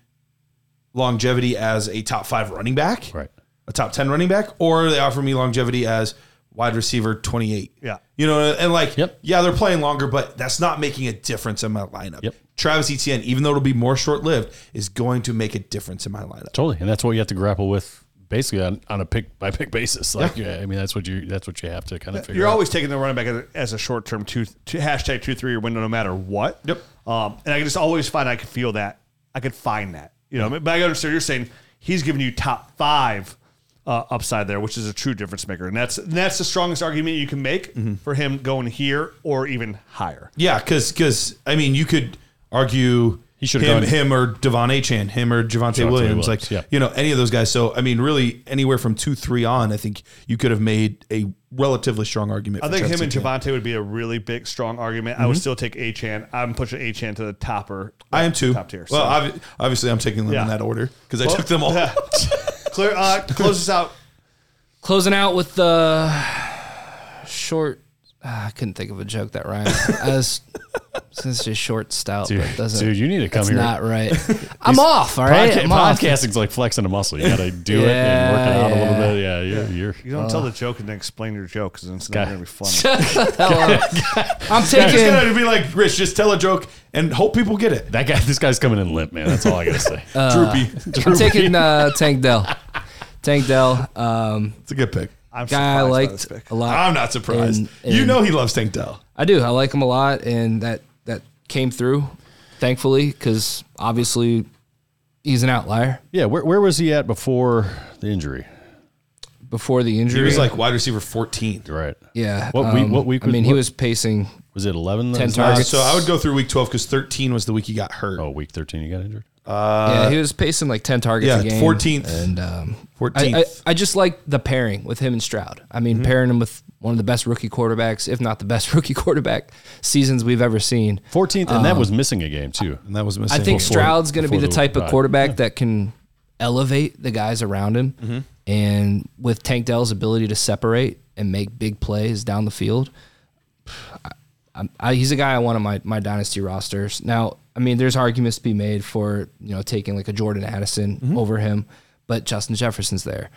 Speaker 4: longevity as a top five running back,
Speaker 3: Right.
Speaker 4: A top ten running back, or are they offering me longevity as wide receiver twenty eight?
Speaker 2: Yeah.
Speaker 4: you know, and like,
Speaker 3: Yep.
Speaker 4: yeah, they're playing longer, but that's not making a difference in my lineup.
Speaker 3: Yep.
Speaker 4: Travis Etienne, even though it'll be more short lived, is going to make a difference in my lineup.
Speaker 3: Totally, and that's what you have to grapple with basically on, on a pick by pick basis. Like, yeah. I mean, that's what you that's what you have to kind of figure.
Speaker 2: You're
Speaker 3: out.
Speaker 2: always taking the running back as a, as a short term two, two hashtag two three year window, no matter what.
Speaker 4: Yep.
Speaker 2: Um, and I can just always find I could feel that I could find that you know. But I understand you're saying he's giving you top five uh, upside there, which is a true difference maker, and that's and that's the strongest argument you can make
Speaker 4: Mm-hmm.
Speaker 2: for him going here or even higher.
Speaker 4: Yeah, because I mean you could argue
Speaker 3: He should've
Speaker 4: him,
Speaker 3: gone-
Speaker 4: him or Devon Achan, him or Javante Williams,
Speaker 3: Williams,
Speaker 4: like
Speaker 3: yeah.
Speaker 4: you know any of those guys. So I mean, really anywhere from two three on, I think you could have made a relatively strong argument.
Speaker 2: I
Speaker 4: for
Speaker 2: think
Speaker 4: Travis
Speaker 2: him and
Speaker 4: Etienne.
Speaker 2: Javante would be a really big, strong argument. I would still take Achan. I'm pushing Achan to the topper.
Speaker 4: I am too.
Speaker 2: Top tier.
Speaker 4: well,
Speaker 2: so.
Speaker 4: obvi- obviously I'm taking them
Speaker 2: Yeah.
Speaker 4: in that order because I took them all.
Speaker 2: Yeah. Clear. Uh, close this out.
Speaker 5: Closing out with the short. ah, I couldn't think of a joke that rhymes. I was, since just short stout, but it doesn't.
Speaker 3: dude, you need to come
Speaker 5: it's
Speaker 3: here.
Speaker 5: Not right. I'm off. All right.
Speaker 3: Podca-
Speaker 5: I'm off.
Speaker 3: podcasting's like flexing a muscle. You got to do it and work it out a little
Speaker 5: Yeah.
Speaker 3: bit. Yeah, you're, you're
Speaker 2: You don't tell the joke and then explain your joke because it's not
Speaker 3: Uh. Guy-
Speaker 2: going to be funny.
Speaker 5: I'm
Speaker 4: It's
Speaker 5: taking.
Speaker 4: gonna be like Rich, just tell a joke and hope people get it.
Speaker 3: that guy. This guy's coming in limp, man. That's all I gotta say.
Speaker 4: Droopy.
Speaker 5: I'm taking uh, Tank Dell. Tank Dell, um,
Speaker 4: It's a good pick.
Speaker 2: I'm
Speaker 5: guy I
Speaker 2: surprised by
Speaker 5: liked
Speaker 2: this pick.
Speaker 5: a lot.
Speaker 4: I'm not surprised.
Speaker 5: And-
Speaker 4: you
Speaker 5: and-
Speaker 4: know he loves Tank Dell.
Speaker 5: I do. I like him a lot, and that that came through, thankfully, because obviously he's an outlier
Speaker 3: Yeah, where, where was he at before the injury?
Speaker 5: before the
Speaker 4: He
Speaker 5: injury.
Speaker 4: was like wide receiver 14.
Speaker 3: Right.
Speaker 5: yeah. um,
Speaker 3: What week- what week
Speaker 5: I mean,
Speaker 3: was-
Speaker 5: he
Speaker 3: what-
Speaker 5: was pacing.
Speaker 3: Was it eleven?
Speaker 5: 10
Speaker 3: That's-
Speaker 5: targets.
Speaker 4: So I would go through week 12 because 13 was the week he got hurt.
Speaker 3: Oh, week thirteen, you got injured.
Speaker 5: yeah, he was pacing like ten targets.
Speaker 4: yeah,
Speaker 5: a game,
Speaker 4: 14th.
Speaker 5: and um, I,
Speaker 4: 14th.
Speaker 5: I, I just like the pairing with him and Stroud. I mean, pairing him with one of the best rookie quarterbacks, if not the best rookie quarterback seasons we've ever seen.
Speaker 3: Fourteenth, and
Speaker 5: Um,
Speaker 3: that was missing a game too.
Speaker 4: And that was missing.
Speaker 5: I think Stroud's going to be
Speaker 3: before
Speaker 5: the
Speaker 3: the-
Speaker 5: type of
Speaker 3: right,
Speaker 5: quarterback that can elevate the guys around him, and with Tank Dell's ability to separate and make big plays down the field, I, I'm- I, he's a guy I want on my my dynasty rosters. Now, I mean, there's arguments to be made for you know taking like a Jordan Addison over him, but Justin Jefferson's there.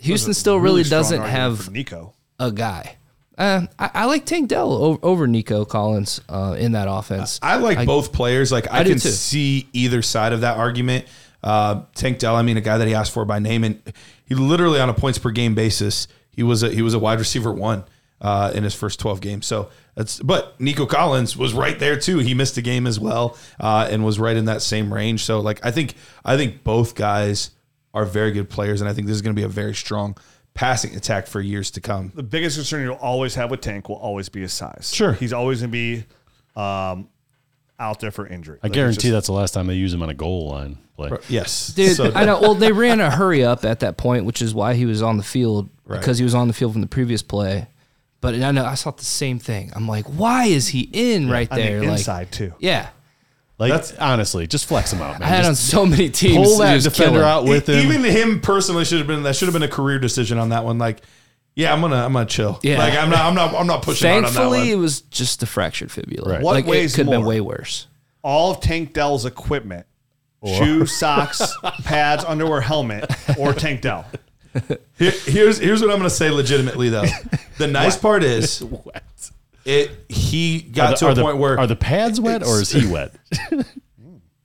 Speaker 5: Houston still really,
Speaker 2: strong
Speaker 5: doesn't
Speaker 2: argument
Speaker 5: have
Speaker 2: for Nico.
Speaker 5: a guy. Uh, I, I like Tank Dell over, over Nico Collins uh, in that offense.
Speaker 4: I like both players. Like I,
Speaker 5: I do
Speaker 4: can
Speaker 5: too.
Speaker 4: see either side of that argument. Uh, Tank Dell, I mean, a guy that he asked for by name, and he literally on a points per game basis, he was a, he was a wide receiver one uh, in his first twelve games. So that's but Nico Collins was right there too. He missed a game as well uh, and was right in that same range. So like I think I think both guys are very good players, and I think this is going to be a very strong passing attack for years to come.
Speaker 2: The biggest concern you'll always have with Tank will always be his size. Sure, he's always going to be um, out there for injury.
Speaker 3: I guarantee that's the last time they use him on a goal line play.
Speaker 4: Yes,
Speaker 5: Dude,
Speaker 4: So-
Speaker 5: I know. Well, they ran a hurry up at that point, which is why he was on the field because he was on the field from the previous play. But I know I saw the same thing. I'm like, why is he in right
Speaker 2: on
Speaker 5: there?
Speaker 2: the
Speaker 5: like,
Speaker 2: inside too.
Speaker 5: yeah,
Speaker 3: Like honestly, just flex him out, man.
Speaker 5: I had on
Speaker 3: Just
Speaker 5: so many teams.
Speaker 3: pull that
Speaker 5: just
Speaker 3: defender
Speaker 5: killing.
Speaker 3: out with him.
Speaker 4: E- Even him personally should have been that should have been a career decision on that one. Like, yeah, I'm gonna I'm gonna chill.
Speaker 5: Yeah.
Speaker 4: Like I'm not I'm not I'm not pushing hard on that
Speaker 5: Thankfully, it
Speaker 4: one.
Speaker 5: was just a fractured fibula.
Speaker 3: Right.
Speaker 2: What
Speaker 5: Like it
Speaker 2: weighs
Speaker 5: could have been
Speaker 2: more?
Speaker 5: way worse.
Speaker 2: All of Tank Dell's equipment, shoes, socks, pads, underwear, helmet, or Tank Dell.
Speaker 4: Here- here's here's what I'm gonna say legitimately though. The nice part is it he got Uh, to
Speaker 3: Are the- are
Speaker 4: a
Speaker 3: the-
Speaker 4: point where
Speaker 3: are the pads wet or is he wet?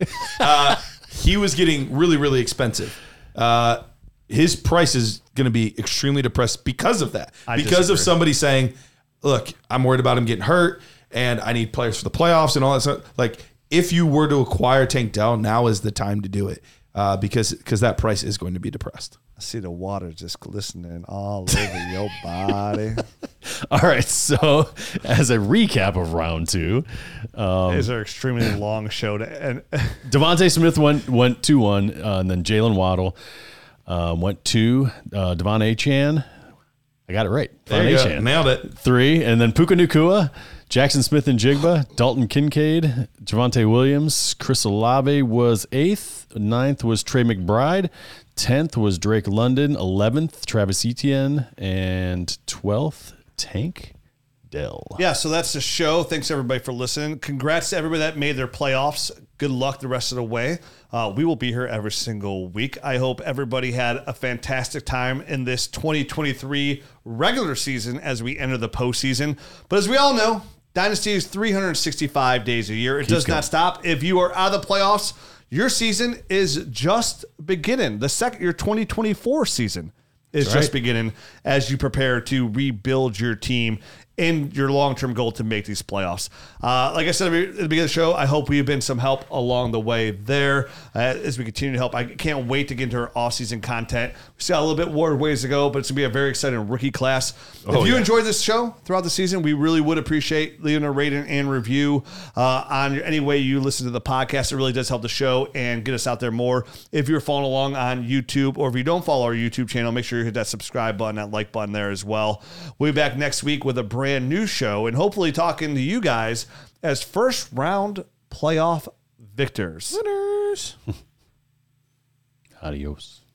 Speaker 4: he was getting really really expensive. Uh, his price is going to be extremely depressed because of that. because
Speaker 2: disagree.
Speaker 4: of somebody saying, look, I'm worried about him getting hurt and I need players for the playoffs and all that stuff. Like, if you were to acquire Tank Dell, now is the time to do it uh, because because that price is going to be depressed.
Speaker 2: I see the water just glistening all over your body.
Speaker 3: All right. So, as a recap of round two, um,
Speaker 2: These are extremely long show to and
Speaker 3: Devonte Smith went went two one, uh, and then Jalen Waddle um, went two. Uh, Devon Achan, I got it right. Devon
Speaker 4: There you go.
Speaker 3: Achane.
Speaker 4: Nailed it.
Speaker 3: three, and then Puka Nukua, Jackson Smith and Jigba, Dalton Kincaid, Javante Williams, Chris Olave was eighth, ninth was Trey McBride, tenth was Drake London, eleventh Travis Etienne, and twelfth Tank Dell.
Speaker 2: Yeah, so that's the show. Thanks everybody for listening. Congrats to everybody that made their playoffs. Good luck the rest of the way. Uh, we will be here every single week. I hope everybody had a fantastic time in this 2023 regular season as we enter the postseason. But as we all know, Dynasty is 365 days a year. It does not stop. If you are out of the playoffs, your season is just beginning. The second, your 2024 season is just beginning as you prepare to rebuild your team and your long-term goal to make these playoffs. Uh, like I said at the beginning of the show, I hope we've been some help along the way there uh, as we continue to help. I can't wait to get into our off-season content. We still have a little bit more ways to go, but it's going to be a very exciting rookie class. if you enjoyed this show throughout the season, we really would appreciate leaving a rating and review uh, on your- any way you listen to the podcast. It really does help the show and get us out there more. If you're following along on YouTube or if you don't follow our YouTube channel, make sure you hit that subscribe button, that like button there as well. We'll be back next week with a brand new show and hopefully talking to you guys as first round playoff victors.
Speaker 3: Adios.